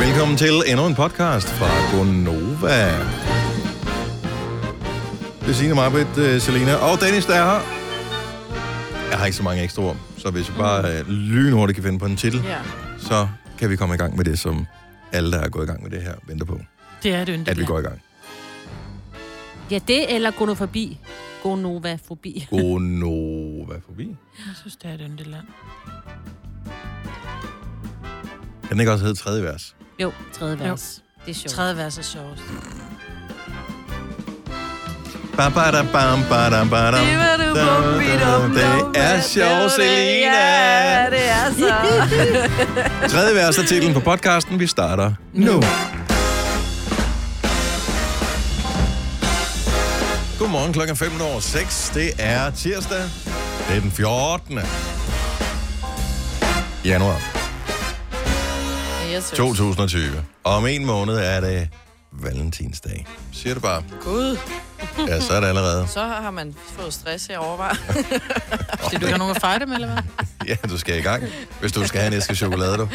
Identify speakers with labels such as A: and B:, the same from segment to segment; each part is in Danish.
A: Velkommen til endnu en podcast fra Gonova. Det er Signe Marbet, øh, Selina og Dennis, der er her. Jeg har ikke så mange ekstra ord, så hvis jeg bare øh, lynhurtigt kan finde på en titel,
B: Mm. Ja,
A: så kan vi komme i gang med det, som alle, der er gået i gang med det her, venter på,
B: det er et yndigt.
A: at vi går i gang.
C: Ja, det eller gonofobi. Gonovafobi.
A: Gonova forbi.
B: Jeg synes, det er et yndigt land.
A: Kan den ikke også hedde tredje vers?
C: Jo, tredje
B: Jo.
C: vers. Det er sjovt.
B: Tredje vers er sjovt.
A: Ba, ba, da, bam, ba, da, ba, da. Det er sjovt, Selina.
B: Ja, det er så.
A: Tredje vers er titlen på podcasten. Vi starter nu. Godmorgen klokken 5 over 6. Det er tirsdag. Det er den 14. januar
B: Yes, sir.
A: 2020. Om en måned er det valentinsdag. Siger det bare.
B: Gud,
A: Ja, så er det allerede.
D: Så har man fået stress herovre, var.
B: skal du have nogen at fejre dem, eller hvad?
A: Ja, du skal i gang, hvis du skal have en æske chokolade, du.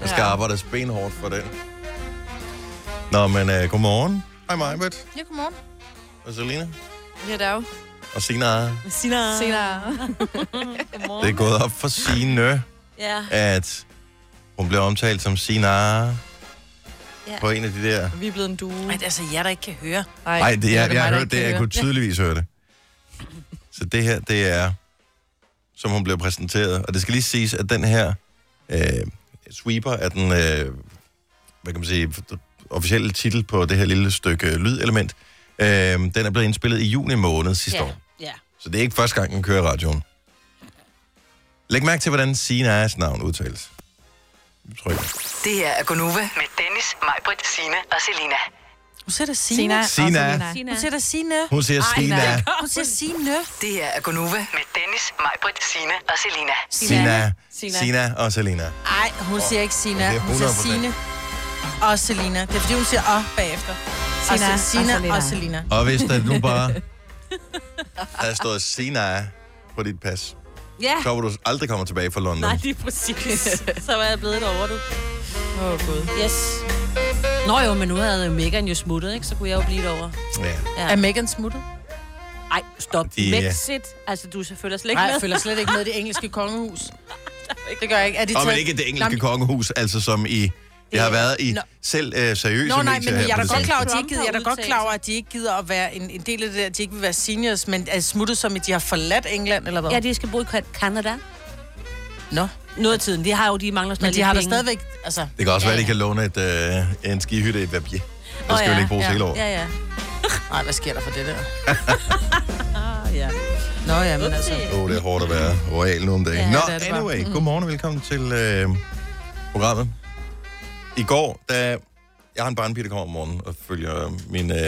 A: Der skal arbejdes benhårdt for den. Nå, men uh, godmorgen. Hej, Majbert.
B: Ja, godmorgen.
A: Og Selina.
D: Ja, der er jo
A: Og Sina.
C: Sina.
D: senere.
A: Det er gået op for Sine,
C: Ja.
A: at hun blev omtalt som Sina ja. på en af de der...
D: Vi er blevet en duo.
B: Men altså, jeg der ikke kan høre.
A: Nej, det, jeg, jeg
D: mig,
A: har
D: der
A: hørt
D: ikke
A: det.
D: kan
A: Jeg kunne tydeligvis høre det. Så det her, det er, som hun blev præsenteret. Og det skal lige siges, at den her øh, sweeper er den, øh, hvad kan man sige, officielle titel på det her lille stykke lydelement. Øh, den er blevet indspillet i juni måned sidste ja. år.
C: Ja. ja.
A: Så det er ikke første gang, den kører i radioen. Læg mærke til, hvordan Sinas navn udtales. Tryk.
E: Det her er Gunova med Dennis, Majbrit, Sina og Selina.
B: Nu siger der
D: Sina.
B: Sina.
A: Sina.
B: Nu siger der Sina.
A: Hun siger Sina.
B: Nu siger Sina.
E: Det her er Gunova med Dennis, Majbrit, Sina og Selina.
A: Sina.
D: Sina.
A: Sina og Selina.
B: Nej, hun siger ikke Sina.
A: det er
B: Hun siger
A: 100%.
B: Sine. Og Selina. Det er fordi, hun siger og bagefter. Og siger
D: Sina
B: Sina
D: og
B: og
D: Selina.
B: Selina.
A: Og hvis der nu bare havde stået Sina på dit pas,
C: Ja.
A: så var du aldrig kommet tilbage fra London.
C: Nej, lige præcis. Så var jeg blevet derovre, du.
D: Åh, oh, Gud.
C: Yes. Nå jo, men nu havde Megan jo smuttet, ikke? Så kunne jeg jo blive derovre.
A: Ja.
B: Er Megan smuttet?
C: Ej, stop.
A: De-
C: De...
A: øh,
C: Brexit. Altså, du følger slet ikke
B: Nej,
C: med.
B: jeg følger slet ikke med i det engelske kongehus. Det gør jeg ikke. Er de
A: Og men
B: taget-
A: ikke det
B: Nå,
A: engelske
B: men-
A: kongehus, altså som i... Jeg har været i
B: Nå.
A: selv øh, seriøse
B: Nå, nej,
A: medier
B: men
A: her
B: jeg er
A: på
B: da
A: det
B: godt klar over, at de
A: seneste.
C: Trump
B: ikke gider, jeg er da
C: har
B: godt
C: udtalt
B: klar over, at de ikke gider at være en, en del af det der, at de ikke vil være seniors, men er smuttet som, at de har forladt England, eller hvad?
C: Ja, de skal bo i Kan- Canada.
B: Nå,
C: Noget af tiden. De har jo, de mangler stadig
B: men de har da
C: penge.
B: stadigvæk, altså...
A: Det kan også være, at de kan låne et, øh, en skihytte i Verbier. Det
C: Åh,
A: skal jo ikke bruges
C: ja.
A: hele år.
C: Ja, ja.
B: Nej, hvad sker der for det der?
C: Ah, ja.
B: Nå ja, men altså...
A: Åh, oh, det er hårdt at være royal nu om
B: Ja,
A: dagen. Nå,
B: det er det bare. Mm.
A: anyway, godmorgen og velkommen til øh, programmet. I går, da jeg har en barnepige, der kommer om morgenen og følger min, øh,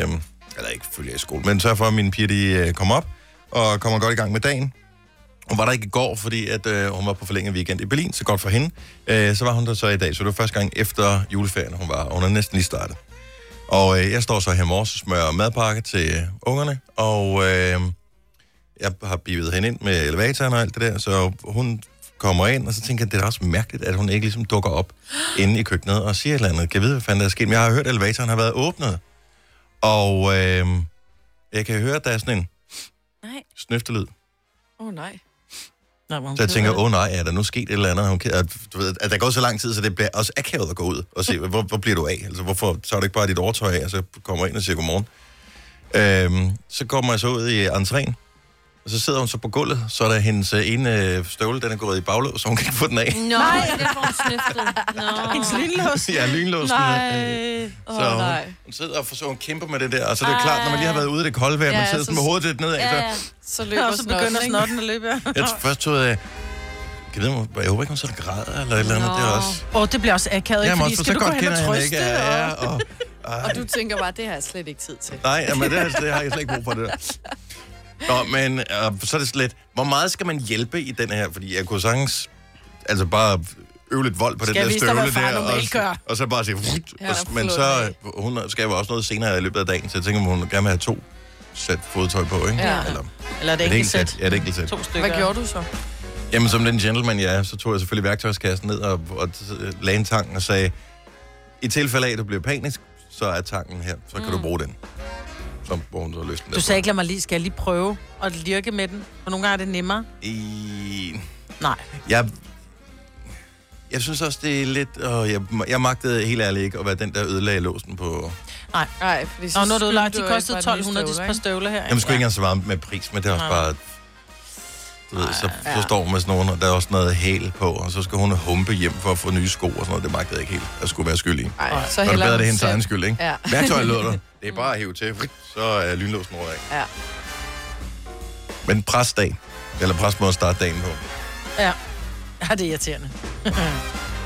A: eller ikke følger i skole, men sørger for, at mine piger, de øh, kommer op og kommer godt i gang med dagen. Hun var der ikke i går, fordi at, øh, hun var på forlænget weekend i Berlin, så godt for hende. Øh, så var hun der så i dag, så det var første gang efter juleferien, hun var, og hun er næsten lige startet. Og øh, jeg står så her i morges og smører madpakke til øh, ungerne, og øh, jeg har bivet hende ind med elevatoren og alt det der, så hun kommer ind, og så tænker jeg, det er da også mærkeligt, at hun ikke ligesom dukker op inde i køkkenet og siger et eller andet. Kan jeg vide, hvad fanden der er sket? Men jeg har hørt, at elevatoren har været åbnet. Og øh, jeg kan høre, at der er sådan en
C: Nej.
A: snøftelyd.
D: Åh, oh, nej.
B: Nå, men hun
A: Så jeg
B: gider
A: tænker,
B: det.
A: åh oh, nej, er der nu sket et eller andet? Hun kan, at, du ved, at der går så lang tid, så det bliver også akavet at gå ud og se, hvor, hvor bliver du af? Altså, hvorfor tager du ikke bare dit overtøj af, og så kommer jeg ind og siger godmorgen? Øhm, så kommer jeg så ud i entréen, og så sidder hun så på gulvet, så er der hendes øh, ene øh, støvle, den er gået i baglås, så hun kan ikke få den af.
C: Nå, Nej. det får hun snøftet. Nå.
B: Hendes lynlås.
A: ja, lynlåsen. Øh,
D: Åh,
A: Så
D: oh,
A: hun,
D: nej.
A: hun sidder og forsøger, hun kæmper med det der, og så er det jo klart, når man lige har været ude i det kolde vejr, ja,
D: Ja,
A: man sidder
D: så-
A: sådan med hovedet lidt nedad,
C: Ja,
A: så
C: ja.
D: Så løber
B: Og så begynder snotten at løbe. ja.
A: jeg først tog jeg, jeg, ved, om hun- jeg håber ikke, hun sidder og græder eller et eller andet, det er også...
B: Åh, oh, det bliver også akavet, ikke?
A: Jamen,
B: Fordi
A: også, for
B: skal
A: så
B: du gå
A: godt
B: hen
A: kender
B: og
A: jeg hende ikke.
B: trøste?
A: Ja, ja,
B: og-
A: og, ej,
D: Og du tænker bare, det har jeg slet ikke tid til.
A: nej, jamen, det, det har jeg slet ikke brug for det der. Nå, men øh, så er det slet, hvor meget skal man hjælpe i den her? Fordi jeg kunne sagtens, altså bare øve lidt vold på
B: Skal jeg
A: den der
B: vise dig, hvad
A: støvle
B: far
A: der, og,
B: normalt gør?
A: og så bare sige, "Vrut",
D: Ja,
A: og,
D: der
A: men
D: flot
A: så,
D: af.
A: øh, hun skaber også noget senere i løbet af dagen, så jeg tænker, om hun gerne vil have to sæt fodtøj på, ikke?
D: Ja.
A: Eller,
B: Eller er det enkelt
A: et enkelt
B: sæt?
A: sæt. Ja, et enkelt sæt.
B: To stykker.
D: Hvad gjorde du så?
A: Jamen, som den gentleman, jeg er, så tog jeg selvfølgelig værktøjskassen ned og, og lagde en tang og sagde, I tilfælde af, at du bliver panisk, så er tanken her. Så kan mm. du bruge den. Så bruger hun så lysten.
B: Du sagde ikke, lad mig lige, skal jeg lige prøve at lirke med den? For nogle gange er det nemmere.
A: I...
B: Nej.
A: Jeg... Jeg synes også, det er lidt... Åh, jeg, jeg magtede helt ærligt ikke at være den, der ødelagde låsen på...
B: Nej.
D: Nej, fordi
B: Og nu er det udlagt. De
D: skyldte du
B: kostede
D: ikke bare den nye
B: 1200 de
D: støvler,
B: par
D: ikke?
B: støvler her.
A: Jamen, skulle ikke engang svare med pris, men det er også
B: Nej.
A: bare... Du ved, så, så står hun med sådan nogen, og der er også noget hæl på, og så skal hun humpe hjem for at få nye sko og sådan noget. Det magtede jeg ikke helt. Jeg skulle være skyldig.
D: Ej, så
A: Så er det
D: hellere
A: bedre, det er
D: den
A: hendes
D: selv.
A: egen skyld, ikke?
D: Ja.
A: Værktøjet låter. Det er bare at hive til. Så er lynlåsen over ikke.
D: Ja.
A: Men præstdag, eller præstmåde at starte dagen på.
B: Ja. ja, det er irriterende.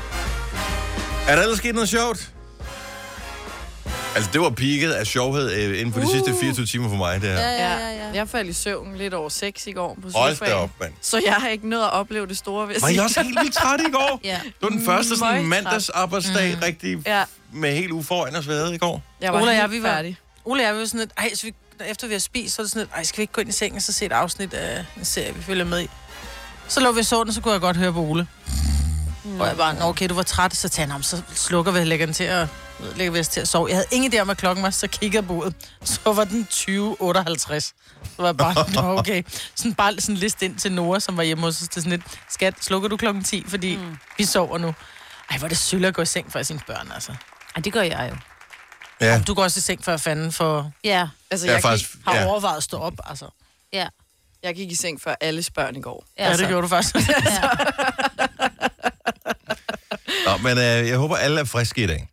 A: Er der ellers sket noget sjovt? Altså, det var peaket af sjovhed øh, inden for de uh. sidste 24 timer for mig, det her.
C: Ja, ja, ja. ja.
D: Jeg faldt i søvn lidt over 6 i går på sofaen.
A: Hold da op, mand.
D: Så jeg har ikke nået at opleve det store, hvis
A: Var I også helt vildt træt i går?
C: ja.
A: Det var den første sådan
D: Møgtræt.
A: mandagsarbejdsdag, mm. rigtig
D: Ja.
A: med helt uge foran os været i går.
D: Jeg
B: Ola og
D: helt
B: jeg, vi var-
D: færdig.
B: Ole og jeg var sådan lidt, ej, så vi, efter vi har spist, så er det sådan lidt, ej, skal vi ikke gå ind i sengen og så se et afsnit af en serie, vi følger med i? Så lå vi og så den, så kunne jeg godt høre på Ole. Mm. Og jeg bare, "Nå, okay, du var træt, så tager ham, så slukker vi og lægger den til at, lægger vi os til at sove. Jeg havde ingen idé om, hvad klokken var, så kiggede jeg på uret. Så var den 20.58. Så var jeg bare, Nå, okay. Sådan bare sådan en liste ind til Nora, som var hjemme hos os. Det er sådan lidt, skat, slukker du klokken 10, fordi mm. vi sover nu. Ej, hvor er det sølle at gå i seng for sine børn, altså.
C: Ej, det gør jeg jo.
A: Ja,
B: Du går også i seng for fanden, for
C: Ja,
D: Altså,
A: jeg,
D: jeg,
A: er
D: gik,
A: faktisk...
B: har
A: Ja.
B: ja. overvejet at stå op, altså.
C: ja.
D: jeg gik i seng før alles børn i går.
B: Ja, altså. det gjorde du faktisk.
A: Nå, men øh, jeg håber, alle er friske i dag.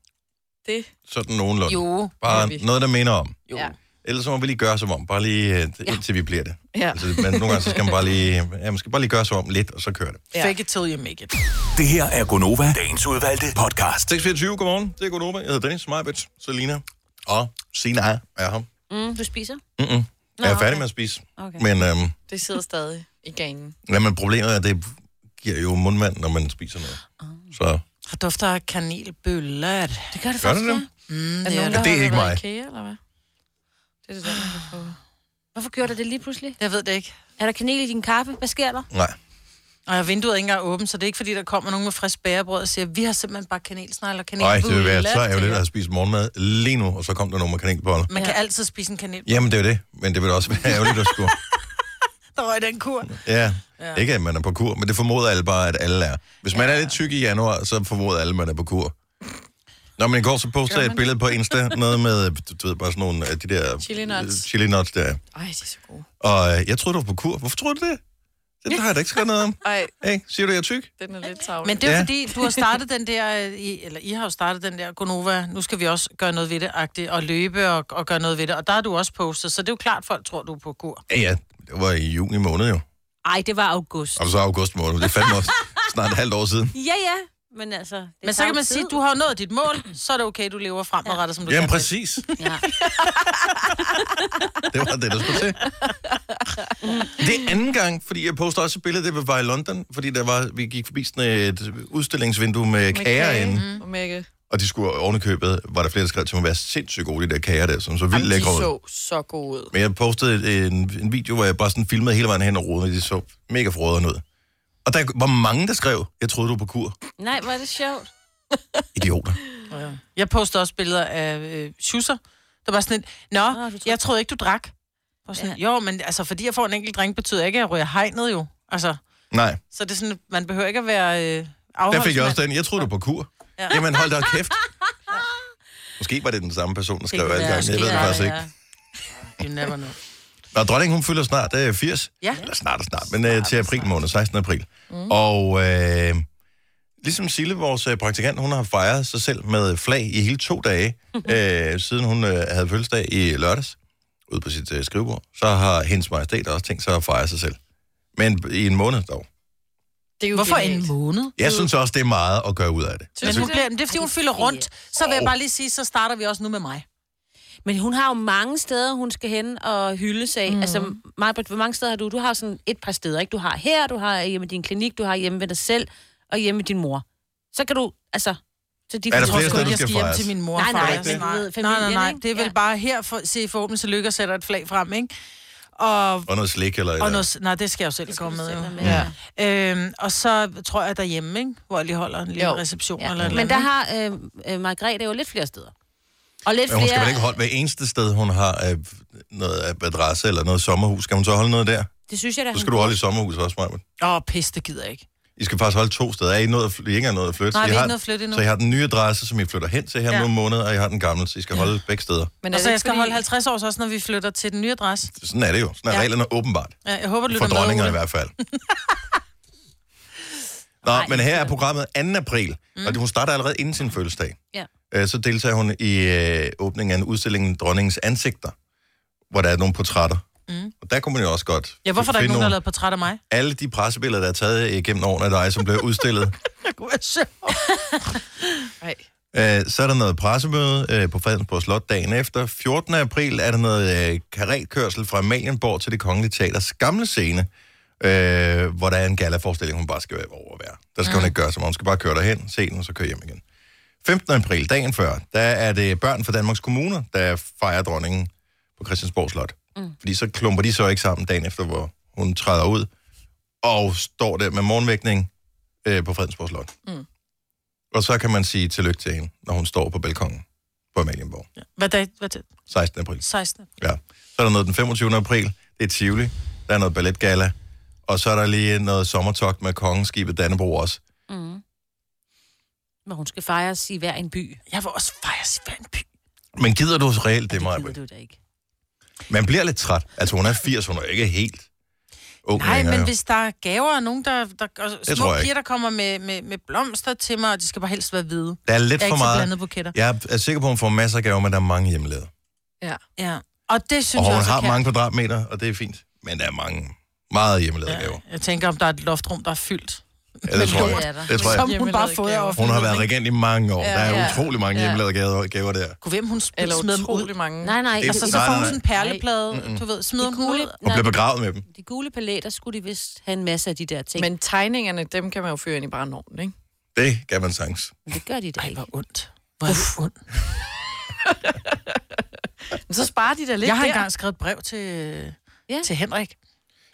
D: Det,
A: Sådan nogenlunde.
B: jo.
A: Bare
D: det er vi.
A: noget, der minder om.
B: jo.
D: ja.
A: Ellers så må vi lige gøre som om, bare lige øh, indtil vi bliver det.
D: Ja.
A: Altså, men nogle gange så skal man bare lige, ja, man skal bare lige gøre som om lidt, og så kører det.
D: Ja.
B: Fake it till you make it.
F: Det her er Gonova, dagens udvalgte podcast.
A: 6.24, godmorgen. Det er Godnova. Jeg hedder Dennis, Majbets, Selina og Sina er her.
C: Mm, du spiser?
A: Mm-mm. Jeg er
C: Nå,
A: færdig
C: okay.
A: med at spise.
C: Okay.
A: Men, øhm,
D: Det sidder stadig i gangen.
A: ja, men problemet er, at det giver jo mundvand, når man spiser noget. Så
B: Og dufter af kanelbøller.
C: Det gør det
A: gør
C: faktisk,
A: det
C: ja.
A: det?
B: Mm,
D: Er
B: det, er
D: nogen,
B: det.
D: der
A: det er
D: har
A: ikke
D: været
A: mig.
D: i IKEA, eller hvad? Det er det, der, man kan få.
C: Hvorfor gjorde du det lige pludselig?
B: Jeg ved det ikke.
C: Er der kanel i din kaffe? Hvad sker der?
A: nej.
B: Og vinduet er ikke engang åbent, så det er ikke fordi, der kommer nogen med frisk bagerbrød og siger, vi har simpelthen bare kanelsnegle og kanelbøller.
A: Nej, det vil være så
B: til
A: ærgerligt
B: jer."
A: at spise morgenmad lige nu, og så kom der nogen med kanelboller.
B: Man kan altid spise en kanel.
A: Jamen, det er jo det. Men det vil også være ærgerligt at skulle.
B: Der røg den kur.
A: Ja. ja. Ikke, at man er på kur, men det formoder alle bare, at alle er. Hvis man er lidt tyk i januar, så formoder alle, at man er på kur. Nå, men i går så postede jeg et billede på Insta, noget med, du ved, bare sådan nogle af de der... Øh,
D: Chili nuts.
A: Chili nuts, der.
D: Ej, de er så gode.
A: Og øh, jeg troede, du var på kur. Hvorfor troede du det? Det har jeg da ikke skrevet noget om.
D: Ej,
A: Hey, siger du, jeg er tyk?
D: den er lidt tavlig.
B: Men det er
A: Ja.
B: ja. fordi, du har startet den der, øh, I, eller I har jo startet den der Gonova, nu skal vi også gøre noget ved det, agtigt, og løbe og, og gøre noget ved det. Og der har du også postet, så det er jo klart, folk tror, du er på kur.
A: Ja, ja. Det var i juni måned jo.
C: Ej, det var august.
A: Og så august måned. Det er fandme også snart et halvt år siden.
C: Ja, ja. Men altså... Det
B: Men så
C: tager
B: kan
C: jo
B: man
C: tid.
B: sige, at du har nået dit mål, så er det okay, du lever fremadrettet, som du
A: Jamen
B: gerne vil.
A: præcis.
C: Ja.
A: Det var det, der skulle til. Det er anden gang, fordi jeg poster også et billede, det var i London, fordi der var, vi gik forbi sådan et udstillingsvindue med, med kager inde,
D: Mm. Og mække.
A: og de skulle ovenikøbet, var der flere, der skrev til mig, være sindssygt gode, de der kager der, som så vildt
D: de
A: lækre ud.
D: så så gode ud.
A: Men jeg postede en, en video, hvor jeg bare sådan filmede hele vejen hen og rodede, og de så mega forråderne ud. Og der var mange, der skrev, jeg troede, du var på kur.
C: Nej, hvor er det sjovt.
A: Idioter.
B: Ja. Jeg poster også billeder af øh, schusser. Der var sådan et, Nå,
C: du
B: ah,
C: troede-
B: jeg troede ikke, du drak. Og sådan, ja. Jo, men altså, fordi jeg får en enkelt drink, betyder ikke, at jeg ryger hegnet jo. Altså,
A: Nej,
B: så det er sådan, man behøver ikke at være øh,
A: der fik jeg
B: afholdsmand.
A: også den, jeg troede, du var på kur. Ja. Jamen hold da kæft. Måske var det den samme person, der skrev
B: kunne
A: alle
B: være.
A: gangen. Jeg ved det
B: Måske
A: faktisk
B: er
A: ikke.
B: You never know.
A: Nå, dronningen, hun fylder snart øh, 80.
B: Ja.
A: Eller snart og snart, men øh, til april måned, 16. april. Mm. Og øh, ligesom Sille, vores øh, praktikant, hun har fejret sig selv med flag i hele to dage, øh, siden hun øh, havde fødselsdag i lørdags, ude på sit øh, skrivebord, så har hendes majestæt også tænkt sig at fejre sig selv. Men i en måned dog.
D: Det er jo
B: Hvorfor
D: genialt.
B: en måned?
A: Jeg synes også, det er meget at gøre ud af det.
B: Men hun bliver, det er, fordi hun fylder rundt. Så vil jeg
A: Åh.
B: bare lige sige, så starter vi også nu med mig.
C: Men hun har jo mange steder, hun skal hen og hylde sig. Mm. Altså, Marbert, hvor mange steder har du? Du har sådan et par steder, ikke? Du har her, du har hjemme i din klinik, du har hjemme ved dig selv, og hjemme ved din mor. Så kan du, altså... Så de
A: Er der
B: Jeg tror
A: flere
B: sgu
A: steder,
B: ikke,
A: du
B: jeg
A: skal
B: skal hjem
A: fejres?
B: til min mor.
C: Nej, nej,
B: faktisk.
C: men du ved,
B: nej, nej,
C: familien,
B: nej.
C: ikke?
B: Det er vel
C: Ja.
B: bare her, for, se forhåbentlig, så lykker sætter et flag frem, ikke? og,
A: Og noget slik eller...
B: og
A: eller-
B: noget, s- nej, det skal jeg jo selv komme med. Jo.
C: Ja.
B: Øhm, og så tror jeg derhjemme, ikke? hvor jeg lige holder en lille
D: Jo.
B: jo. reception. Ja.
C: Ja.
B: Eller et eller
C: Men der
B: andet,
C: har øh, øh, Margrethe jo lidt flere steder. Og lidt
A: Men hun skal
C: flere...
A: vel ikke holde hver eneste sted, hun har øh, noget adresse eller noget sommerhus. Skal hun så holde noget der?
C: Det synes jeg da,
A: Så
C: hun
A: skal du holde i sommerhus også, Maja.
B: ikke? Åh, pis, det gider jeg ikke.
A: I skal faktisk holde to steder. Er I, noget, at fly- I er ikke engang nået at flytte?
B: Nej,
A: Så I
B: vi er
A: har-
B: ikke noget flytte endnu.
A: Så I har den nye adresse, som I flytter hen til her om
B: Ja.
A: nogle måneder, og I har den gamle, så I skal holde begge steder.
D: Men
B: Og så jeg
D: ikke
B: skal holde 50 år så også, når vi flytter til den nye adresse.
A: Sådan er det jo. Sådan er
B: Ja.
A: reglerne åbenbart.
B: Ja, jeg håber, du
A: For
B: lytter med.
A: dronninger i
B: Ole.
A: hvert fald. Nå,
C: Nej,
A: men her er
C: det-
A: programmet 2. april, mm. og hun starter allerede inden sin fødselsdag.
C: Ja.
A: Øh, Så deltager hun i øh, åbningen af en udstilling Dronningens Ansigter, hvor der er nogle portrætter. Mm. Og der kunne man jo også godt
B: Ja, hvorfor er der
A: finde
B: ikke nogen, der har
A: nogle-
B: lavet portræt af mig?
A: Alle de pressebilleder, der er taget igennem årene af dig, som blev udstillet.
B: Det kunne være sjovt.
D: Nej.
A: Øh, Så er der noget pressemøde øh, på Fredensborg Slot dagen efter. 14. april er der noget øh, karatkørsel fra Amalienborg til det Kongelige Teaters gamle scene, øh, hvor der er en galaforestilling, hun bare skal være overvære. Der skal mm. hun ikke gøre så meget. Hun skal bare køre derhen, se den, og så køre hjem igen. 15. april, dagen før, der er det børn fra Danmarks Kommuner, der fejrer dronningen på Christiansborg Slot. Mm. Fordi så klumper de så ikke sammen dagen efter, hvor hun træder ud og står der med morgenvækning øh, på Fredensborg Slot. Og så kan man sige tillykke til hende, når hun står på balkongen på Amalienborg.
B: Hvad dag? Hvad dag?
A: 16. april.
B: 16.
A: Ja. Så er der noget den 25. april. Det er Tivoli. Der er noget balletgala. Og så er der lige noget sommertogt med kongeskibet Dannebro også.
C: Mm. Men hun skal fejres i hver en by.
B: Jeg vil også fejre Svan by.
A: Men gider du reelt det,
C: Det
A: Maja?
C: gider du da ikke.
A: Man bliver lidt træt. Altså, hun er 80, hun er ikke helt ung
B: Nej,
A: længere,
B: men
A: jo.
B: hvis der er gaver og nogen, der, der og små
A: tror
B: piger,
A: jeg ikke.
B: der kommer med, med, med blomster til mig, og de skal bare helst være hvide.
A: Der er lidt
B: Jeg er
A: for
B: ikke så
A: meget.
B: blandet buketter.
A: Jeg er sikker på, at hun får masser af gaver, men der er mange hjemmelavede.
D: Ja.
B: Ja. Og det synes
A: Og
B: jeg
A: hun
B: også
A: har
B: kan.
A: mange kvadratmeter, og det er fint. Men der er mange, meget hjemmelavede gaver.
B: Jeg tænker, om der er et loftrum, der er fyldt.
A: Ja, det tror
C: lort er
A: jeg.
C: der.
A: Det tror jeg.
B: Som hun bare
D: Hjemmelavede
B: har fået af
D: gaver.
A: Hun
B: offentligheden,
A: har været
B: ikke?
A: regent i mange år. Ja,
D: Ja,
A: der er
D: ja.
A: utrolig mange
D: Ja.
A: hjemmelavede gaver, gaver der.
B: Kunne hvem hun sm-
D: Eller
B: smed dem ud?
D: utrolig mange.
C: Nej, nej.
A: Det-
B: Altså, så
A: Nej,
B: får
A: nej,
B: hun
A: nej.
B: sådan en perleplade, du ved, smider
C: De
B: hun ud.
C: gule,
A: Og
C: nej,
A: blev begravet med dem.
C: de gule paletter skulle de vist have en masse af de der ting. Men
D: Men tegningerne, dem kan man jo føre ind i brandovnen, ikke?
A: Det kan man sagtens.
C: det gør de da
B: Ej,
C: ikke.
B: hvor ondt. Hvor er det ondt.
D: Men så sparer de da lidt
B: Jeg har
D: der.
B: engang skrevet et brev til,
C: Ja.
B: ja. til Henrik.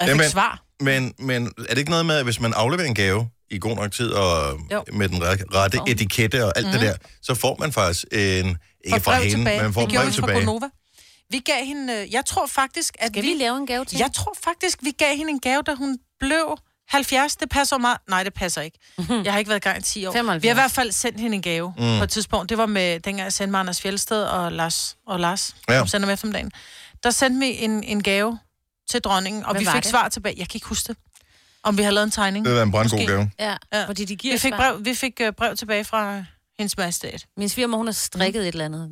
B: Og jeg fik
A: Jamen.
B: svar.
A: Men, men er det ikke noget med, at hvis man afleverer en gave i god nok tid og
B: Jo. Mhm.
A: med den re- rette etikette og alt mm. det der, så får man faktisk en... Ikke
B: Og
A: fra hende, men man får
B: det
A: et
B: gjorde
A: brev
B: vi fra
A: tilbage.
B: Gonova. Vi gav hende... øh, Jeg tror faktisk, at
C: Skal vi lave en gave til?
B: Jeg tror faktisk, vi gav hende en gave, da hun blev 70. Det passer jo meget. Nej, det passer ikke.
C: Mhm.
B: Jeg har ikke været i gang i 10 år.
C: 75.
B: Vi har i hvert fald sendt hende en gave mm. på et tidspunkt. Det var med, dengang jeg sendte mig Anders Fjeldsted og Lars, og Lars
A: Ja.
B: ja. som sender med eftermiddagen. Der sendte vi en, en gave til dronningen, og
C: Hvad
B: vi
C: var
B: fik
C: det?
B: det? svar tilbage. Jeg kan ikke huske det. Om vi har lavet en tegning.
A: Det vil være en brandgod
B: Måske.
A: gave.
C: Ja,
B: Ja.
C: fordi de giver
B: Vi fik,
C: svar.
B: brev, vi fik øh, brev tilbage fra hendes majestæt.
C: Min svigermor, hun har strikket et eller andet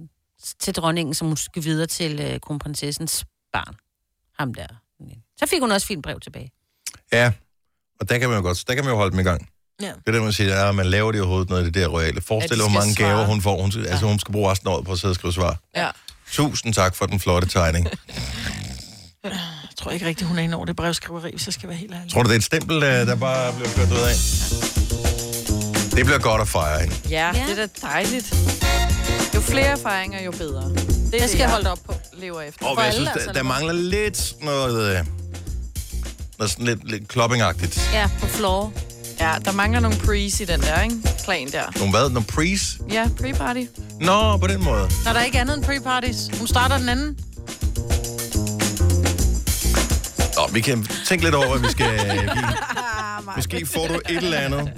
C: til dronningen, som hun skal videre til øh, kronprinsessens barn. Ham der. Så fik hun også fint brev tilbage.
A: Ja, og der kan man jo godt, der kan man jo holde dem i gang.
B: Ja.
A: Det er det, man siger, ja, man laver det overhovedet noget af det der royale. Forestil
D: Ja, de
A: dig, hvor mange
D: skal svare.
A: gaver hun får. Hun, skal- altså, hun skal bruge resten af året på at sidde og skrive svar.
D: Ja.
A: Tusind tak for den flotte tegning.
B: Jeg tror ikke rigtigt, hun er inde over det brevskriveri, hvis jeg skal være helt ærlig.
A: Tror du, det er et stempel, øh, der bare bliver kørt ud af? Det bliver godt at fejre, ikke?
D: Ja,
C: Ja.
D: ja, det er da dejligt. Jo flere erfaringer, jo bedre. Det er
B: Jeg skal
D: det,
B: holde
D: op på. Lever efter.
A: Og jeg synes,
D: altså.
A: der, der mangler lidt noget... øh, Noget sådan lidt, lidt kloppingagtigt.
C: Ja, på floor.
D: Ja, der mangler nogle pre's i den der, ikke? Plan der.
A: Nogle hvad? Nogle pre's?
D: Ja, pre-party.
A: Nå, på den måde.
B: Når der er ikke andet end pre-parties. Hun starter den anden.
A: Nå, vi kan tænke lidt over, hvad vi skal øh, give. Måske får du et eller andet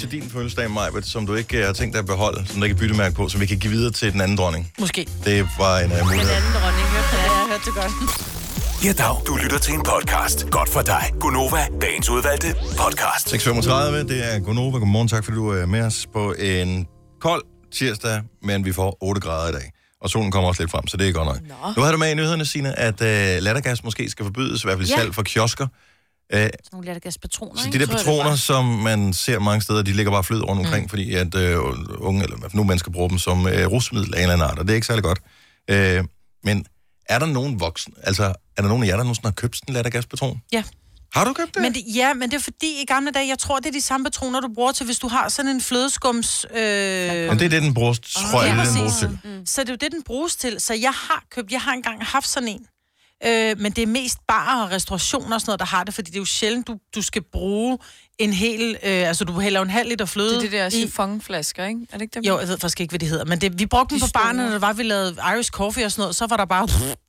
A: til din fødselsdag, Majbet, som du ikke øh, har tænkt dig at beholde, som der ikke er byttemærke på, som vi kan give videre til den anden dronning.
B: Måske.
A: Det var en uh, mulighed.
F: Ja, dag. Du lytter til en podcast. Godt for dig. Gunova. Dagens udvalgte podcast.
A: 6.35, det er Gonova. Godmorgen, tak fordi du er med os på en kold tirsdag, men vi får 8 grader i dag. Og solen kommer også lidt frem, så det er godt nok. Nå. Nu har du med i nyhederne, Signe, at øh, lattergas måske skal forbydes, i hvert fald ja.
C: Ja.
A: salg for kiosker. Øh,
C: Sådan nogle lattergaspatroner,
A: så
C: ikke?
A: de der
C: Tror jeg,
A: patroner, som man ser mange steder, de ligger bare flød rundt omkring, mm. fordi at øh, unge, eller i hvert fald nogle mennesker bruger dem som øh, rusmiddel af en eller anden art, og det er ikke særlig godt. Øh, men er der nogen voksen, altså er der nogen af jer, der nogensinde har købt sådan en lattergaspatron?
B: Ja.
A: Har du købt det?
B: Men det, ja, men det er fordi i gamle dage, jeg tror, det er de samme patroner, du bruger til, hvis du har sådan en flødeskums... Øh,
A: Men det er det, den bruges, tror jeg,
B: ja,
A: det er det, den
D: Mm.
B: præcis.
A: bruges til.
B: Så det er jo det, den bruges til. Så jeg har købt, jeg har engang haft sådan en. Øh, men det er mest barer og restaurationer og sådan noget, der har det, fordi det er jo sjældent, du, du skal bruge en hel... Øh, altså, du hælder jo en halv liter fløde
D: Det er det der
B: i.
D: chiffonflasker, ikke? Er det ikke dem?
B: Jo, jeg ved faktisk ikke, hvad de hedder. Men det, vi brugte dem
D: De
B: på barnet,
D: store.
B: når det var, vi lavede Irish coffee og sådan noget, så var der bare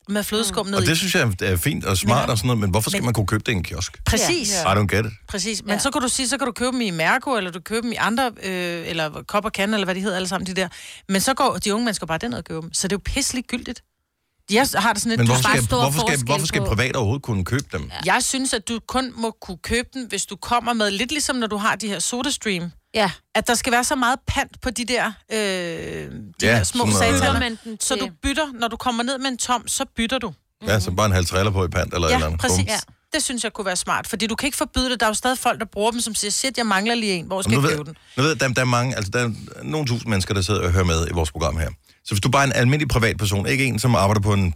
B: med flødeskum ned
A: Mm. Og
B: i.
A: det synes jeg er fint og smart og sådan noget, men hvorfor skal
B: Men-
A: man kunne købe det i en kiosk?
B: Præcis.
D: Ja.
A: I don't get it.
B: Præcis, men
D: Ja.
B: ja. så kan du sige, så kan du købe dem i Mærko, eller du kan købe dem i andre, øh, eller Kop og Kan, eller hvad de hedder alle sammen, de der. Men så går de unge mennesker bare den og køber dem, så det er jo pisselig gyldigt. Jeg har det sådan lidt,
A: Men
B: du
A: hvorfor
B: skal,
A: skal,
C: stor
A: hvorfor skal,
C: forskel
A: hvorfor skal
C: på-
A: private overhovedet kunne købe dem?
B: jeg synes, at du kun må kunne købe den, hvis du kommer med, lidt ligesom når du har de her SodaStream,
C: Ja.
B: at der skal være så meget pant på de der, øh, de
A: Ja,
B: ja, der små
A: sådan noget.
C: Så
A: Bytter
B: sataner.
C: man den
B: Så du bytter, når du kommer ned med en tom, så bytter du.
A: Ja, så bare en halv triller på i pant eller et eller
B: Ja,
A: andet.
B: præcis.
A: Bum.
B: Ja. Det synes jeg kunne være smart, fordi du kan ikke forbyde det. Der er jo stadig folk, der bruger dem, som siger, shit, jeg mangler lige en, hvor skal
A: Jamen,
B: jeg
A: nu
B: købe
A: ved,
B: den?
A: nu ved, jeg, der, der er mange, altså der er nogle tusind mennesker, der sidder og hører med i vores program her. Så hvis du bare er en almindelig privatperson, ikke en, som arbejder på en,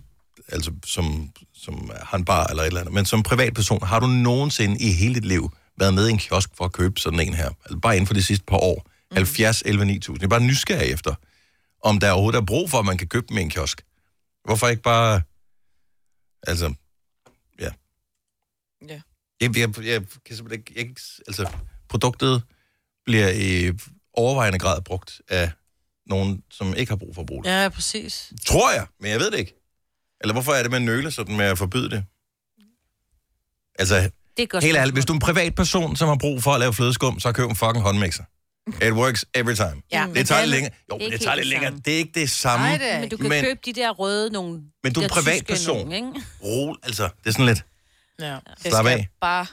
A: altså som, som han bar eller et eller andet, men som privatperson, har du nogensinde i hele dit liv været med i en kiosk for at købe sådan en her? Altså bare inden for de sidste par år.
B: Mhm.
A: Mm. 70, 11, 9000. Jeg er bare nysgerrig efter, om der overhovedet er brug for, at man kan købe dem i en kiosk. Hvorfor ikke bare... Altså, ja.
D: Ja.
A: Jeg, jeg, jeg, jeg kan simpelthen ikke... Jeg, kan ikke s- altså, produktet bliver i overvejende grad brugt af nogen, som ikke har brug for at bruge det. Ja.
B: Ja, præcis.
A: Tror jeg, men jeg ved det ikke. Eller hvorfor er det, man nøler sådan med at forbyde det? Altså,
C: Det er godt.
A: helt ærligt, hvis du er en privatperson, som har brug for at lave flødeskum, så køb en fucking håndmixer. It works every time.
B: Ja,
A: Det tager lidt
B: alle-
A: længere. Jo,
C: Det er
A: det,
C: ikke
A: det tager
C: helt
A: lidt
C: det
A: længere.
C: samme.
A: Det er ikke det samme.
D: Nej, det er
C: Men
D: ikke.
C: du kan
A: Men-
C: men, købe de der røde nogen.
A: Men du er
C: de der
A: privatperson.
C: tyske nogen, ikke?
A: Rol, altså, det er sådan lidt...
B: Ja.
D: Det
A: Oh. Slap
D: skal
A: af.
D: bare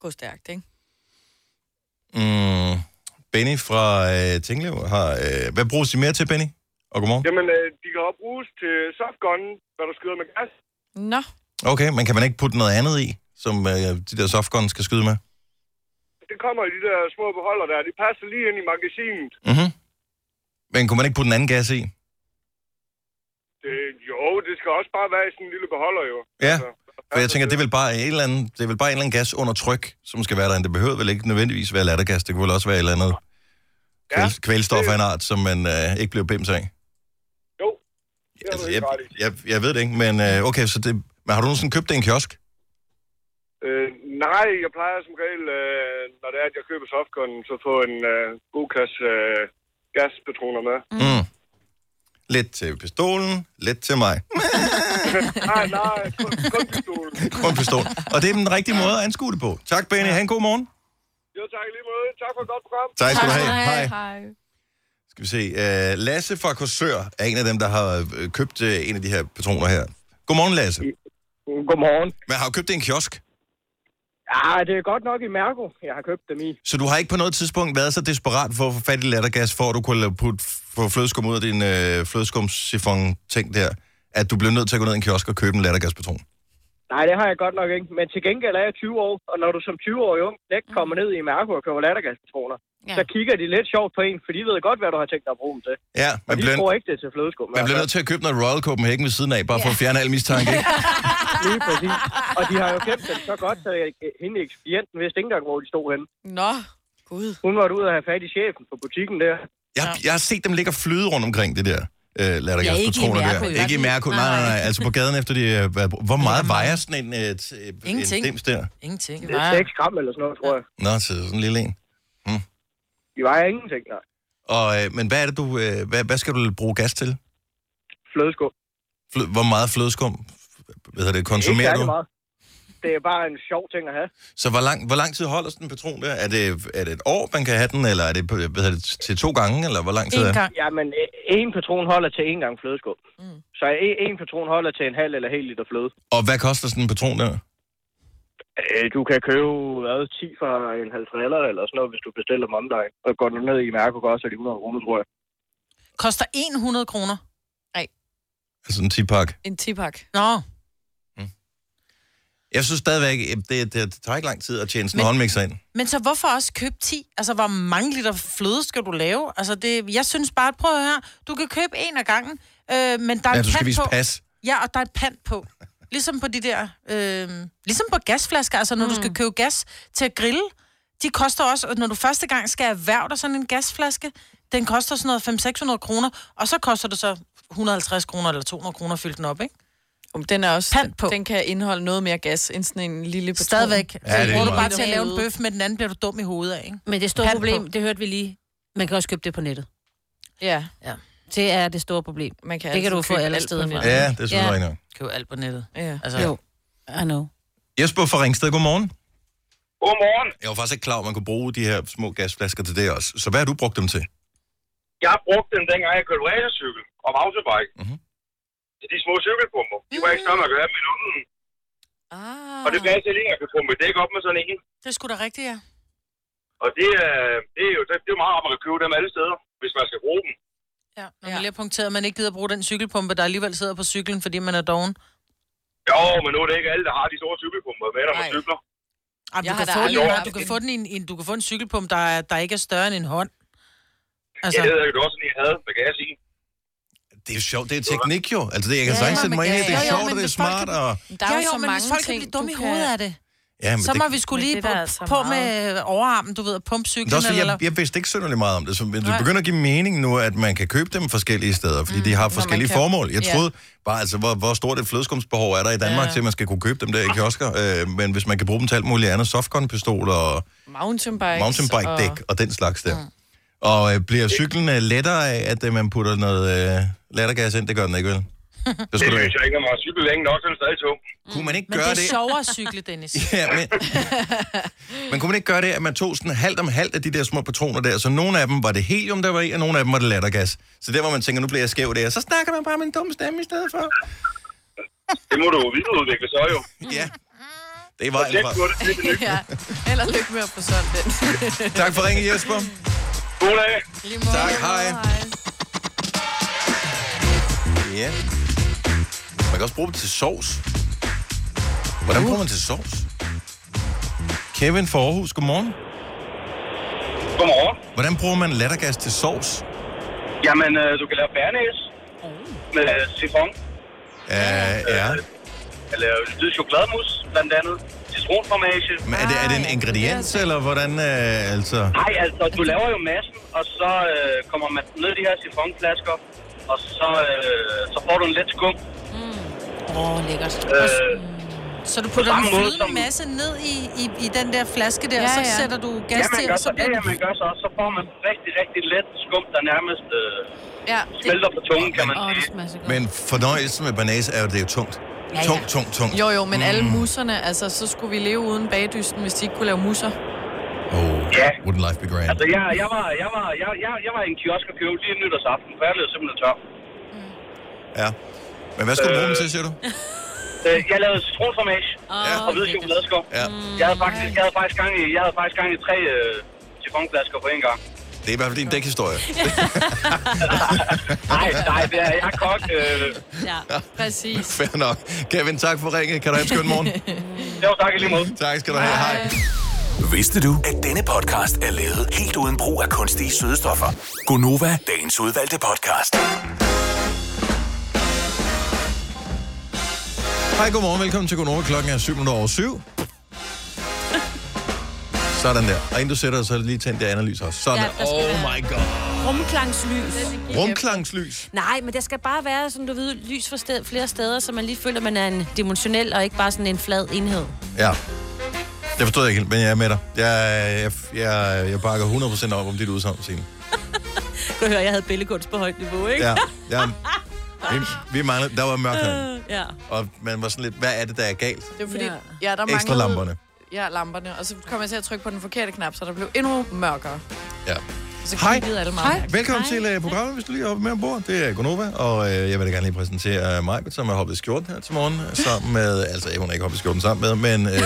D: gå stærkt, ikke?
A: Mm, Benny fra øh, Tinglev har... Øh, hvad bruges de mere til, Benny? Og godmorgen.
G: Jamen, øh, de kan også bruges til softgun, når du skyder med gas.
D: Nå,
A: Okay, men kan man ikke putte noget andet i, som øh, de der softguns skal skyde med?
G: Det kommer i de der små beholder der. De passer lige ind i magasinet.
A: Mhm. Men kunne man ikke putte en anden gas i?
G: Det, jo, det skal også bare være i sådan en lille beholder, jo.
A: Ja,
G: Altså,
A: for jeg tænker, det er vel bare en eller anden, det er vel bare en eller anden gas under tryk, som skal være derinde. Det behøver vel ikke nødvendigvis være lattergas. Det kunne vel også være et eller andet
G: Ja,
A: kvæl, kvælstof af en art, som man øh, ikke bliver bims af.
G: jo. Det har du
A: Altså, jeg,
G: helt ret i.
A: jeg, jeg ved det ikke, men øh, okay, så det, men har du nogensinde købt det i en kiosk?
G: Øh, nej, jeg plejer som regel, øh, når det er, at jeg køber softgun, så få en øh, god kasse øh, gaspatroner med.
A: Mm. Mm. Lidt til pistolen, lidt til mig.
G: Nej, nej, kun, kun pistolen.
A: Kun pistol. Og det er den rigtige måde at anskue det på. Tak, Benny. Ha' en god morgen.
G: Jo, tak i lige måde. Tak for et godt program.
A: Tak skal du have. Hej.
D: hej.
A: Skal vi se. Øh, Lasse fra Korsør er en af dem, der har øh, købt øh, en af de her patroner her. Godmorgen, Lasse.
G: Godmorgen.
A: Men har du købt det i en kiosk?
G: Ja, Ah, det er godt nok i Mærko, jeg har købt dem i.
A: Så du har ikke på noget tidspunkt været så desperat for at få fat i lattergas, for at du kunne lave- putte få flødeskum ud af din øh, flødeskumsifon-ting der, at du blev nødt til at gå ned i en kiosk og købe en lattergaspatron?
G: Nej, det har jeg godt nok ikke. Men til gengæld er jeg 20 år, og når du som 20-årig ung knæk kommer ned i Mærko og køber lattergaspatroner,
C: Ja.
G: ja. så kigger de lidt sjovt på en, for de ved godt, hvad du har tænkt dig at bruge dem til.
A: Ja,
G: Og
A: man
G: de
A: bliver,
G: tror ikke, det er til flødeskum.
A: man bliver
G: altså.
A: nødt til at købe noget Royal Copenhagen ved siden af, bare for at fjerne al mistanke. ikke?
G: Lige præcis. Og de har jo kendt dem så godt, så jeg- hende ekspedienten vidste ikke engang, hvor de stod henne.
D: Nå, gud.
G: Hun var ude og have fat i chefen på butikken der.
A: Jeg, ja. jeg har set dem ligge og flyde rundt omkring det der. Øh,
C: Ja, ikke i Mærko,
A: lattergaspatroner
C: i
A: der.
C: hvert
A: Ikke i
C: fald.
A: Mærko, nej, nej, nej. Altså på gaden efter de... øh, hvad- Hvor meget vejer sådan en, øh, t- øh, en
B: Ingenting.
A: dims der?
B: Ingenting.
G: Det er 6 gram eller sådan noget, tror jeg.
A: Nå, så sådan en lille en.
G: De vejer ingenting, nej.
A: Og, øh, men hvad er det, du... Øh, hvad, hvad skal du bruge gas til?
G: Flødeskum.
A: Flø- hvor meget flødeskum hvad hedder det,
G: ikke
A: konsumerer
G: særlig
A: du?
G: meget. Det er bare en sjov ting at have.
A: Så hvor lang, hvor lang tid holder sådan en patron der? Er det, er det et år, man kan have den, eller er det, på- hvad hedder det til to gange, eller hvor lang tid er
B: En
A: det?
B: gang.
G: Jamen, øh, en patron holder til en gang flødeskum. Mm. Så en, en patron holder til en halv eller hel liter fløde.
A: Og hvad koster sådan en patron der?
G: Øh, du kan købe hvad, 10 for en halv triller eller sådan noget, hvis du bestiller dem online. Og går du ned i Mærko, går så er de 100 kroner, tror jeg.
B: Koster 100 kroner.
A: Altså en 10-pakke.
D: En tipak.
B: Nå,
A: Jeg synes stadigvæk, det, det, det tager ikke lang tid at tjene sådan en
B: Men-
A: håndmixer ind.
B: men så hvorfor også købe 10? Altså, hvor mange liter fløde skal du lave? Altså, det, jeg synes bare, prøv at høre, du kan købe en af gangen, øh, men der er
A: Ja,
B: en
A: du skal
B: pant
A: vise
B: på.
A: pas.
B: Ja, og der er et pant på. Ligesom på de der, øh, ligesom på gasflasker, altså når mm. du skal købe gas til at grille, de koster også, og når du første gang skal erhverve dig sådan en gasflaske, den koster sådan noget 500-600 kroner, og så koster det så 150 kroner eller 200 kroner at fylde den op, ikke?
D: Um, den er også,
B: Pant på.
D: Den kan indeholde noget mere gas end sådan en lille patron.
B: Stadigvæk.
A: Ja, det er
B: Ja, du
A: meget.
B: bare til at lave en bøf, med den anden bliver du dum i hovedet af, ikke?
C: Men det store
B: Pant
C: problem,
B: på.
C: det hørte vi lige, man kan også købe det på nettet.
D: Ja,
C: Det er det store problem.
D: man kan
C: Det kan
B: altså,
D: altid
C: du få
D: købe
C: alle
D: alt på
C: steder fra.
D: nettet.
A: Ja, det er
C: Ja.
A: selvfølgelig ja.
B: Køb alt på nettet.
D: Ja.
B: Altså,
C: Jo. I know.
A: Jesper fra Ringsted, godmorgen.
G: Godmorgen.
A: Jeg var faktisk ikke klar, over, at man kunne bruge de her små gasflasker til det også. Så hvad har du brugt dem til?
G: Jeg har brugt dem, dengang jeg kørte racercykel og mountainbike.
A: Mhm.
G: Mm-hmm. De små cykelpumper, de
B: Mm.
G: var ikke større, man kunne have med nogen.
D: Ah.
G: Og det blev altid lige, at jeg kunne pumpe et dæk op med sådan en.
B: Det er sgu da rigtigt, ja.
G: Og det, er- det er jo det, det er jo meget rart, at man kan købe dem alle steder, hvis man skal bruge dem.
B: Ja, når
D: Ja.
B: man lige har punkteret, at man ikke gider bruge den cykelpumpe, der alligevel sidder på cyklen, fordi man er doven.
G: Jo, men nu er det ikke alle, der har de store cykelpumper med, når man
D: Nej.
G: cykler.
B: Ej, men
D: Jeg
B: du,
D: har
B: kan
D: da
B: få den,
D: aldrig
B: i-
G: haft
B: du, kan
D: en.
B: få den i en, en, du kan få en cykelpumpe, der, er- der ikke er større end en hånd.
G: Altså.
B: Altså,
G: Ja, det havde jeg jo også sådan, en, jeg havde med gas i.
A: Det er jo sjovt, det er teknik jo. Altså det, jeg kan
D: Ja,
A: ja, sagtens
D: ja,
A: sætte mig
D: men
A: ind i, det
D: ja,
A: er
D: ja,
A: sjovt,
B: men
A: og det er
B: hvis folk kan
A: smart, og...
D: Der er
B: jo,
D: jo,
B: jo,
D: så
B: men
D: mange
B: hvis folk
D: ting,
B: kan blive dumme
D: du
B: i hovedet af det,
A: Ja, men
B: så
A: det,
B: må vi skulle
D: Men
B: lige
D: det er der
B: på,
D: altså
B: på
D: meget.
B: med overarmen, du ved, at pumpe
A: Men det er
B: cyklen.
A: også, fordi,
B: eller,
A: jeg, jeg vidste ikke synderligt meget om det, så men det
B: Nej.
A: begynder at give mening nu, at man kan købe dem forskellige steder, fordi mm, de har forskellige
D: kan-
A: formål. Jeg
D: Ja.
A: troede bare, altså, hvor, hvor stort et flødeskumsbehov er der i Danmark, ja.
B: Ja.
A: til at man skal kunne købe dem der i kiosker, øh, men hvis man kan bruge dem til alt muligt andet, softgun-pistoler og
D: Mountainbikes.
A: mountainbike-dæk og... og den slags der. Mm. Og øh, bliver cyklen øh, lettere af, at øh, man putter noget øh, lattergas ind? Det gør den ikke, vel? Det
G: Det
A: skulle du
G: synes
A: ikke.
G: jeg ikke, når man har cyklet længe nok, så er det stadig tung.
A: Kunne man ikke
B: men
A: gøre
B: det er sjovere at cykle, Dennis.
A: Ja, men, men kunne man ikke gøre det, at man tog sådan halvt om halvt af de der små patroner der, så nogle af dem var det helium, der var i, og nogle af dem var det lattergas. Så der, hvor man tænker, nu bliver jeg skæv der, så snakker man bare med en dum stemme i stedet for.
G: Det må du jo videreudvikle så jo.
A: Ja, det var
G: Tjek på
A: bare.
G: det. det er det.
D: ja, eller lykke med at få solgt den.
A: Tak for ringen, Jesper.
G: God dag.
D: Lige måde.
A: Tak, hej. Ja. Man kan også bruge dem til sovs. Hvordan bruger man til sovs? Kevin fra Aarhus, godmorgen.
G: Godmorgen.
A: Hvordan bruger man lattergas til sovs?
G: Jamen, øh, du kan lave bærnæs med sifon.
A: Uh, ja.
G: øh, Jeg laver hvid chokolademus, blandt andet. Citronformage.
A: Men er det, er det en ingrediens, eller hvordan? Øh, altså?
G: Nej, altså, du laver jo massen, og så øh, kommer man ned i de her sifonflasker, og så, øh, så får du en let skum.
C: Åh, oh, lækkert.
G: Øh,
B: Så du putter den
G: samme måde,
B: flydende
G: som-
B: masse ned i, i, i den der flaske der,
D: Ja,
B: ja, ja.
D: ja.
B: så sætter du
G: ja,
B: gas
G: man
B: til,
G: gør
B: og
G: så,
B: så
G: ja,
B: bliver
G: ja, altså, man gør så, og så får man rigtig, rigtig let skum, der nærmest øh,
D: Ja, det,
G: smelter på tungen, kan man
C: Åh, det
G: sige.
C: smager så godt.
A: Men fornøjelsen med banase er jo, det er jo tungt. Ja,
C: ja.
A: ja. Tungt, tungt, tungt. Mm.
D: jo, jo, men alle muserne, altså, så skulle vi leve uden bagdysten, hvis de ikke kunne lave musser.
A: Oh,
G: Ja.
A: wouldn't life be grand?
G: Altså, jeg, jeg, var, jeg, var, jeg, jeg, jeg var i en kiosk og købte lige en nytårsaften, for jeg blev simpelthen tør.
A: Ja. Men hvad skulle du bruge dem
G: Øh.
A: til, siger du?
G: Øh, jeg lavede citronformage
A: Ja.
G: og hvide chokoladeskum.
A: Ja.
G: Jeg havde faktisk, jeg havde faktisk gang i, jeg havde faktisk gang i tre øh, sifonflasker på en gang.
A: Det er i hvert fald din dækhistorie.
G: Nej, nej, det er, jeg er kok. Øh,
C: Ja.
D: Præcis.
A: Fair nok. Kevin, tak for ringet. Kan du have en skøn morgen?
G: det var tak i lige måde.
A: tak skal du have. Hej.
F: Vidste du, at denne podcast er lavet helt uden brug af kunstige sødestoffer? Gonova, dagens udvalgte podcast.
A: Hej, godmorgen. Velkommen til Gunova. Klokken er 7 minutter over 7. Sådan der. Og inden du sætter dig, så lige tænd det analyse også. Sådan.
C: Ja,
A: Ja,
C: der skal
A: oh
C: være-
A: my god.
C: Rumklangslys.
A: Rumklangslys.
C: Nej, men der skal bare være, sådan du ved, lys for sted, flere steder, så man lige føler, at man er en dimensionel og ikke bare sådan en flad enhed.
A: Ja. Det forstod jeg ikke helt, men jeg er med dig. Jeg, jeg, jeg, jeg bakker 100% op om dit udsagn, Signe.
C: Du hører, jeg havde billedkunst på højt niveau, ikke?
A: Ja, ja. Vi, vi manglede, der var mørkt herinde.
C: Øh, ja.
A: Og man var sådan lidt, hvad er det, der er galt?
D: Øh. Det var fordi,
C: Ja.
D: ja, ja der
A: Ekstra
D: manglede...
A: lamperne.
D: Ja, lamperne. Og så kom jeg til at trykke på den forkerte knap, så der blev endnu mørkere.
A: Ja.
D: Så
A: Hej.
D: kiggede alle meget. mærkeligt.
A: Velkommen Hej. til uh, programmet, hvis du lige er oppe med ombord. Det er Gonova, og øh, jeg vil da gerne lige præsentere uh, Majbet, som er hoppet i skjorten her til morgen, sammen med, altså øh, hun er ikke hoppet i skjorten sammen med, men øh,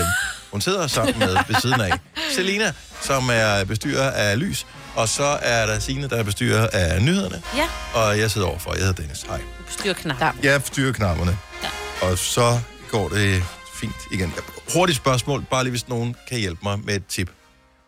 A: hun sidder sammen med ved siden af Selina, som er bestyrer af Lys, og så er der Signe, der er bestyrer af Nyhederne,
C: Ja,
A: og jeg sidder overfor, jeg hedder Dennis. Hej.
C: styr knap.
D: Der.
A: Jeg styrer knapperne. Og så går det fint igen. Hurtigt spørgsmål, bare lige hvis nogen kan hjælpe mig med et tip.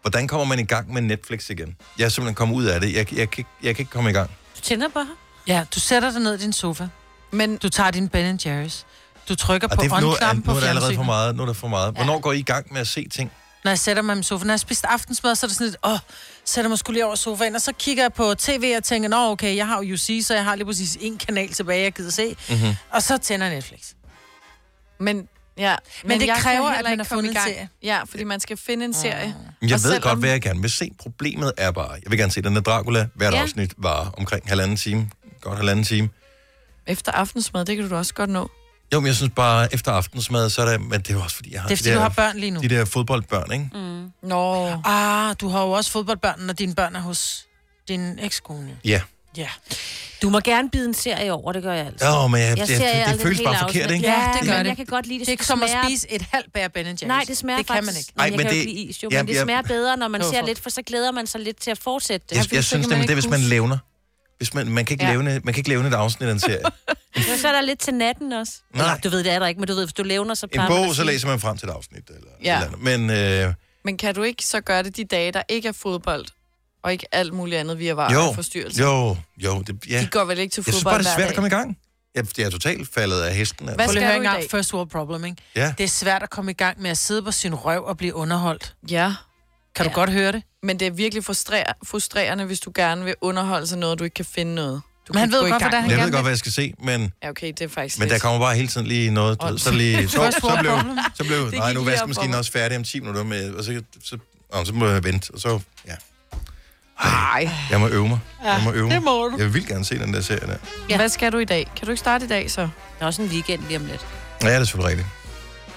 A: Hvordan kommer man i gang med Netflix igen? Jeg er simpelthen kommet ud af det. Jeg, jeg, jeg, kan ikke- jeg kan ikke komme i gang.
C: Du tænder på ham.
B: Ja, du sætter dig ned i din sofa.
D: Men
B: Du tager din Ben Jerry's. Du trykker
A: Og
B: på
A: det, nu, er,
B: on-knappen
A: nu
B: på
A: er der allerede for
B: fjernsynet.
A: meget. Nu er der for meget. Hvornår går I i gang med at se ting?
B: Når jeg sætter mig i min sofa. Når jeg har spist aftensmad, så er det sådan lidt, åh, sætter mig skulle lige over sofaen. Og så kigger jeg på tv og tænker, nå
A: Mhm.
B: okay, jeg har jo UC, så jeg har lige præcis en kanal tilbage, jeg gider se. Mm-hmm. Og så tænder jeg Netflix.
D: Men, ja, men,
B: det
D: jeg kan
B: kræver,
D: heller
B: at man
D: ikke
B: har
D: komme
B: fundet en
D: i gang.
B: serie.
D: Ja, fordi man skal finde en serie.
A: Men Jeg
D: Og
A: ved
D: selvom-
A: godt, hvad jeg gerne vil se. Problemet er bare, jeg vil gerne se den her Dracula. Hvert
D: Ja.
A: afsnit var omkring halvanden time. Godt halvanden time.
C: Ah.
D: Efter aftensmad, det kan du da også godt nå.
A: Jo, men jeg synes bare, efter aftensmad, så er det... Men det er jo også, fordi jeg har...
B: Det er, fordi du har børn lige nu.
A: De der fodboldbørn, ikke?
D: Nå.
B: Mm. Ah, du har jo også fodboldbørn, når dine børn er hos din ekskone.
A: Ja.
B: Ja.
C: Du må gerne bide en serie over, det gør jeg altid.
A: Åh, men
C: jeg
A: jeg, det,
C: ser
A: det, det
C: aldrig
A: føles
C: et
A: bare
C: helt
A: forkert,
C: afsnit.
A: ikke?
C: Ja,
B: Ja, det
C: men
B: gør det.
C: Jeg kan godt lide det.
B: Det er ikke som at
C: smager-
B: spise et halvt bær Ben Jerry's.
C: Nej, det smager
B: det
C: faktisk...
B: kan man ikke.
C: Nej,
A: Ej,
C: jeg
A: men
C: kan det...
A: det-
C: jo ikke lide is, jo,
A: Ja,
C: men det
A: jeg-
C: smager bedre, når man
B: Hvorfor?
C: ser lidt, for så glæder man sig lidt til at fortsætte det. Altså,
A: Jeg,
D: fordi
A: jeg
D: så
A: synes
D: kan
A: nemlig,
D: man
A: det er, hvis
D: ikke
A: man
D: huske-
A: levner. Hvis man, man, kan ikke
D: Ja.
A: levne, man kan ikke levne et afsnit af en serie.
C: Ja. Så er der lidt til natten også.
A: Nej.
C: Nå, Du ved, det er der ikke, men du ved, hvis du levner, så
A: En
C: plejer man
A: bog,
C: at
A: så
C: sige-
A: læser man frem til et afsnit. Eller
D: Ja.
A: ja. eller andet. Men øh,
D: Men kan du ikke så gøre det de dage, der ikke er fodbold, og ikke alt muligt andet via var og
A: jo,
D: forstyrrelse?
A: jo, jo, det, ja.
D: De går vel ikke til
A: Jeg synes
D: fodbold
A: bare, det er
D: hver
A: svært at
D: dag?
A: komme i gang. Jeg, jeg er totalt faldet af hesten.
D: Hvad
B: Prøv
A: Altså.
B: lige at høre
D: skal du i
B: engang,
D: dag?
B: first world problem, ikke?
A: Ja.
B: Det er svært at komme i gang med at sidde på sin røv og blive underholdt.
D: Ja,
B: Kan ja. du godt høre det?
D: men det er virkelig frustrer- frustrerende, hvis du gerne vil underholde sig noget, du ikke kan finde noget. Du
B: Men han
D: kan
B: ved
D: gå i
B: godt,
D: gang
B: hvordan han
D: med.
A: Jeg
B: gerne
A: ved
B: vil.
A: godt, hvad jeg skal se, men
D: Ja, okay, det er faktisk
A: Men der
D: lidt-
A: kommer bare hele tiden lige noget, du ved, så lige, så,
B: First
A: så
B: world
A: blev,
B: problem.
A: så blev,
D: gik
A: nej,
D: lige
A: nu
D: op
A: er vaskemaskinen
D: for
A: også færdig om 10 minutter med, og så, så, så, så må jeg vente, og så, ja.
D: Ej.
A: Jeg må øve mig. Jeg må øve mig.
B: det må du.
A: Jeg vil vildt gerne se den der serie der.
C: Ja.
D: Hvad skal du i dag? Kan du ikke starte i dag, så?
C: Der er også en weekend lige om lidt.
A: Ja, det er selvfølgelig rigtigt.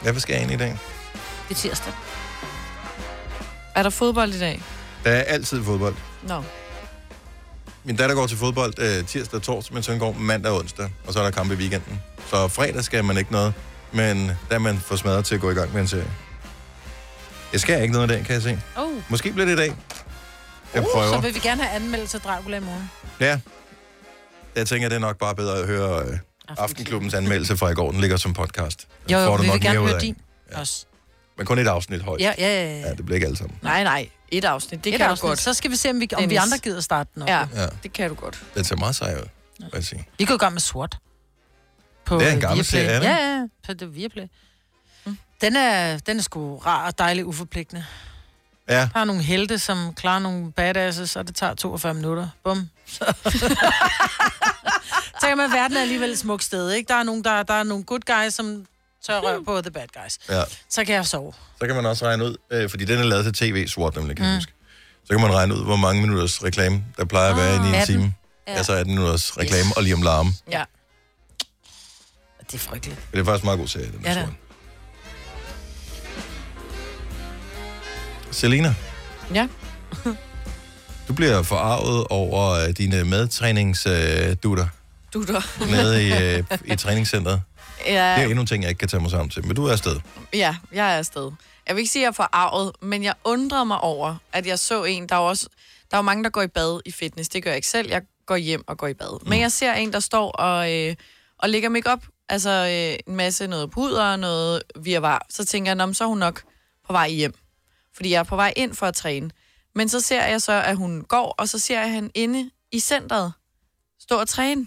A: Ja, Hvad skal jeg ind i dag?
C: Det er tirsdag.
D: Er der fodbold i dag?
A: Der er altid fodbold.
D: Nå.
A: Min datter går til fodbold øh, tirsdag og torsdag, men søn går mandag og onsdag, og så er der kamp i weekenden. Så fredag skal man ikke noget, men der er man for smadret til at gå i gang med en serie. Jeg skal ikke noget i dag, kan jeg se.
C: Oh.
A: Måske bliver det i dag. Jeg
B: Uh, Så
A: prøver.
B: vil vi gerne have anmeldelse af Dracula i morgen.
A: Ja. Jeg tænker, det er nok bare bedre at høre øh, Aftenklubbens anmeldelse fra i går. Den ligger som podcast. Den
B: Jo, jo,
A: får du
B: vi
A: nok
B: vil gerne
A: mere ud
B: høre
A: af.
B: din. Ja. Også.
A: Men kun et afsnit højst.
B: Ja, ja, ja. ja.
A: ja det bliver ikke alt sammen.
D: Nej, nej. Et afsnit, det
B: Et
D: kan
B: afsnit.
D: du godt.
B: Så skal vi se, om vi, om vi
D: Dennis.
B: andre gider starte den op.
D: Ja,
A: Ja.
D: det kan du godt.
A: Den ser meget sej ud, vil jeg sige.
B: Vi går i gang med SWAT. På
A: Det er en
B: øh,
A: gammel
B: Viaplay.
A: serie, er det?
B: Ja, ja, ja. på det Viaplay. Den er, den er sgu rar og dejlig uforpligtende.
A: Ja,
B: Der er nogle helte, som klarer nogle badasses, og det tager 42 minutter. Bum. Så kan man, verden er alligevel et smukt sted, ikke? Der er nogle, der, der er nogle good guys, som tør rør på the bad guys.
A: ja.
B: Så kan jeg sove.
A: Så kan man også regne ud, øh, fordi den er lavet til tv, SWAT nemlig, kan mm. huske. Så kan man regne ud, hvor mange minutters reklame, der plejer at være inde i en
B: 18.
A: time. Ah, Ja. Altså 18 minutters reklame og lige om larme.
D: Ja.
B: Det er frygteligt.
A: Det er faktisk en meget god serie, den
B: Ja,
A: ja,
B: da.
A: SWAT. Selina,
D: Ja.
A: du bliver forarvet over øh, dine medtræningsdutter. Øh,
D: Du der.
A: nede i, øh, i træningscenteret. Det er
D: Ja,
A: endnu en ting, jeg ikke kan tage mig sammen til, men du er afsted.
D: ja, jeg er afsted. Jeg vil ikke sige, at jeg er forarvet, men jeg undrede mig over, at jeg så en, der er jo også... Der er jo mange, der går i bad i fitness. Det gør jeg ikke selv. Jeg går hjem og går i bad.
B: Mm.
D: Men jeg ser en, der står og, øh, og lægger make op. Altså øh, en masse noget puder og noget virvar. Så tænker jeg, "Nå, men så er hun nok på vej hjem. Fordi jeg er på vej ind for at træne. Men så ser jeg så, at hun går, og så ser jeg hende inde i centret stå og træne.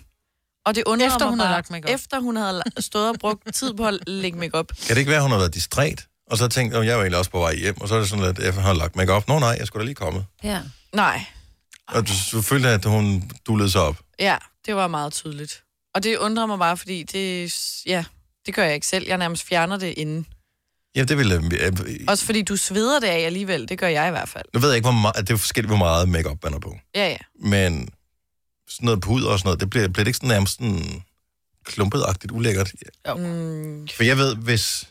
D: Og det undrede
B: Efter
D: mig
B: hun
D: bare,
B: havde lagt makeup.
D: efter hun havde la- stået og brugt tid på at lægge makeup.
A: Kan det ikke være, hun har været distræt? Og så tænkte jeg, jeg var egentlig også på vej hjem, og så er det sådan, at jeg har lagt mig op. Nå nej, jeg skulle da lige komme.
C: Ja.
D: Nej,
A: Og du, du følte, at hun dullede sig op.
D: Ja, det var meget tydeligt. Og det undrer mig bare, fordi det, ja, det gør jeg ikke selv. Jeg nærmest fjerner det inden.
A: Ja, det ville... Øh,
D: Også fordi du sveder det af alligevel. Det gør jeg i hvert fald.
A: nu ved jeg ikke, hvor meget, det er forskelligt, hvor meget makeup man er på.
D: Ja, ja.
A: Men sådan noget pud og sådan noget, det bliver, bliver det ikke sådan nærmest sådan klumpet-agtigt ulækkert.
D: Mm,
A: For jeg ved, hvis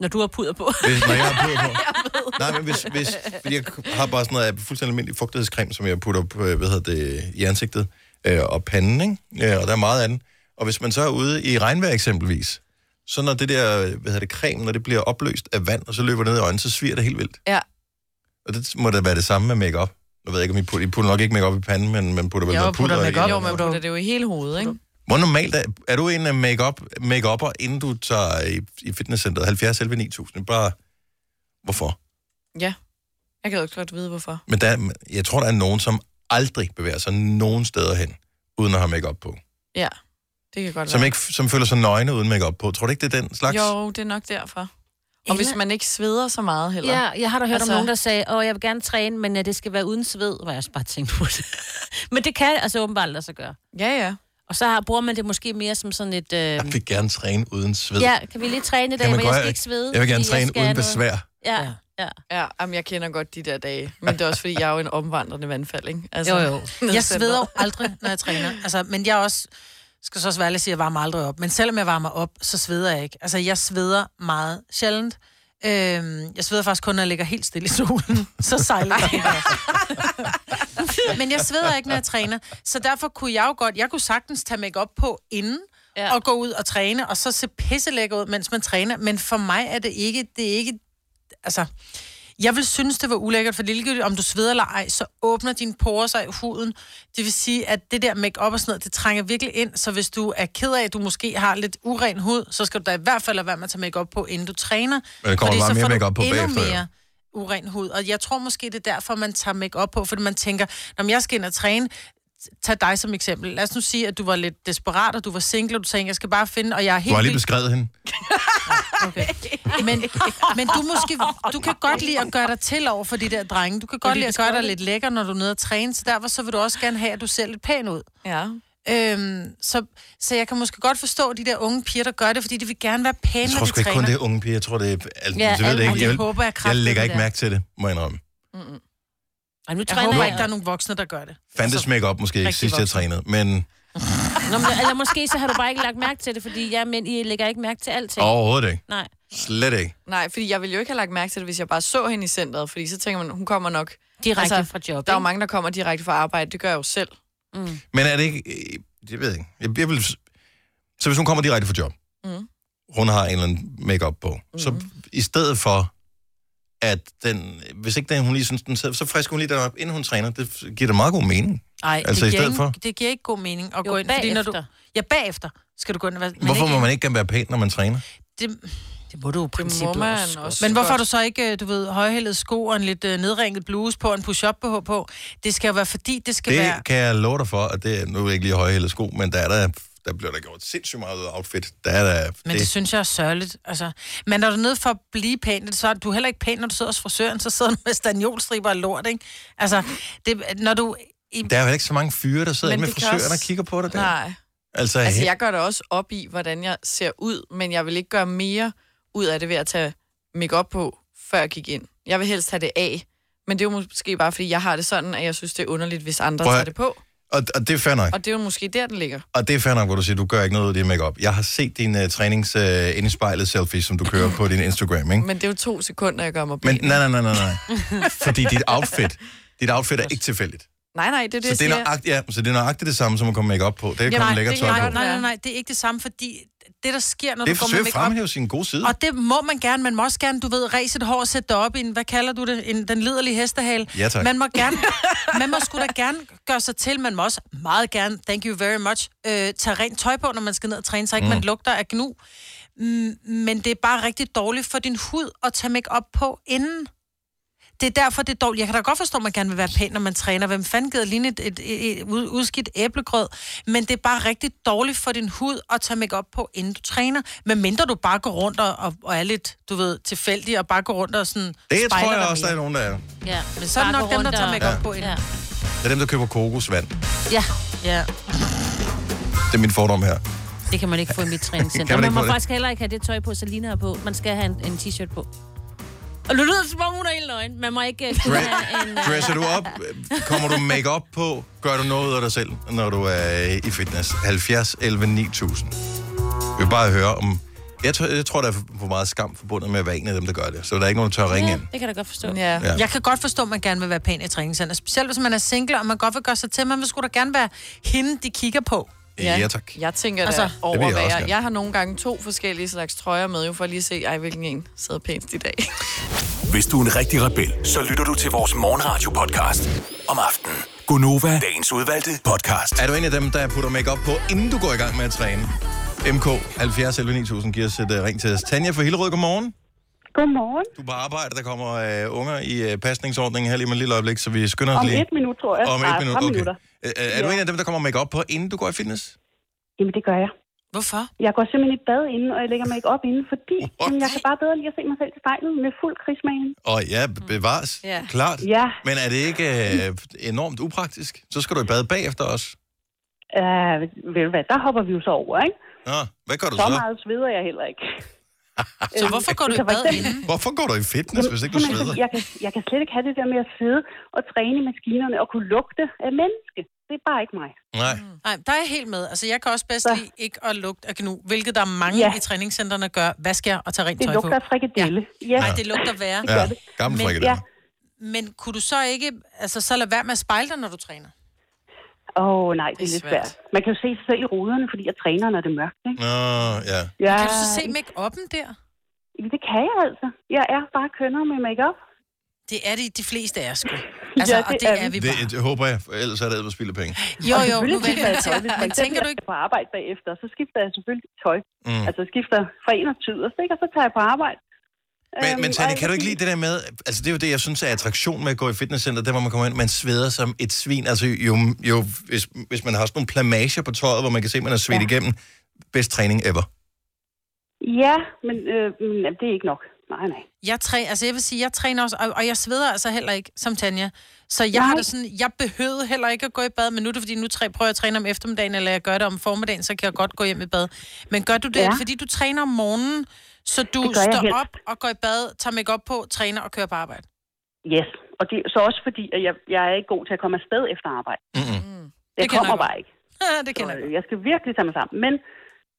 C: Når du har puder på.
A: Hvis, når jeg har puder på. Nej, men hvis, hvis, fordi jeg har bare sådan noget af fuldstændig almindelig fugtighedscreme, som jeg putter på, øh, hvad hedder det, i ansigtet øh, og panden, ikke? Ja, og der er meget af den. Og hvis man så er ude i regnvejr eksempelvis, så når det der, hvad hedder det, creme, når det bliver opløst af vand, og så løber det ned i øjnene, så sviger det helt vildt.
D: ja.
A: Og det må da være det samme med makeup. Nu ved jeg ikke, om I putter, I putter nok ikke makeup i panden, men man putter vel
B: Jeg
A: noget
B: putter
A: puder
B: makeup.
A: i.
D: Jo, man putter det jo i hele hovedet, ikke?
A: Hvor normalt er, er du en øh, make-up, make-upper, inden du tager i, i fitnesscenteret 70 11 9000? Bare, hvorfor?
D: Ja. Jeg kan jo ikke godt vide, hvorfor.
A: Men der, jeg tror, der er nogen, som aldrig bevæger sig nogen steder hen, uden at have makeup på.
D: Ja, det kan godt
A: Som,
D: være.
A: ikke, som føler sig nøgne uden makeup på. Tror du ikke, det er den slags?
D: Jo, det er nok derfor. Og
C: Eller-
D: hvis man ikke sveder så meget heller.
C: Ja, jeg har da hørt altså...
D: Altså-
C: om nogen, der sagde, at jeg vil gerne træne, men øh, at det skal være uden sved, hvor jeg også bare tænkte på det. men det kan altså åbenbart lade sig gøre.
D: ja. ja.
C: Og så har, bruger man det måske mere som sådan et... Øh,
A: Jeg vil gerne træne uden sved.
C: ja, kan vi lige træne i dag,
A: man
C: men jeg
A: godt-
C: skal ikke svede?
A: Jeg vil gerne
C: fordi
A: træne
C: skal
A: uden
C: have noget-
A: besvær.
C: Ja, ja.
D: Ja, jamen, jeg kender godt de der dage. Men det er også, fordi jeg er jo en omvandrende vandfald, ikke? Altså,
C: Jo, jo.
B: Jeg sveder jo aldrig, når jeg træner. Altså, men jeg er også, skal så også være ærlig at sige, at jeg varmer aldrig op. Men selvom jeg varmer op, så sveder jeg ikke. Altså, jeg sveder meget sjældent. Øhm, jeg sveder faktisk kun, når jeg ligger helt stille i solen. Så sejler jeg. men jeg sveder ikke, når jeg træner. Så derfor kunne jeg jo godt, jeg kunne sagtens tage makeup på inden, ja.
C: Ja.
B: og gå ud og træne, og så se pisselækker ud, mens man træner. Men for mig er det ikke, det er ikke, altså, jeg vil synes, det var ulækkert, for ligegyldigt om du sveder eller ej, så åbner dine porer sig i huden. Det vil sige, at det der makeup og sådan noget, det trænger virkelig ind, så hvis du er ked af, at du måske har lidt uren hud, så skal du da i hvert fald lade være med at tage makeup på, inden du træner.
A: Men der kommer
B: Fordi
A: bare
B: så
A: mere
B: får du
A: makeup på
B: endnu
A: bagefter, jo.
B: mere uren hud. Og jeg tror måske, det er derfor, man tager makeup på, fordi man tænker, når jeg skal ind og træne, tag dig som eksempel. Lad os nu sige, at du var lidt desperat, og du var single, og du tænkte, jeg skal bare finde, og jeg er
A: Du har
B: helt
A: lige
B: vildt
A: beskrevet hende.
B: Okay. Men, men du, måske, du kan godt lide at gøre dig til over for de der drenge. Du kan godt lide at gøre dig lidt lækker, når du er nede og træne, så derfor så vil du også gerne have, at du ser lidt pæn ud.
D: Ja.
B: Øhm, så, så jeg kan måske godt forstå de der unge piger, der gør det, fordi de vil gerne være pæne,
A: Jeg
B: når
A: tror
B: de
A: sgu ikke kun
B: træner.
A: det er unge piger. Jeg tror, det er... Alt,
C: Ja,
A: ja, jeg, ved
C: alle-
A: det
B: Og
A: ikke.
B: det
A: Jeg, vil,
B: håber jeg
A: jeg
B: kraftigt.
A: lægger ikke
B: der. Altså,
A: mærke til det, må jeg indrømme.
C: Ej, nu
B: Jeg
C: træner
B: håber
C: jeg.
B: ikke, der er nogen voksne, der gør det.
A: Fandtes make-up måske ikke
B: rigtig
A: sidst, jeg
B: voksen.
A: trænede. Men
C: Nå, men, eller måske så har du bare ikke lagt mærke til det, fordi ja, men I lægger ikke mærke til alting.
A: overhovedet ikke.
C: Nej.
A: Slet ikke.
D: Nej, fordi jeg ville jo ikke have lagt mærke til det, hvis jeg bare så hende i centret, fordi så tænker man, hun kommer nok... Altså,
C: Direkte fra job,
D: Der er jo
C: ikke?
D: mange, der kommer direkte fra arbejde, det gør jeg jo selv.
A: Men er det ikke... øh, Jeg ved ikke. Jeg, jeg vil, så hvis hun kommer direkte fra job,
D: Mm.
A: hun har en eller anden make-up på, så i stedet for, at den... Hvis ikke den, hun lige synes, den sidder, så frisker hun lige den op, inden hun træner. Det f- giver da meget god mening.
B: Ej,
A: Altså, i
B: det, giver
A: stedet
B: ikke, det giver ikke god mening at
C: Jo,
B: gå ind. Fordi når du,
C: bagefter.
B: ja, bagefter skal du gå ind. og være- Men
A: Hvorfor
B: ikke,
A: må man ikke gerne være pæn, når man træner?
B: Det, det må du jo
D: Det må man også.
B: Men hvorfor har
D: godt.
B: du så ikke, øh, du ved, højhældet sko og en lidt øh, nedringet bluse på og en push-up BH på? Det skal jo være, fordi det skal
A: Det
B: være...
A: kan jeg love dig for, at det er- nu er det ikke lige høje sko, men der er der, der bliver der gjort sindssygt meget ud af outfit. Der er der,
B: Men det, det synes jeg er sørgeligt. Altså, men når du er nede for at blive pæn, så er du heller ikke pæn, når du sidder hos frisøren, så sidder du med stagnolstriber og lort, ikke? Altså, det, når du... I,
A: der er jo ikke så mange fyre, der sidder
D: Men
A: inde med
D: det kan
A: frisøren
D: også-
A: og kigger på dig der.
D: Nej. Altså,
A: Altså, altså
D: jeg gør det også op i, hvordan jeg ser ud, men jeg vil ikke gøre mere ud af det ved at tage makeup på, før jeg gik ind. Jeg vil helst have det af, men det er jo måske bare, fordi jeg har det sådan, at jeg synes, det er underligt, hvis andre
A: Prøv at-
D: tager det på.
A: og, og det er fair nok.
D: Og det er jo måske der, den ligger.
A: Og det er fair nok, hvor du siger, du gør ikke noget ud af det makeup. Jeg har set din uh, trænings uh, ind i spejlet selfie, som du kører på din Instagram, ikke?
D: Men det er jo to sekunder, jeg gør mig
A: Men
D: pæn.
A: nej, nej, nej, nej, nej. Fordi dit outfit, dit outfit er ikke tilfældigt.
D: Nej, nej, det er det,
A: Så
D: jeg
A: det er
D: siger.
A: nøjagtigt, ja, så det er nøjagtigt det samme, som at komme makeup på. Det er kommet lækker
D: det
A: tøj
D: kan
A: på.
D: jeg
B: nej,
D: godt
B: nej, nej,
D: være.
B: nej, det er ikke det samme, fordi det, der sker, når
A: Det er
B: du går med
A: forsøg at
B: make-up,
A: fremhæve sin gode side.
B: Og det må man gerne. Man må også gerne, du ved, ræse et hår og sætte det op i en, hvad kalder du det, en, den liderlige hestehale.
A: Ja, tak.
B: Man må gerne, man må sgu da gerne gøre sig til. Man må også meget gerne, thank you very much, øh, tage rent tøj på, når man skal ned og træne, så ikke mm. man lugter af gnu. Mm, men det er bare rigtig dårligt for din hud at tage make op på inden. Det er derfor, det er dårligt. Jeg kan da godt forstå, at man gerne vil være pæn, når man træner. Hvem fanden gider lige et, et, et, et ud- udskidt æblegrød? Men det er bare rigtig dårligt for din hud at tage makeup på, inden du træner. Men mindre du bare går rundt og, og, og er lidt, du ved, tilfældig og bare går rundt og sådan
A: Det tror
B: spejler
A: jeg
B: dig
A: også, der er
B: mere.
A: nogen, der er.
C: Ja.
B: Men så er det
C: Bare
B: nok
C: gå
B: dem, der
C: rundt
B: tager
C: og-
B: makeup på inden.
C: Ja.
A: Det er dem, der køber kokosvand.
C: ja,
B: Ja.
A: Det er min fordom her.
C: det kan man ikke få i mit
A: Kan
C: træningscenter.
A: man
C: Man, man
A: ikke
C: må
A: få det?
C: faktisk heller ikke have det tøj på, Salina har på. Man skal have en, en t-shirt på. Og nu lyder det, som om hun er helt nøgen. Man må ikke uh, kunne
A: Dre-
C: have en... Uh,
A: Dresser du op? Kommer du make op på? Gør du noget ud af dig selv, når du er i fitness? 70, 11, 9000. Vi vil bare høre om... Jeg tror, jeg tror, der er for meget skam forbundet med at være en af dem, der gør det. Så der er ikke nogen, der tør at ringe
C: ja,
A: ind.
C: det kan jeg da godt forstå.
D: Ja.
A: Ja.
D: ja.
B: Jeg kan godt forstå, at man gerne vil være pæn i træningscenter. Specielt hvis man er single, og man godt vil gøre sig til. Man vil sgu da gerne være hende, de kigger på.
A: Ja, ja tak.
D: Jeg tænker
B: Altså,
D: altså,
B: det
D: da over,
A: vil jeg
D: hvad
A: også
D: jeg,
A: gerne.
D: jeg har nogle gange to forskellige slags trøjer med, jo for lige at se, ej, hvilken en sidder pænest i dag.
F: Hvis du er en rigtig rebel, så lytter du til vores morgenradio-podcast om aftenen. Gunova, dagens udvalgte podcast.
A: Er du en af dem, der putter make op på, inden du går i gang med at træne? MK 70 11 9000 giver os et uh, ring til os. Tanja fra Hillerød, godmorgen.
H: Godmorgen.
A: Du er på arbejde, der kommer uh, unger i uh, pasningsordningen her lige med et lille øjeblik, så vi skynder os
H: Om
A: lige.
H: et minut, tror jeg.
A: Om et
H: Nej,
A: minut,
H: fem
A: okay.
H: minutter.
A: Øh, øh, er du
H: Ja.
A: en af dem, der kommer make op på, inden du går i fitness?
H: Jamen, det gør jeg.
B: Hvorfor?
H: Jeg går simpelthen i bad inden, og jeg lægger mig ikke op inden, fordi jamen, jeg kan bare bedre lige at se mig selv i spejlet med fuld krigsmagen.
A: Og ja,
B: Mm.
A: bevares.
D: Ja.
A: Klart.
H: Ja,
A: Men er det ikke øh, enormt upraktisk? Så skal du i bad bagefter os.
H: Øh, ved du hvad, der hopper vi jo så over, ikke?
A: Nå, hvad gør du
H: Så
A: så?
H: meget øh, sveder jeg heller ikke.
B: Så hvorfor går du i
H: så for
B: bad
H: eksempel-
B: inden?
A: Hvorfor går du i fitness, hvis ikke du
H: Jamen, altså,
A: sveder?
H: jeg, kan, jeg kan slet ikke have det der med at sidde og træne i maskinerne og kunne lugte af menneske. Det er bare ikke mig.
A: Nej.
B: Nej, der er jeg helt med. Altså, jeg kan også bedst
H: Så.
B: lide ikke at lugte af gnu, hvilket der er mange ja.
H: Ja.
B: i træningscenterne gør. Vask jer og tag rent
H: Det
B: tøj på.
H: lugter af frikadelle. Ja.
B: Nej, det lugter værre.
A: Ja, gammel
B: Men-
A: frikadelle.
H: ja.
B: Men kunne du så ikke, altså så lad være med at spejle dig, når du træner?
H: Åh oh, nej, det er,
D: Det er
H: lidt svært. Man kan jo se sig selv i ruderne, fordi jeg træner, når det er mørkt. Ikke?
A: Nå, ja.
H: Ja,
B: Kan du så se make-up'en der?
H: det kan jeg altså. Jeg er bare kønner med makeup.
B: Det er det de fleste af os, sgu. Altså, ja, det og det
H: øh,
B: er vi,
A: Det,
B: bare.
A: jeg håber jeg, for ellers er det at spille penge.
B: Jo, jo, nu
H: Selvfølgelig
B: vælger
H: skifter jeg
B: jeg
H: tøj. Hvis
B: Men
H: man
B: tænker du ikke,
H: på arbejde bagefter, så skifter jeg selvfølgelig tøj.
A: Mm.
H: Altså skifter fra en og tyderst, ikke? Og så tager jeg på arbejde.
A: Men, men
H: Øhm,
A: Tanja,
H: og-
A: kan du ikke lide det der med, altså det er jo det, jeg synes er attraktion med at gå i fitnesscenter, der hvor man kommer ind, man sveder som et svin, altså jo, jo hvis, hvis man har sådan nogle plamager på tøjet, hvor man kan se, at man er svedt ja.
H: Ja.
A: igennem, bedst træning ever.
H: Ja, men, øh, men jamen, det er ikke nok. Nej, nej.
B: jeg, træ, altså, jeg vil sige, jeg træner også, og, og jeg sveder altså heller ikke, som Tanja. Så jeg har
H: Nej.
B: det sådan, jeg behøvede heller ikke at gå i bad, men nu er det fordi, nu træ, prøver jeg at træne om eftermiddagen, eller jeg gør det om formiddagen, så kan jeg godt gå hjem i bad. Men gør du det, ja.
H: Ja.
B: fordi du træner om morgenen, så du
H: Det gør jeg
B: står
H: helst.
B: op og går i bad, tager make op på, træner og kører på arbejde?
H: Yes. Og det er så også fordi, at jeg, jeg er ikke god til at komme afsted efter arbejde.
A: Mm-mm.
H: Det,
B: Det
H: det
B: kender
H: kommer
B: jeg godt.
H: bare ikke.
B: det
H: Så,
B: kender jeg.
H: øh, jeg skal virkelig tage mig sammen. Men,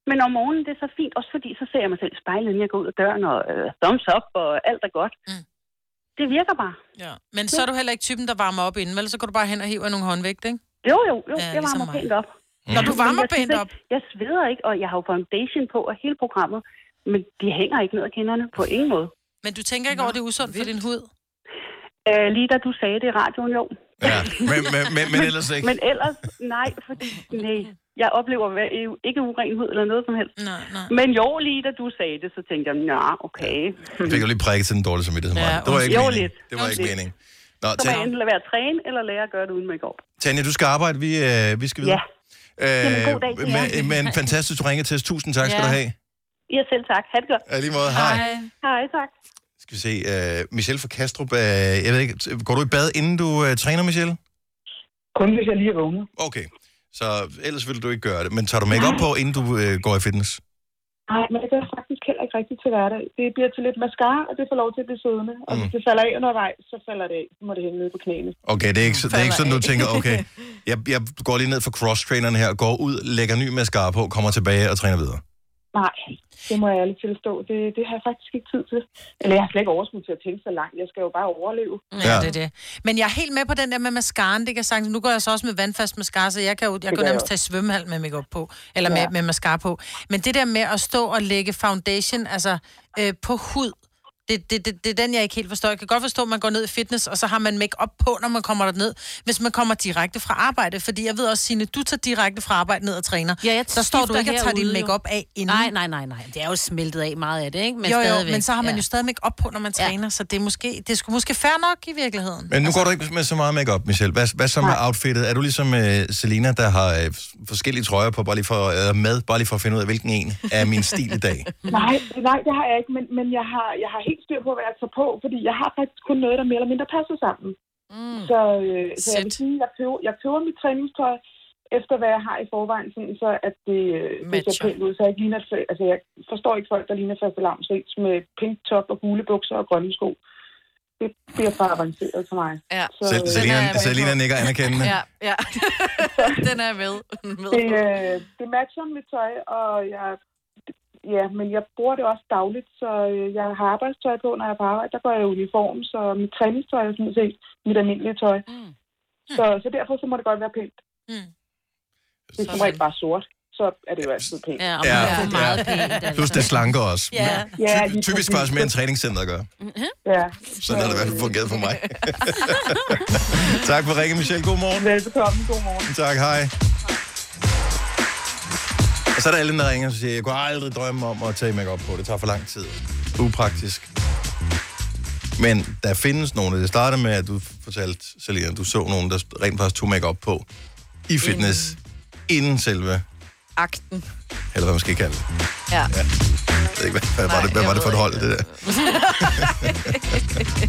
H: men om morgenen, det er så fint, også fordi så ser jeg mig selv i spejlet, inden jeg går ud af døren, og øh, thumbs up, og alt er godt.
B: Mm.
H: Mm. Det virker bare.
B: Ja. Men så er du heller ikke typen, der varmer op inden, vel? Så går du bare hen og hiver nogle håndvægt, ikke?
H: Jo, jo, jo,
B: Ja,
H: ja, jeg
B: ligesom
H: varmer
B: mig.
H: pænt op.
B: Når du
H: Men
B: varmer
H: jeg synes
B: benet
H: ikke-
B: op,
H: Jeg sveder ikke, og jeg har jo foundation på og hele programmet, men de hænger ikke ned ad kinderne på ingen måde.
B: men du tænker ikke over, det er usundt for din hud?
H: Øh, lige da du sagde det i radioen, jo.
A: Ja. Men, men, men, men ellers ikke.
H: Men ellers, nej, fordi nej, jeg oplever hver- ikke urenhed eller noget som helst.
B: Nej, nej.
H: Men jo, lige da du sagde det, så tænkte jeg, nå, okay.
A: Jeg fik jo lige prikket til den dårlige samvittighed.
B: Ja,
A: Ja, det var ikke
H: Jo,
A: meningen.
H: lidt.
A: Det var ikke
H: Undskyld.
A: meningen.
H: Så
A: Nå,
H: må jeg
A: Tanja,
H: enten lade være at træne, eller lære at gøre det uden makeup.
A: Tanja, du skal arbejde. Vi, øh, vi skal videre. Øh,
H: Jamen, god dag til jer.
A: men, men fantastisk, du ringede til os. Tusind tak skal
B: Ja.
A: du have.
H: Ja, selv tak. Ha' det godt.
A: Ja, lige måde. Hej.
H: Hej, tak.
A: Skal vi se. Øh, Michelle fra Kastrup. Øh, jeg ved ikke, t- går du i bad, inden du øh, træner, Michelle?
I: Kun hvis jeg lige er vågnet.
A: Okay. Så ellers vil du ikke gøre det. Men tager du make op på, inden du øh, går i fitness?
I: Nej, men det gør jeg faktisk heller ikke rigtigt til hverdag. Det bliver til lidt mascara, og det får lov til at blive siddende. Og hvis
A: Mm.
I: det falder af undervejs, så falder det af. Så må det hænge nede på knæene.
A: Okay, det er ikke, så- det er ikke sådan, du tænker, okay, jeg, jeg går lige ned for cross-traineren her, går ud, lægger ny mascara på, kommer tilbage og træner videre.
I: Nej, det må jeg ærligt tilstå. Det, det har jeg faktisk ikke tid til. Eller jeg har slet ikke overskud til at tænke så langt. Jeg skal jo bare overleve.
B: Ja, det er det. Men jeg er helt med på den der med mascaraen. Det kan sagtens. Nu går jeg så også med vandfast mascara, så jeg kan jo, jeg kan
I: gør
B: jo
I: jeg
B: nærmest
I: også.
B: tage svømmehal med makeup på. Eller med,
I: Ja.
B: med mascara på. Men det der med at stå og lægge foundation altså, øh, på hud, det, det, det, det, er den, jeg ikke helt forstår. Jeg kan godt forstå, at man går ned i fitness, og så har man make op på, når man kommer derned, hvis man kommer direkte fra arbejde. Fordi jeg ved også, Signe, du tager direkte fra arbejde ned og træner.
C: Ja, jeg
B: så står du
C: skifter
B: ikke og tager din
C: herude jo.
B: make op af inden.
C: Nej, nej, nej, nej. Det er jo smeltet af meget af det, ikke? Men
B: Men jo, jo,
C: stadigvæk.
B: men så har man ja.
C: ja.
B: jo stadig make op på, når man
C: Ja.
B: træner, så det er måske, det er sgu måske fair nok i virkeligheden.
A: Men nu går du ikke med så meget makeup, Michelle. Hvad, hvad så med outfittet? Er du ligesom øh, Selina, der har øh, forskellige trøjer på, bare lige for, øh, med, bare lige for at finde ud af, hvilken en er min stil i dag?
I: Nej, nej, det har jeg ikke. Men, men jeg, har, jeg har helt styr på, hvad jeg tager på. Fordi jeg har faktisk kun noget, der mere eller mindre passer sammen.
D: Mm.
I: Så, øh, så jeg vil
D: Sæt.
I: sige, jeg køber, jeg køber mit træningstøj efter, hvad jeg har i forvejen, sådan så at det, øh, det ser
D: Matcher.
I: pænt ud. Så jeg, ikke ligner, et fa- altså, jeg forstår ikke folk, der ligner faste lavnsvings med pink top og gule bukser og grønne sko. Det bliver for avanceret for mig.
D: Ja.
I: Så,
A: Sel-
I: øh,
D: den er jeg
A: Selina,
D: med
A: Selina
D: på.
A: nikker anerkendende.
D: Ja, ja. den er jeg med. med.
I: det, øh, det matcher mit tøj, og jeg, ja, men jeg bruger det også dagligt, så øh, jeg har arbejdstøj på, når jeg er på arbejde. Der går jeg i uniform, så mit træningstøj er sådan set mit almindelige tøj.
C: Mm.
I: Så, så derfor så må det godt være pænt.
B: Mm.
I: Det er som regel bare sort, så er det jo altid pænt.
C: Ja, og
A: Ja,
C: man ja,
A: ja.
C: får meget pænt. Altså.
A: Plus det slanker også.
B: Ja.
I: Ja,
A: Ty-
I: lige
A: typisk
I: præcis.
A: faktisk mere end træningscenter gør.
I: Ja.
A: Sådan har det i hvert fald fungeret for mig. tak for ringen, Michelle. God morgen.
I: Velbekomme. God morgen.
A: Tak, hej. Og så er der alle, der ringer og siger, jeg kunne aldrig drømme om at tage makeup på. Det tager for lang tid. Upraktisk. Men der findes nogle, det starter med, at du fortalte, Selina, at du så nogen, der rent faktisk tog makeup på i fitness,
D: Mm.
A: inden, inden selve,
D: Akten.
A: eller hvad man skal kalde det.
D: Ja.
A: Jeg ved ikke, hvad, hvad, var,
D: Nej,
A: det, hvad
D: jeg
A: var det for et
D: ved
A: hold,
D: ikke.
A: det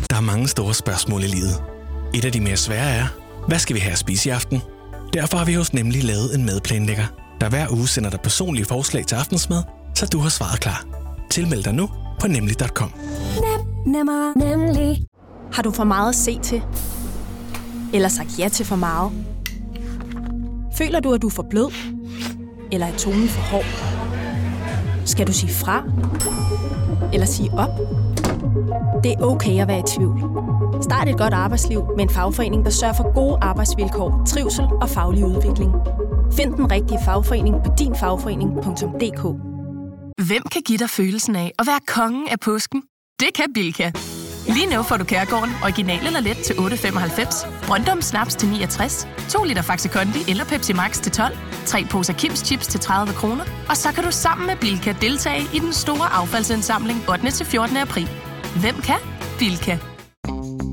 A: der?
F: Der er mange store spørgsmål i livet. Et af de mere svære er, hvad skal vi have at spise i aften?
J: Derfor har vi hos Nemlig lavet en madplanlægger, der hver uge sender dig personlige forslag til aftensmad, så du har svaret klar. Tilmeld dig nu på nemlig.com.
K: Nem, nemmer, nemlig. Har du for meget at se til? Eller sagt ja til for meget? Føler du, at du er for blød? Eller er tonen for hård? Skal du sige fra? Eller sige op? Det er okay at være i tvivl. Start et godt arbejdsliv med en fagforening, der sørger for gode arbejdsvilkår, trivsel og faglig udvikling. Find den rigtige fagforening på dinfagforening.dk
L: Hvem kan give dig følelsen af at være kongen af påsken? Det kan Bilka! Lige nu får du Kærgården original eller let til 8.95, Brøndum Snaps til 69, 2 liter Faxi Kondi eller Pepsi Max til 12, 3 poser Kims Chips til 30 kroner, og så kan du sammen med Bilka deltage i den store affaldsindsamling 8. til 14. april. Hvem kan? Bilka.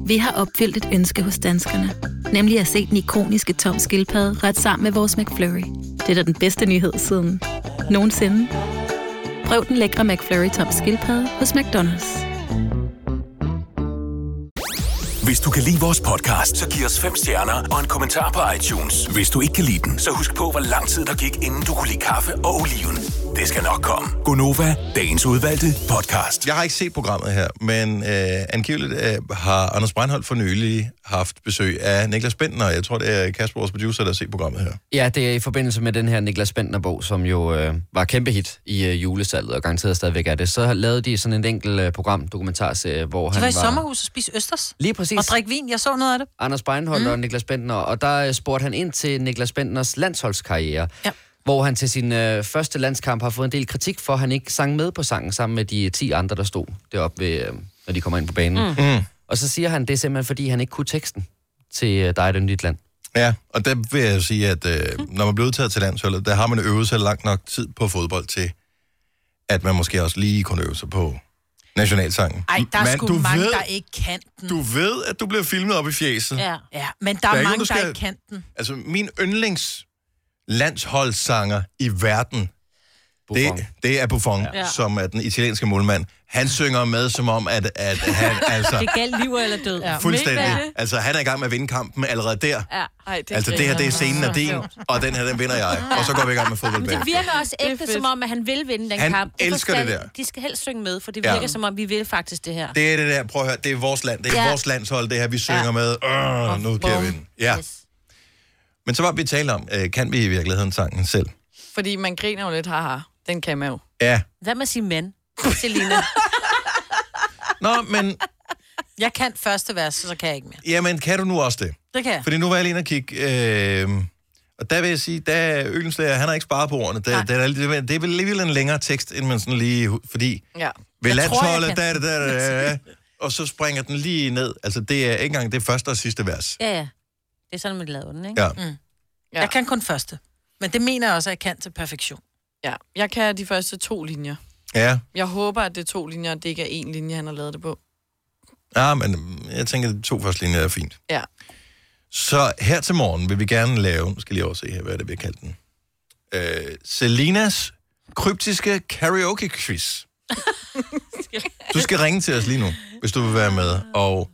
M: Vi har opfyldt et ønske hos danskerne. Nemlig at se den ikoniske tom skildpadde ret sammen med vores McFlurry. Det er da den bedste nyhed siden nogensinde. Prøv den lækre McFlurry tom skildpadde hos McDonald's.
F: Hvis du kan lide vores podcast, så giv os fem stjerner og en kommentar på iTunes. Hvis du ikke kan lide den, så husk på, hvor lang tid der gik, inden du kunne lide kaffe og oliven. Det skal nok komme.
A: Gonova, dagens udvalgte podcast. Jeg har ikke set programmet her, men øh, angiveligt øh, har Anders Breinholt for nylig haft besøg af Niklas Bentner. Jeg tror, det er Kasper, vores producer, der har set programmet her.
N: Ja, det er i forbindelse med den her Niklas Bentner-bog, som jo øh, var kæmpe hit i øh, julesalget, og garanteret stadigvæk er det. Så lavede de sådan en enkelt øh, program, dokumentarserie, hvor
B: De
N: han
B: var
N: var...
B: i sommerhus og spiste østers.
N: Lige præcis.
B: Og drikke vin. Jeg så noget af det.
N: Anders Beinholt mm. og Niklas Bentner, og der øh, spurgte han ind til Niklas Bentners landsholdskarriere, ja. hvor han til sin øh, første landskamp har fået en del kritik for, at han ikke sang med på sangen sammen med de 10 andre, der stod deroppe, ved, øh, når de kommer ind på banen.
A: Mm. Mm.
N: Og så siger han, det er simpelthen, fordi han ikke kunne teksten til øh, dig, den dit land.
A: Ja, og der vil jeg sige, at øh, når man bliver udtaget til landsholdet, der har man øvet sig langt nok tid på fodbold til, at man måske også lige kunne øve sig på nationalsangen.
B: Ej, der er
A: Men
B: sgu
A: du
B: mange,
A: ved,
B: der ikke kan den.
A: Du ved, at du bliver filmet op i fjeset.
B: Ja. ja, men der,
A: Der
B: der
A: er
B: er,
A: ikke nogen,
B: mange,
A: der
B: der
A: skal-
B: ikke kan den.
A: Altså, min yndlings landsholdssanger i verden, det, det er Buffon, ja.
B: Ja.
A: som er den italienske målmand. Han synger med, som om, at, at han altså...
C: Det galt liv eller død. Ja.
A: Fuldstændig. Altså, han er i gang med at vinde kampen allerede der.
C: Ja. Ej,
A: Det altså, det her, det er scenen er din, og den her, den vinder jeg. Og så går vi i gang med fodboldbanen.
C: Det virker også ægte, som om, at han vil vinde den
A: Han
C: kamp. Hvorfor
A: elsker det
C: skal-
A: der.
C: De skal helst synge med, for det
A: Ja.
C: virker som om, vi vil faktisk det her.
A: Det er det der, prøv at høre, det er vores land, det er
C: Ja.
A: ja. vores landshold, det her, vi synger
C: Ja.
A: ja. med. Øh, nu kan jeg
C: bum.
A: vinde. Ja. Yes. Men så var vi tale om, øh, kan vi i virkeligheden sangen selv?
D: Fordi man griner jo lidt, haha. Den kan man jo.
A: Ja.
C: Hvad med at sige men, Selina?
A: Nå, men...
B: Jeg kan første vers, så kan jeg ikke mere.
A: Jamen, kan du nu også det?
B: Det kan jeg.
A: Fordi nu var jeg lige inde og kigge, øh, og der vil jeg sige, der er Ølenslager, han har ikke sparet på ordene. Der, der er, lidt- det er vel alligevel en længere tekst, end man sådan lige... Fordi
D: Ja.
A: ved
D: Jeg tror, jeg
A: landsholdet,
D: kan.
A: da, da, da, da, da, og så springer den lige ned. Altså, det er ikke engang det første og sidste vers.
C: Ja, ja. Det er sådan, man laver den, ikke?
A: Ja.
B: Mm. ja. Jeg kan kun første. Men det mener jeg også, at jeg kan til perfektion.
D: Ja, jeg kan de første to linjer.
A: Ja.
D: Jeg håber, at det er to linjer, og det ikke er én linje, han har lavet det på.
A: Ja, men mm, jeg tænker, at de to første linjer er fint.
D: Ja.
A: Så her til morgen vil vi gerne lave, nu skal jeg lige overse her, hvad er det, vi har kaldt den. Øh, Selinas kryptiske karaoke quiz. Du skal ringe til os lige nu, hvis du vil være med. Og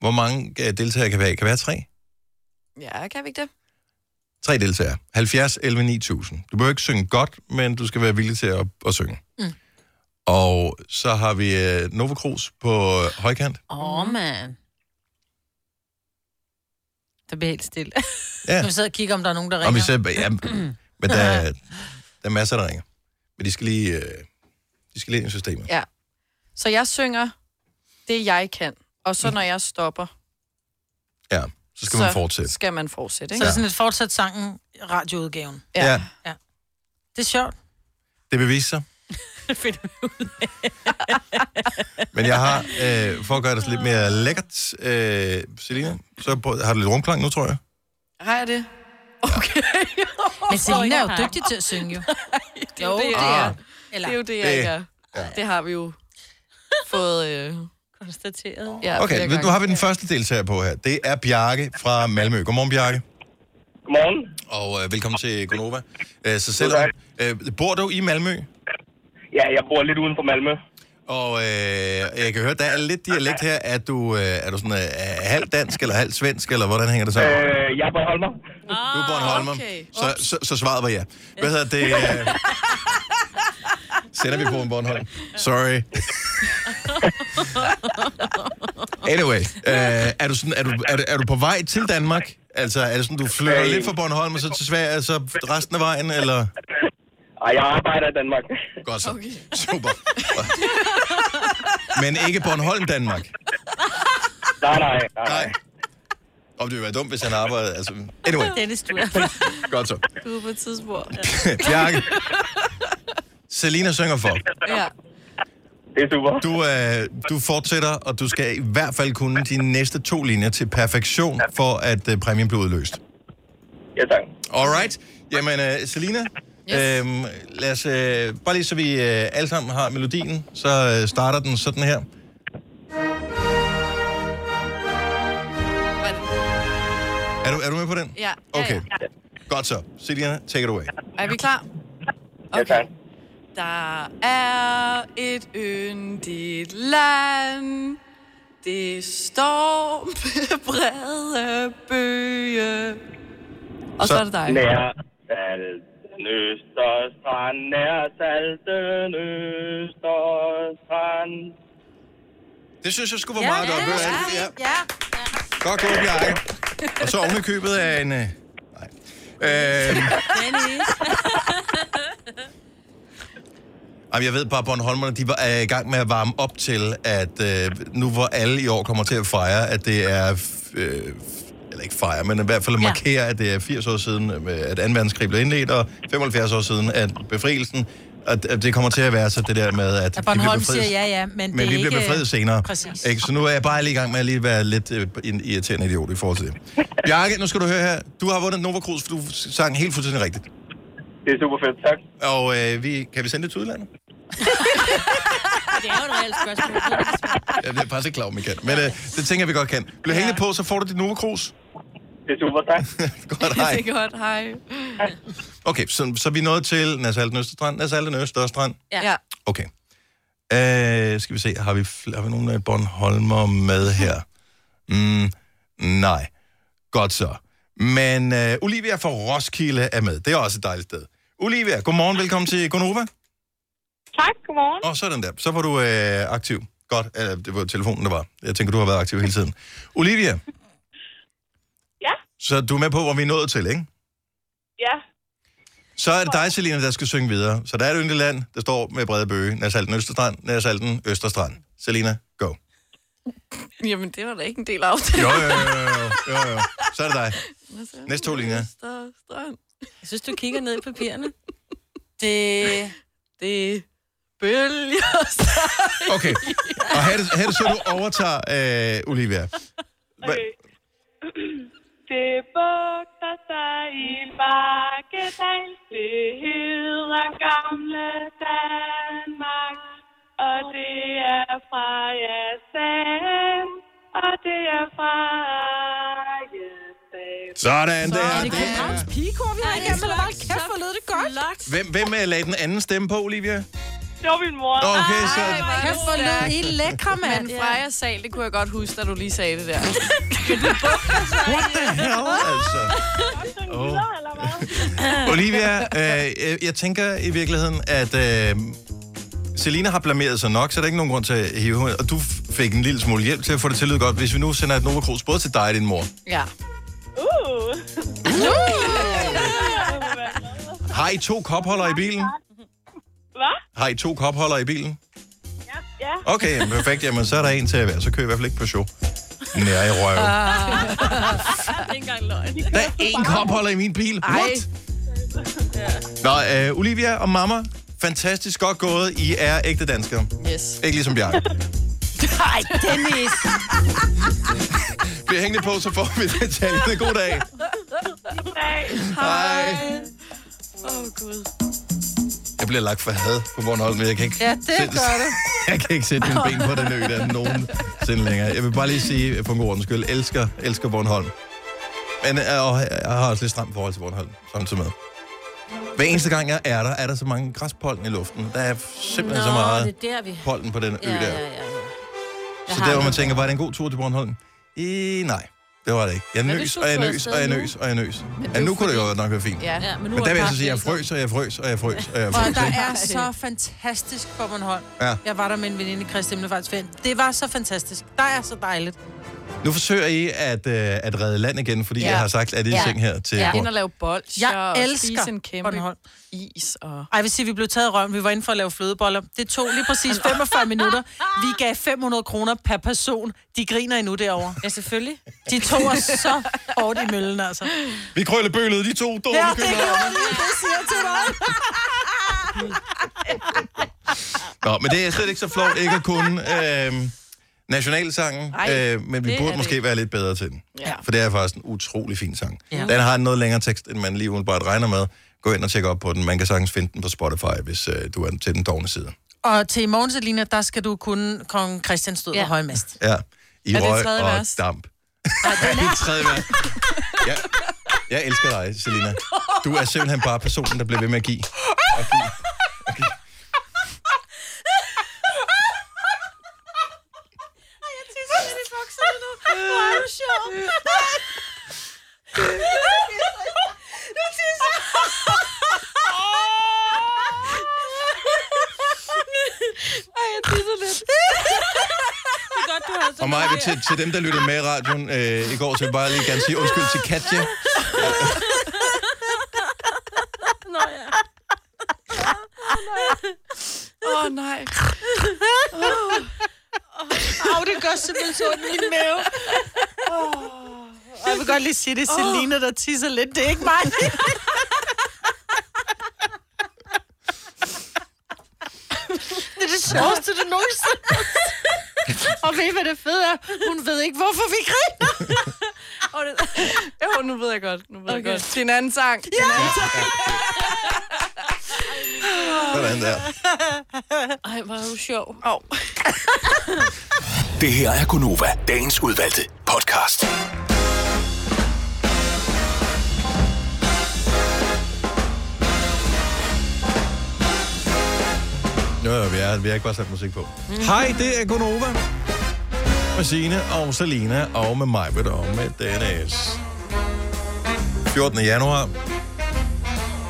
A: hvor mange øh, deltagere kan være? Kan være tre?
D: Ja, kan vi ikke det?
A: Tre deltagere. 70, 11, 9000. Du behøver ikke synge godt, men du skal være villig til at, at synge.
C: Mm.
A: Og så har vi øh, Nova Cruz på øh, højkant.
C: Åh, oh, mand. Der bliver helt stille.
A: Ja.
B: Nu sidder jeg og kigger, om der er nogen, der ringer.
A: Om vi så, ja, men der, er- der er masser, der ringer. Men de skal lige, øh, de skal lige ind i systemet.
D: Ja. Så jeg synger det, jeg kan. Og så når jeg stopper,
A: Ja, så skal så man fortsætte.
D: skal man
B: Så
D: fortsætte. Ikke?
B: det er sådan et fortsat sangen, radioudgaven.
A: Ja. ja.
B: ja. Det er sjovt.
A: Det vil vise sig.
B: Fedt.
A: Men jeg har, øh, for at gøre det lidt mere lækkert, øh, Selina, så prøv, har du lidt rumklang nu, tror jeg.
D: Har jeg det?
B: Men Selina er jo dygtig til at synge, jo.
D: Det er jo det,
B: Jo,
D: jeg
A: Ah.
D: er. Det er jo det, jeg
A: Det-
D: ikke er. Det har vi jo fået... Øh...
C: Konstateret.
D: Ja,
A: Okay, nu har vi den første deltager på her. Det er Bjarke fra Malmø. Godmorgen, Bjarke.
O: Godmorgen.
A: Og øh, velkommen til Gonova. Øh, så selvom, øh, bor du i Malmø?
O: Ja, jeg bor lidt uden for Malmø.
A: Og øh, jeg kan høre, der er lidt dialekt her. Er du, øh, er du sådan øh, halv dansk eller halv svensk, eller hvordan hænger det sammen?
O: Øh, jeg er Bornholmer.
A: Du er Bornholmer. Okay. Så, så, så svaret var ja. Hvad hedder det? Øh, sender vi på en Bornholm. Sorry. Anyway, øh, er, du sådan, er, du, er, du- er du på vej til Danmark? Altså, er det sådan, du
O: Øh,
A: flytter lidt fra Bornholm og så til Sverige, og så resten af vejen, eller?
O: Ej, jeg arbejder i Danmark.
A: Godt så. Okay. Super. Men ikke Bornholm, Danmark?
O: Nej, nej, nej.
A: nej. Om det ville være dumt, hvis han arbejdede. Altså, anyway,
C: Dennis, du er,
A: godt så.
D: du er på et tidsspur.
A: Bjarke. Selina synger for.
D: Ja.
O: Det er super.
A: Du, øh, du fortsætter, og du skal i hvert fald kunne dine næste to linjer til perfektion, for at øh, præmien bliver udløst.
O: Ja, tak.
A: Alright. Jamen, øh, Selina, yes. øhm, lad os, øh, bare lige så vi øh, alle sammen har melodien, så øh, starter den sådan her. Er du, er du med på den?
D: Ja.
A: Okay. Godt så. Selina, take it away.
D: Er vi klar?
A: Okay.
D: Der er et yndigt land. Det står med brede bøge. Og så, er det dig.
O: Nær salten Østerstrand, nær salten Østerstrand.
A: Det synes jeg skulle var meget godt. Ved du hvad? Ja.
B: ja.
A: Godt gået, Bjarke. Og så oven i købet af en... Øh, nej. Øh,
C: Dennis.
A: jamen, jeg ved bare, at Bornholmerne de var, er i gang med at varme op til, at øh, nu hvor alle i år kommer til at fejre, at det er... f- Øh, f- eller ikke fejre, men i hvert fald markere, at det er 80 år siden, øh, at 2. verdenskrig blev indledt, og 75 år siden, at befrielsen... At, at det kommer til at være så det der med, at
B: Ja,
A: de blev
B: Bornholm
A: befriet
B: siger ja, ja, men,
A: Men,
B: det er
A: men vi
B: ikke...
A: bliver befriet senere.
B: Præcis.
A: Ikke? Så nu er jeg bare lige i gang med at lige være lidt øh, en irriterende idiot i forhold til det. Bjarke, nu skal du høre her. Du har vundet Nova Cruz, for du sang helt fuldstændig rigtigt.
O: Det er super fedt, tak.
A: Og øh, vi, kan vi sende det til udlandet?
C: det er jo et reelt spørgsmål.
A: Jeg bliver faktisk ikke klar, om vi kan. Men øh, det tænker jeg, vi godt kan. Bliv hængende på, så får du dit Nova Cruz.
O: Det er super, tak.
A: godt, hej.
D: Det er godt, hej.
A: Okay, så, så vi er nået til Nasalten Østerstrand. Nasalten Østerstrand.
D: Ja. ja.
A: Okay. Øh, skal vi se, har vi, fl- har vi nogle af Bornholmer med her? Mm, nej. Godt så. Men øh, Olivia fra Roskilde er med. Det er også et dejligt sted. Olivia, godmorgen. Velkommen til Gonova.
P: Tak, godmorgen.
A: Og sådan der. Så var du øh, aktiv. Godt. Eller, det var telefonen, der var. Jeg tænker, du har været aktiv hele tiden. Olivia.
P: Ja.
A: Så du er med på, hvor vi er nået til, ikke?
P: Ja,
A: Så er det dig, Selina, der skal synge videre. Så der er et yndigt land, der står med brede bøge. Nærsalten Østerstrand, Nærsalten Østerstrand. Selina, go.
D: Jamen, det var da ikke en del af aftalen.
A: Jo, jo, jo, jo, jo, jo. Så er det dig. Næste to linjer.
D: Strøm.
C: Jeg synes, du kigger ned i papirerne.
D: Det... Det... Bølger sig.
A: Okay. Og her er det, her er det så, du overtager, øh, Olivia.
P: okay. Det bugter sig i en bakkedal, det hedder gamle Danmark. Og det er fra Jassam, og det er fra Jassam.
A: Sådan der. Det er-
P: Københavns pigekor, vi har igennem, eller hvad? Kæft, hvor lød det godt.
A: Hvem, hvem øh, lagde den anden stemme på, Olivia?
P: Det var min mor.
A: Okay, så...
D: Kæft,
B: hvor lød I lækre, mand.
D: Men Freja sal, det kunne jeg godt huske, da du lige sagde det der.
A: What the hell, altså? Oh. Olivia, øh, øh, jeg tænker i virkeligheden, at øh, Selina har blameret sig nok, så der er ikke nogen grund til at hive hende. Og du f- fik en lille smule hjælp til at få det til at lyde godt, hvis vi nu sender et Nova Cruz både til dig og din mor.
D: Ja.
P: Uh.
A: Har I to kopholder i bilen?
P: Hvad?
A: Har I to kopholder i bilen?
P: Ja. ja.
A: Okay, jamen, perfekt. Jamen, så er der en til at være. Så kører jeg i hvert fald ikke på show. Nej, jeg røver.
P: ikke engang løgn.
A: Der er én kopholder i min bil. What? Nå, øh, Olivia og mamma, fantastisk godt gået. I er ægte danskere.
D: Yes.
A: Ikke ligesom Bjarke.
B: Ej, Dennis.
A: Bliv hængende på, så får vi det talt. God dag. Hej.
D: Åh, oh, Gud.
A: Jeg bliver lagt for had på Bornholm, men jeg kan ikke...
D: Ja, det
A: sætte-
D: gør du.
A: Jeg kan ikke sætte mine ben på den ø, der er nogensinde længere. Jeg vil bare lige sige, for en god ordens skyld, elsker, øh, elsker Bornholm. Men øh, og jeg har også lidt stramt forhold til Bornholm, samtidig med. Hver eneste gang jeg er der, er der så mange græspollen i luften. Der er simpelthen Nå, så meget
C: det er der, vi...
A: pollen på den ø
C: Ja,
A: der.
C: ja, ja. ja. Jeg
A: Så
C: har
A: der, hvor man
C: noget.
A: tænker, var det en god tur til Bornholm? I, nej, det var det ikke. Jeg
C: Men
A: nøs,
C: hvis du
A: og jeg
C: tog
A: nøs,
C: afsted
A: og jeg
C: nu-
A: nøs, og jeg nøs.
B: Men det
A: Ja,
B: er
A: nu
B: jo
A: kunne det
B: fordi-
A: jo godt nok være fint.
B: Ja. Ja, men nu er
A: men, der
B: det
A: vil jeg
B: bare
A: så sige, at jeg
B: blæst op.
A: frøs, og jeg frøs, og jeg frøs, og jeg
B: Og
A: frøs.
B: der
A: ikke?
B: er så fantastisk på Bornholm.
A: Ja.
B: Jeg var der med en veninde, Christian Himmelfartsferien. Det var så fantastisk. Der er så dejligt.
A: Nu forsøger I at, øh, at redde land igen, fordi ja. jeg har sagt, at det er ja. ting her til ja.
D: Ind og lave bolsjer
B: Jeg
D: og
B: elsker
D: spise en kæmpe
B: Bornholm.
D: is. Og...
B: Ej, jeg vil sige, vi blev taget i røven. Vi var inde for at lave flødeboller. Det tog lige præcis 45 minutter. Vi gav 500 kroner per person. De griner endnu derovre. Ja, selvfølgelig. De tog os så hårdt i møllen, altså.
A: Vi krøllebølede de to dumme
B: Ja, det
A: kønnere.
B: gjorde vi. Det siger jeg til dig.
A: Nå, men det er slet ikke så flot ikke at kunne øh, nationalsangen,
B: Ej,
A: øh, men vi
B: det er
A: burde
B: det
A: måske
B: ikke.
A: være lidt bedre til den.
B: Ja.
A: For det er faktisk en utrolig fin sang.
B: Ja.
A: Ja. Den har en noget længere tekst, end man lige umiddelbart regner med. Gå ind og tjek op på den. Man kan sagtens finde den på Spotify, hvis øh, du er til den dårlige side.
B: Og til i morgen, Selina, der skal du kunne kong Christian stod ja. på højmast.
A: Ja. I
B: Er det
A: røg
B: tredje
A: og
B: vers?
A: damp. Ja, det er tredje vers. Ja. Jeg elsker dig, Selina. Du er simpelthen bare personen, der bliver ved med at give. Og give. Og give.
P: Jeg tisser lidt i bukserne nu. Hvor er du sjov. Nu tisser jeg. Ej, jeg tisser lidt. Det er godt, du har
A: Og mig, til, til dem, der lyttede med i radioen øh, i går, så vil jeg bare lige gerne sige undskyld til Katja.
P: Nå ja. Åh oh, nej. Åh, oh. oh. oh, det gør simpelthen sådan i min mave.
B: Og jeg vil godt lige sige, det er Selina, der tisser lidt. Det er ikke mig.
P: Det er det sjoveste, du nogensinde Og ved I, hvad det fede er? Hun ved ikke, hvorfor vi griner.
D: Og det... Jo, nu ved jeg godt. Nu ved okay. jeg godt. Det er en anden sang. Ja!
A: Sådan der.
D: Ej, hvor er du sjov.
B: Oh.
F: Det her er Gunova, dagens udvalgte podcast.
A: Nå, ja, vi, er, vi har ikke bare sat musik på. Mm. Hej, det er Gunova. Med Signe og Selina og med mig, ved og med Dennis. 14. januar.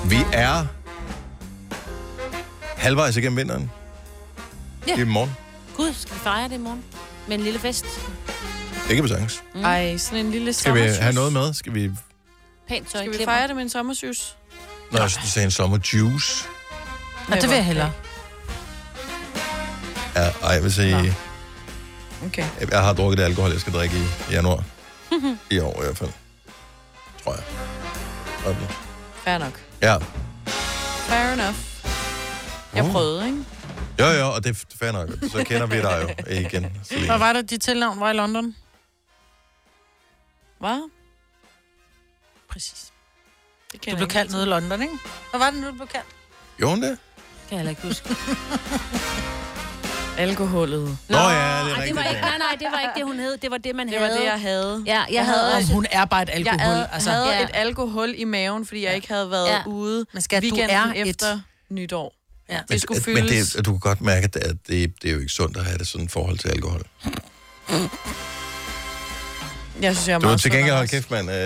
A: Vi er halvvejs igennem vinteren.
C: Ja.
A: Det er i morgen.
C: Gud, skal vi fejre det i morgen? Med en lille fest.
A: Det kan vi sagtens.
D: Mm. Ej, sådan en lille
A: Skal vi
D: sommersys.
A: have noget med? Skal vi...
C: Pænt tøj.
D: Skal vi fejre det med en sommersys?
A: Nå, jeg skulle sige en sommerjuice.
B: Nå, det vil jeg hellere.
A: Ja, ej, jeg vil sige...
D: Okay.
A: Jeg har drukket det alkohol, jeg skal drikke i januar. I år i hvert fald. Tror jeg. Sådan.
D: Fair nok.
A: Ja.
D: Fair enough. Jeg
A: Uh.
D: prøvede, ikke?
A: Jo, jo, og det er f- fair nok. Så kender vi dig jo igen.
B: Hvad
A: Selina.
B: var det, dit tilnavn var i London?
D: Hvad?
B: Præcis.
D: Det
B: Du blev kaldt nede i London, ikke? Hvad var det, nu, du blev kaldt?
A: Gjorde hun det?
C: Kan jeg heller ikke huske.
D: Alkoholet.
A: Nå, ja, det er
C: Ej, det
A: rigtigt.
C: var ikke, nej, nej, det var ikke det, hun hed. Det var det, man
D: Det var
C: havde.
D: det, jeg havde.
C: Ja, jeg, jeg havde,
D: havde-
C: også...
B: Hun er bare et alkohol.
D: Jeg havde,
B: altså.
D: altså, havde
C: Ja.
D: ja. et alkohol i maven, fordi jeg ikke havde været
C: Ja.
D: ja. ude
B: Men skat, du
D: weekenden
B: er et-
D: efter nytår.
B: Ja.
A: Men-
D: Det skulle
A: at-
D: fyldes.
A: Men det, du kan godt mærke, at det, det er jo ikke sundt at have det sådan et forhold til alkohol.
D: Jeg synes, jeg er
A: Du var
D: meget
A: til gengæld,
D: sund,
A: hold kæft, mand. Øh,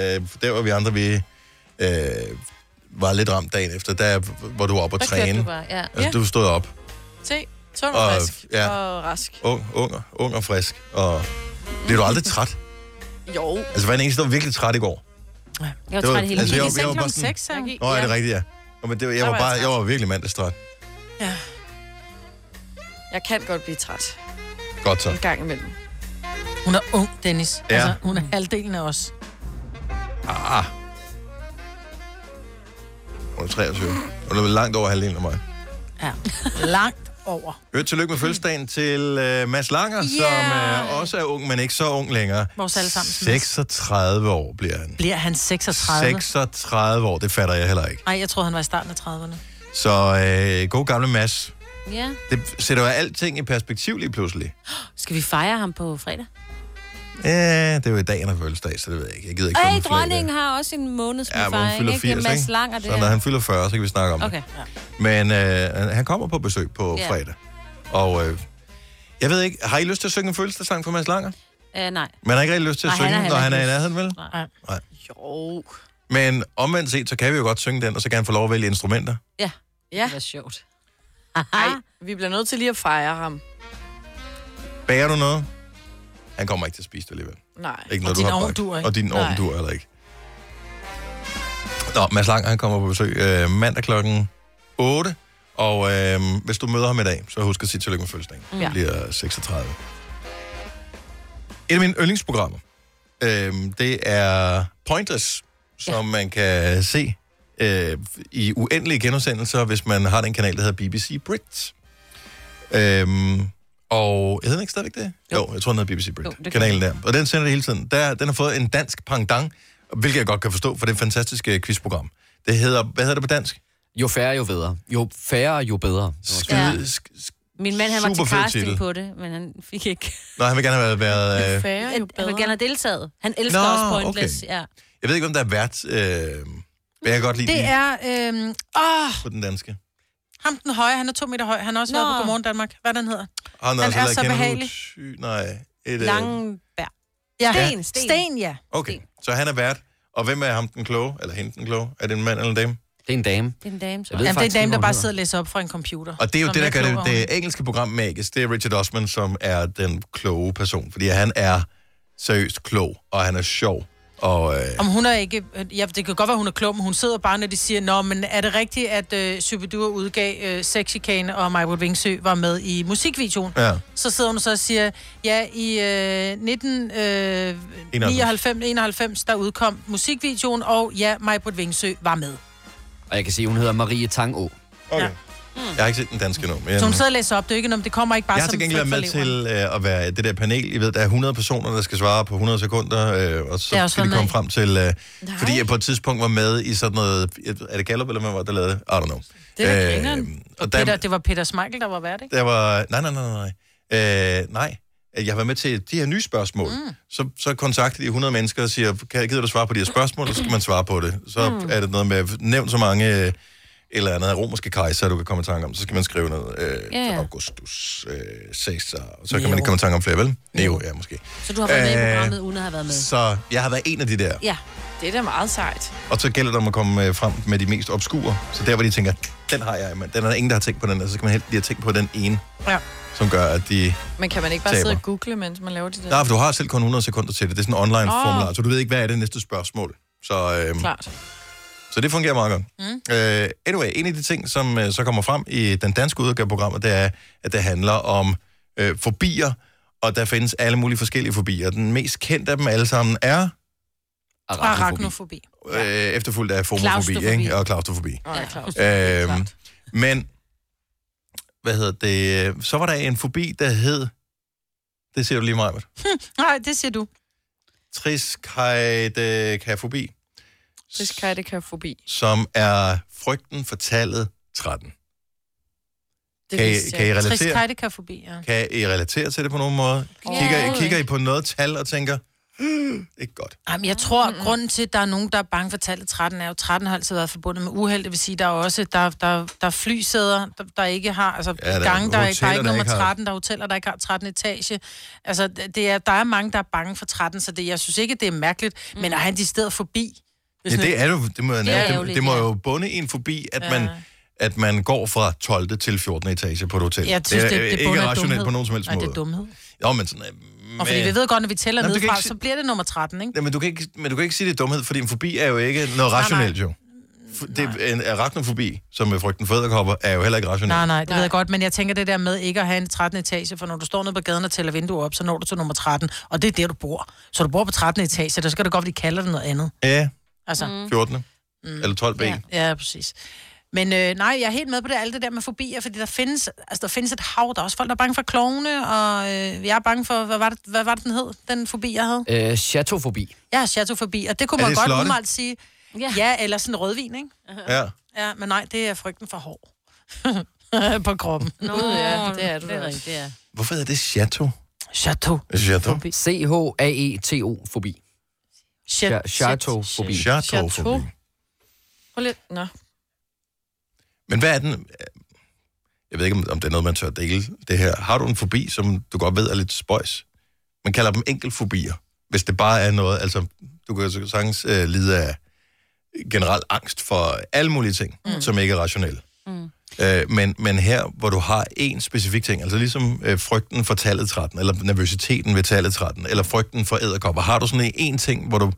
A: der var vi andre, vi øh, var lidt ramt dagen efter, der hvor du var oppe og
D: Der kørte
A: træne.
D: du bare, ja.
A: Altså,
D: Ja.
A: du stod op,
D: Anders. Se, sund og,
A: Og-
D: frisk.
A: ja.
D: Og rask.
A: ung, ung, og- ung og frisk, og blev du aldrig træt?
D: Jo.
A: Altså, var en eneste, der var virkelig træt i går.
C: Jeg
A: Det
C: var
A: var-
C: træt hele
A: altså,
C: altså,
A: jeg- jeg var bare sådan- Nå, er det rigtigt, ja. Nå, men det, var-
D: Der
A: jeg, var
D: var jeg
A: bare, jeg
D: træt.
A: var virkelig mandagstræt.
D: Jeg kan godt blive træt
A: Godt så.
D: en gang imellem.
B: Hun er ung, Dennis.
A: Ja.
B: Ja. Altså, hun er halvdelen af os.
A: Ah. Hun er 23. Hun er vel langt over halvdelen af mig.
B: Ja. Langt over.
A: Øvrigt tillykke
C: Mm.
A: med fødselsdagen til uh, Mads Langer, yeah. som uh, også er ung, men ikke så ung længere.
B: Vores alle sammen.
A: 36 år bliver han.
B: Bliver han 36?
A: 36 år, det fatter jeg heller ikke.
B: Nej, jeg troede, han var i starten af 30'erne.
A: Så øh, god gamle Mads.
C: Ja.
A: Det sætter jo alting i perspektiv lige pludselig.
C: Skal vi fejre ham på fredag?
A: Ja, det er jo i dag, han har fødselsdag, så det ved jeg ikke. Jeg gider ikke
C: Ej,
A: sådan flække.
C: dronningen har også en måneds
A: Ja,
C: ja,
A: hvor hun
C: fejring,
A: fylder
C: ikke?
A: 80,
C: Med
A: ikke?
C: Mads Lang og det
A: Så når
C: her.
A: han fylder 40, så kan vi snakke om
C: Okay. Ja.
A: det. Men øh, han kommer på besøg på
C: Ja.
A: fredag. Og øh, jeg ved ikke, har I lyst til at synge en fødselsdagssang for Mads Langer?
C: Uh, nej.
A: Man har ikke rigtig lyst til at
C: Nej,
A: synge,
C: han har
A: når han
C: heller
A: er i
C: ikke
A: nærheden, vel?
C: Nej.
A: Nej.
D: Jo.
A: Men omvendt set, så kan vi jo godt synge den, og så kan han få lov at vælge instrumenter.
C: Ja.
D: Ja. Det
C: er sjovt.
D: Ej, vi bliver nødt til lige at fejre ham.
A: Bager du noget? Han kommer ikke til at spise det alligevel.
D: Nej.
A: Ikke
D: Og
A: noget,
D: din
A: du har
D: ovn
A: bagt.
D: duer ikke.
A: Og din ovn
D: Nej.
A: duer heller ikke. Nå, Mads Lang, han kommer på besøg øh, mandag klokken 8. Og øh, hvis du møder ham i dag, så husk at sige tillykke med fødselsdagen.
F: Mm.
A: Mm.
F: Ja.
A: Det bliver 36. Et af mine yndlingsprogrammer, øh, det er Pointers, som ja. man kan se øh, i uendelige genudsendelser, hvis man har den kanal, der hedder BBC Brit. Øhm, og hedder den ikke stadigvæk det? Jo, jo jeg tror, den hedder BBC Brit,
F: Jo, det
A: jo,
F: kan
A: kanalen der.
F: den.
A: Og den sender det hele tiden. Der, den har fået en dansk pangdang, hvilket jeg godt kan forstå, for det er et fantastisk øh, quizprogram. Det hedder, hvad hedder det på dansk?
N: Jo færre, jo bedre. Jo færre, jo bedre.
A: Skide,
C: Ja.
A: sk-
C: Min mand, han var til
A: Superfed
C: casting
A: titel.
C: på det, men han fik ikke...
A: Nej, han vil gerne have været... været øh,
C: Færre, jo bedre. Han ville gerne have deltaget. Han elsker
A: Nå,
C: Nå, også Pointless.
A: okay.
C: Okay. Ja.
A: jeg ved ikke, om der er vært... Øh, men jeg kan godt lide
B: Det
A: det
B: er... Øhm, åh,
A: på den danske.
B: ham den høje, han er to meter høj. Han har også Nå. været på Godmorgen Danmark. Hvad den hedder?
A: Han,
B: Han
A: altså
B: er
A: heller
B: så
A: ikke Henrik
B: behagelig.
A: Sy- Nej, et, øh,
C: Langebær.
B: Ja.
A: Sten,
B: Sten. Sten, ja.
A: Okay, så han er vært. Og hvem er ham den kloge? Eller hende den kloge? Er det en mand eller en dame?
N: Det er en dame.
C: Det er en dame,
B: Jamen, det er en dame, der bare sidder og læser op fra en computer.
A: Og det er jo
B: Som
A: det, der
B: jeg
A: gør det,
B: kloger hende.
A: det engelske program magisk. Det er Richard Osman, som er den kloge person. Fordi han er seriøst klog, og han er sjov. Og, øh,
B: Om hun er ikke... Ja, det kan godt være, hun er klog, men hun sidder bare, når de siger, Nå, men er det rigtigt, at øh, Superdur udgav øh, Sexikane og Majbrit Vingsø var med i musikvideoen?
A: Ja.
B: Så sidder hun så og siger, ja, i øh, 1991, 91, der udkom musikvideoen, og ja, Majbrit Vingsø var med.
N: Og jeg kan se, hun hedder Marie Tangå.
A: Okay. Ja. Jeg har ikke set den danske nu. Men,
B: Så hun sidder og læser op, det er jo ikke noget, det kommer ikke bare
A: jeg har
B: som
A: til gengæld været
B: frit
A: med
B: fra leveren.
A: til øh, at være det der panel. I ved, der er 100 personer, der skal svare på 100 sekunder, øh, og
B: Det er
A: så
B: også
A: skal
B: været
A: de komme
B: med i.
A: frem til... Øh, fordi jeg på et tidspunkt var med i sådan noget... Er det Gallup, eller hvad var det, der lavede? I don't know.
B: Det er
A: Øh,
B: da grineren.
A: og
B: og
A: der-
B: Peter, det var Peter Smeichel, der var vært, ikke?
A: Der var... Nej, nej, nej, nej, nej. Øh, nej. Jeg har været med til de her nye spørgsmål. Mm. Så, så kontakter de 100 mennesker og siger, kan, gider du svare på de her spørgsmål? Og så skal man svare på det. Så
F: Mm.
A: mm. er det noget med, nævn så mange øh, eller andet romerske kejser, du kan komme i tanke om. Så skal man skrive noget. Øh,
C: Ja, ja.
A: Augustus, øh, Caesar. Og så kan man ikke komme i tanke om flere, vel? Neo, ja, måske.
C: Mm. Så du har været med i
A: Øh,
C: programmet, uden at have været med.
A: Så jeg har været en af de der.
C: Ja.
D: Det er da meget sejt.
A: Og så gælder det om at komme øh, frem med de mest obskure. Så der, hvor de tænker, den har jeg, men den er der ingen, der har tænkt på den, og så skal man helt lige have tænkt på den ene,
B: Ja.
A: som gør, at de...
D: Men kan man ikke bare
A: Taber.
D: sidde og google, mens man laver de der?
A: Nej, for du har selv kun 100 sekunder til det. Det er sådan en online
D: Åh.
A: formular, så du ved ikke, hvad er det næste spørgsmål. Så, øhm,
D: Klart.
A: så det fungerer meget godt. Mm. Øh, anyway, en af de ting, som øh, så kommer frem i den danske udgave af programmet, det er, at det handler om øh, fobier, og der findes alle mulige forskellige fobier. Den mest kendte af dem alle sammen er...
B: Arachnofobi.
A: Øh, efterfulgt af fomofobi,
B: Klaustrofobi.
A: ikke? Og klaustrofobi.
B: Ja,
A: Øhm, men, hvad hedder det? Så var der en fobi, der hed... Det ser du lige meget,
D: Hm.
B: Nej, det siger du.
A: Triskaidekafobi,
D: Triskaidekafobi.
A: som er frygten for tallet 13.
B: Det
A: Kan I-
B: vidste jeg
A: kan I
B: ikke.
A: relatere?
B: Triskaidekafobi, ja.
A: Kan I relatere til det på nogen måde? Kigger, kigger I på noget tal og tænker, "Hmm, ikke godt.
B: Jamen, jeg tror, mm grunden til, at der er nogen, der er bange for tallet 13, er jo, 13 har altid været forbundet med uheld. Det vil sige, der er også der, der, der er flysæder, der, der ikke har... Altså,
P: Ja,
B: ja,
P: der er
B: der gange, der, er,
P: hoteller,
B: der er ikke
P: der
B: nummer
P: ikke har-
B: 13, der er hoteller, der ikke har 13 etage. Altså, det er, der er mange, der er bange for 13, så det, jeg synes ikke, det er mærkeligt, mm. men at han de steder forbi...
A: Ja,
B: sådan
A: det
B: lidt-
A: er jo, det må,
B: Det er
A: det, det,
B: ærgerligt,
A: det må
B: ja.
A: jo bunde en forbi, at
B: Ja.
A: man at man går fra 12. til 14. etage på et hotel.
B: Jeg synes, det, det,
A: øh,
B: det
A: ikke
B: bunder af
A: rationelt
B: dumhed.
A: på nogen som helst
B: Nej,
A: måde.
B: det er dumhed.
A: Jo, men sådan... øh,
B: Og fordi
A: men-
B: vi ved godt, når vi tæller
A: Jamen, du kan
B: nedefra,
A: ikke
B: så bliver det nummer 13, ikke?
A: Ja, men, du kan ikke, men du kan ikke sige, det er dumhed, fordi en fobi er jo ikke noget
B: Nej, Mm,
A: rationelt, jo. F- Det, en arachnofobi, som er frygten for æderkopper, er jo heller ikke rationelt.
B: Nej, nej, det ved jeg godt, men jeg tænker det der med ikke at have en 13. etage, for når du står nede på gaden og tæller vinduer op, så når du til nummer 13, og det er der, du bor. Så du bor på 13. etage, der skal det godt, at de kalder det noget andet.
A: Ja,
B: Altså,
A: 14. Mm. Eller 12 b ja.
B: ja, præcis. Men øh, nej, jeg er helt med på det, alt det der med fobier, fordi der findes, altså, der findes et hav, der er også folk, der er bange for klovne, og øh, jeg er bange for, hvad var, det, hvad var det, den hed, den fobi, jeg havde?
N: Øh, chateaufobi.
B: Jeg har chatofobi, og det
N: Er
B: kunne man
N: det
B: godt
N: slotte?
B: umiddelbart sige, ja. ja, eller sådan rødvin, ikke?
A: Ja.
B: Ja, men nej, det er frygten for hår på kroppen.
C: Nå,
B: Gud, ja, det er du
C: det er
B: da.
C: rigtigt, ja.
A: Hvorfor hedder det chateau?
B: Chateau.
A: Chateau.
N: E C-H-A-E-T-O-fobi.
D: Chat-
N: Chateau-fobi.
D: Chateau. Prøv lidt. Nå.
A: Men hvad er den... øh, Jeg ved ikke, om- om det er noget, man tør dele det her. Har du en fobi, som du godt ved er lidt spøjs? Man kalder dem enkeltfobier. Hvis det bare er noget... Altså, du kan jo så sagtens øh, lide af generel angst for alle mulige ting, mm. som ikke er rationelle.
C: Mm.
A: Øh, men, men her, hvor du har en specifik ting, altså ligesom øh, frygten for tallet 13, eller nervøsiteten ved tallet 13, eller frygten for æderkopper, har du sådan en ting, hvor du...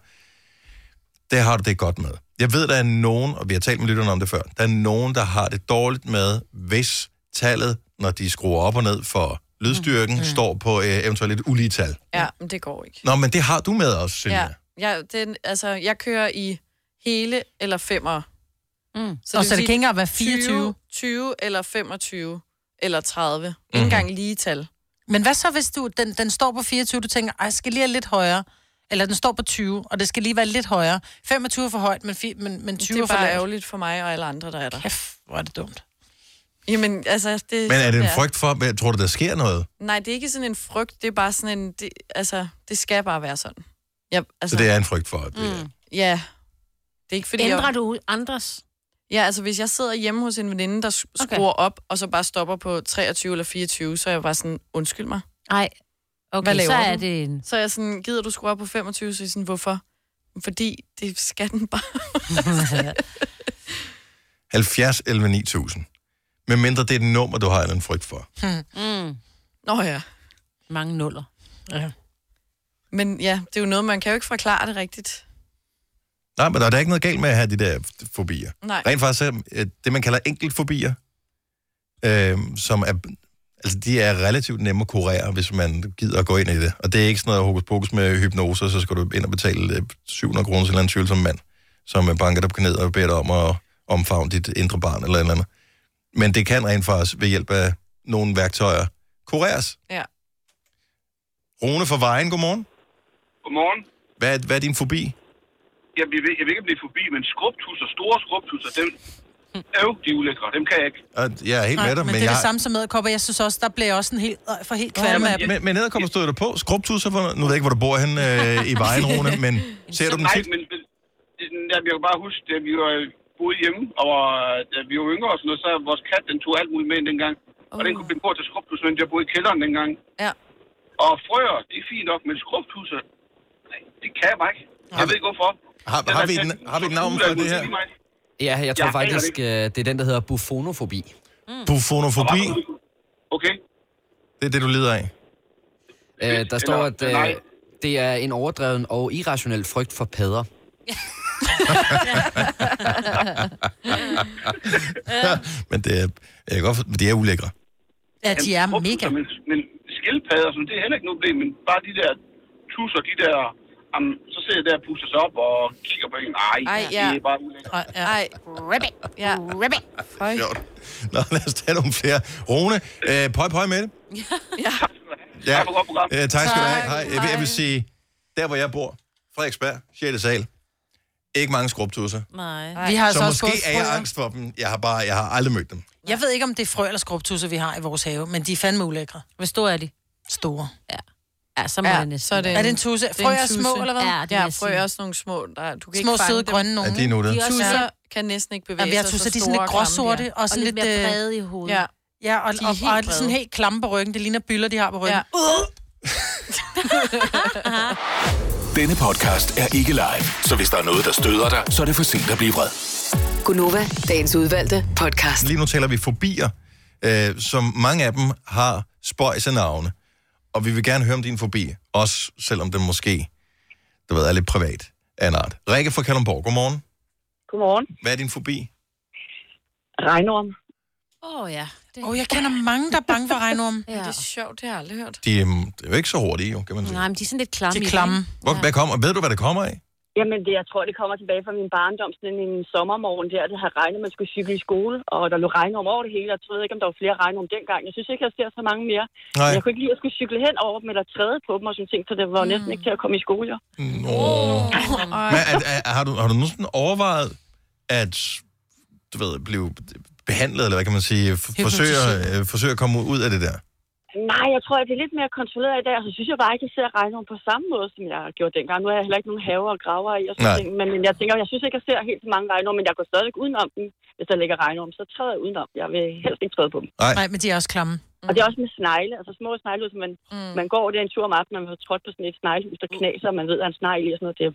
A: Det har du det godt med. Jeg ved, der er nogen, og vi har talt med lytterne om det før, der er nogen, der har det dårligt med, hvis tallet, når de skruer op og ned for lydstyrken, mm. står på øh, eventuelt et ulige tal.
D: Ja, men det går ikke.
A: Nå, men det har du med også, Silvia.
D: Ja, ja den, altså, jeg kører i hele eller femmer.
B: Mm.
D: vil
B: Og så det
D: sige
B: kan ikke engang være 24.
D: 20, 20 eller 25 eller
A: Mhm.
D: 30. Mm-hmm. Ikke engang lige tal.
B: Men hvad så, hvis du, den, den står på 24, du tænker, ej, jeg skal lige have lidt højere. Eller den står på 20, og det skal lige være lidt højere. 25 er for højt, men, fi, men, men 20
D: det er
B: for
D: bare
B: lavt.
D: ærgerligt for mig og alle andre, der er der.
B: Kæft, hvor er det dumt.
D: Jamen, altså... Det,
A: Men er det en
D: ja.
A: frygt for, hvad- tror du, der sker noget?
D: Nej, det er ikke sådan en frygt. Det er bare sådan en... Det, altså, det skal bare være sådan. Ja,
A: Altså,
D: altså,
A: så det er en frygt for, at
D: Mm. Ja. Det er ikke fordi...
C: Ændrer
D: jeg...
C: du andres?
D: Ja, altså hvis jeg sidder hjemme hos en veninde, der sk-
C: Okay.
D: skruer op, og så bare stopper på 23 eller 24, så er jeg bare sådan, undskyld mig.
C: Nej. Okay,
D: Hvad laver
C: så er
D: du?
C: det en...
D: Så er jeg sådan, gider du skrue op på 25, så er jeg sådan, hvorfor? Fordi det skal den bare.
A: Mm. 70 11 9000. Men mindre det er et nummer, du har en eller anden frygt for.
D: Mm. Nå ja.
C: Mange nuller.
B: Ja.
D: Men ja, det er jo noget, man kan jo ikke forklare det rigtigt.
A: Nej, men der er da ikke noget galt med at have de der fobier.
D: Nej.
A: Rent faktisk er øh, det, man kalder enkeltfobier, øh, som er, altså, de er relativt nemme at kurere, hvis man gider at gå ind i det. Og det er ikke sådan noget hokus pokus med hypnose, så skal du ind og betale øh, 700 kroner til en eller anden tvivlsom mand, som øh, banker dig på knæet og beder dig om at omfavne dit indre barn eller et eller andet. Men det kan rent faktisk ved hjælp af nogle værktøjer kureres.
D: Ja.
A: Rune fra Vejen, godmorgen.
O: Godmorgen.
A: Hvad, er- hvad er din fobi?
O: Jeg vil, jeg vil ikke blive forbi, men skrubtusser, store skrubtusser, dem, øv, de er ulækre. Dem kan jeg ikke.
A: Og Jeg er helt
B: Nej,
A: med dig,
B: men, men det er
A: jeg...
B: det samme som æderkopper. Jeg synes også, der bliver jeg også en helt, øh, for helt kvalme af dem.
A: men, men, men æderkopper stod der på. Skrubtusser, for, nu ved jeg ikke, hvor du bor henne øh, i vejen, Rune, men ser du dem
O: Nej,
A: tit?
O: men, men det- jeg kan bare huske, da vi var boede hjemme, og øh, da vi var yngre og sådan noget, så vores kat, den tog alt muligt med ind dengang. Og den kunne blive på til skrubtusser, mens jeg boede i kælderen dengang.
D: Uh. Ja.
O: Og frøer, det er fint nok, men skrubtusser, nej, det kan jeg bare ikke. Jeg ved ikke hvorfor.
A: Har, har, vi, en, har vi et navn for det her?
N: Ja, jeg tror
O: Jeg
N: jeg
O: aner
N: faktisk, øh, det er den, der hedder bufonofobi.
B: Mm.
A: Bufonofobi,
O: Okay.
A: det er det, du lider af.
N: Øh, der står, at øh, det er en overdreven og irrationel frygt for padder.
A: men det er, jeg kan godt, for- de er ulækre.
B: Ja, de er mega.
O: Men, men skildpadder, sådan, det er heller ikke noget problem, men bare de der tusser, de der... Am, så sidder jeg der og puster sig op og kigger på en. Ej,
D: Ej,
O: det
D: ja.
O: er bare ulækkert.
B: Ej, ja.
D: Ej. Ribbit. Ja. Ribbit.
A: Sjovt. Nå, lad os tage nogle flere. Rune, øh, pøj, pøj med det.
D: Ja.
A: Ja, øh, tak skal du have. Hej. Jeg, vil, jeg vil sige, der hvor jeg bor, Frederiksberg, 6. sal, ikke mange skrubtusser.
B: Nej. Vi har
A: så
B: altså også
A: måske
B: gået
A: er jeg
B: frøer.
A: angst for dem. Jeg har, bare, jeg har aldrig mødt dem.
B: Jeg ved ikke, om det er frø eller skrubtusser, vi har i vores have, men de er fandme ulækre.
C: Hvor store er de?
B: Store.
C: Ja. Ja, så må ja, jeg næsten.
D: så er det
B: Er det en tusse?
D: det
B: Frøer
D: en
B: er små,
D: tusse.
B: eller hvad?
D: Ja,
B: Ja,
D: det ja
B: frøer
D: frø er
B: er
D: også nogle små. Der, du kan
B: Små,
D: ikke fange
B: søde
D: dem.
B: grønne nogen, Ja, de er ikke? nuttede. De er også
D: Tusser
B: søde.
D: kan næsten ikke bevæge
B: Jamen, jeg
D: sig.
B: synes,
D: så
B: at de er sådan lidt
D: store og klamme,
B: gråsorte,
D: ja.
B: og sådan lidt... øh,
D: Ja.
B: Ja, og,
D: De er
B: og,
D: helt
B: og, og
D: brede.
B: sådan helt klamme på ryggen. Det ligner byller, de har på ryggen. Uh! Ja.
F: Denne podcast er ikke live, så hvis der er noget, der støder dig, så er det for sent at blive vred.
E: Gunova, dagens udvalgte podcast.
A: Lige nu taler vi fobier, øh, som mange af dem har spøjs af navne. Og vi vil gerne høre om din fobi, også selvom den måske, du ved, er lidt privat af en art. Rikke fra Kalundborg, godmorgen.
Q: Godmorgen.
A: Hvad er din fobi?
Q: Regnorm.
C: Åh, oh, ja. Det...
B: Oh, jeg kender mange, der er bange for regnorm.
C: ja. Det
D: er sjovt, det har jeg aldrig hørt.
A: De, øhm, det er jo ikke så hurtige, jo, kan man sige.
C: Nej, men de er sådan lidt klamme.
B: De
C: i
B: er
C: det,
B: klamme.
C: ikke?
A: Hvor, hvad kommer, ved du, hvad det kommer af?
Q: Jamen, det, jeg tror, det kommer tilbage fra min barndom, sådan en sommermorgen der, det havde regnet, man skulle cykle i skole, og der lå regnorm over det hele, og jeg ved ikke, om der var flere regnorm dengang. Jeg synes ikke, jeg ser så mange mere.
A: Nej.
Q: Jeg kunne ikke lide at skulle cykle hen over dem, eller træde på dem og sådan ting, så det var mm. næsten ikke til at komme i skole, jo.
A: Nå. Men, er, er, er, har, du, har du nogensinde overvejet, at du ved, blive behandlet, eller hvad kan man sige, f- forsøge, øh, forsøge at komme ud af det der?
Q: Nej, jeg tror, at det er lidt mere kontrolleret i dag, og så synes jeg bare ikke, at jeg ser regnorm på samme måde, som jeg gjorde dengang. Nu har jeg heller ikke nogen haver og graver i, og sådan
A: Nej.
Q: ting, men men jeg tænker, jeg synes ikke, at jeg ser helt så mange regnorm, men jeg går stadig udenom dem. Hvis der ligger regnorm, så træder jeg udenom. dem. Jeg vil helst ikke træde på dem.
A: Nej.
B: Nej, men de er også klamme.
Q: Og det er også med snegle, altså små snegle, som man, mm. man går, det er en tur om aftenen, man har trådt på sådan et sneglehus, der knaser, og man ved, at en snegl i og sådan noget. Det er,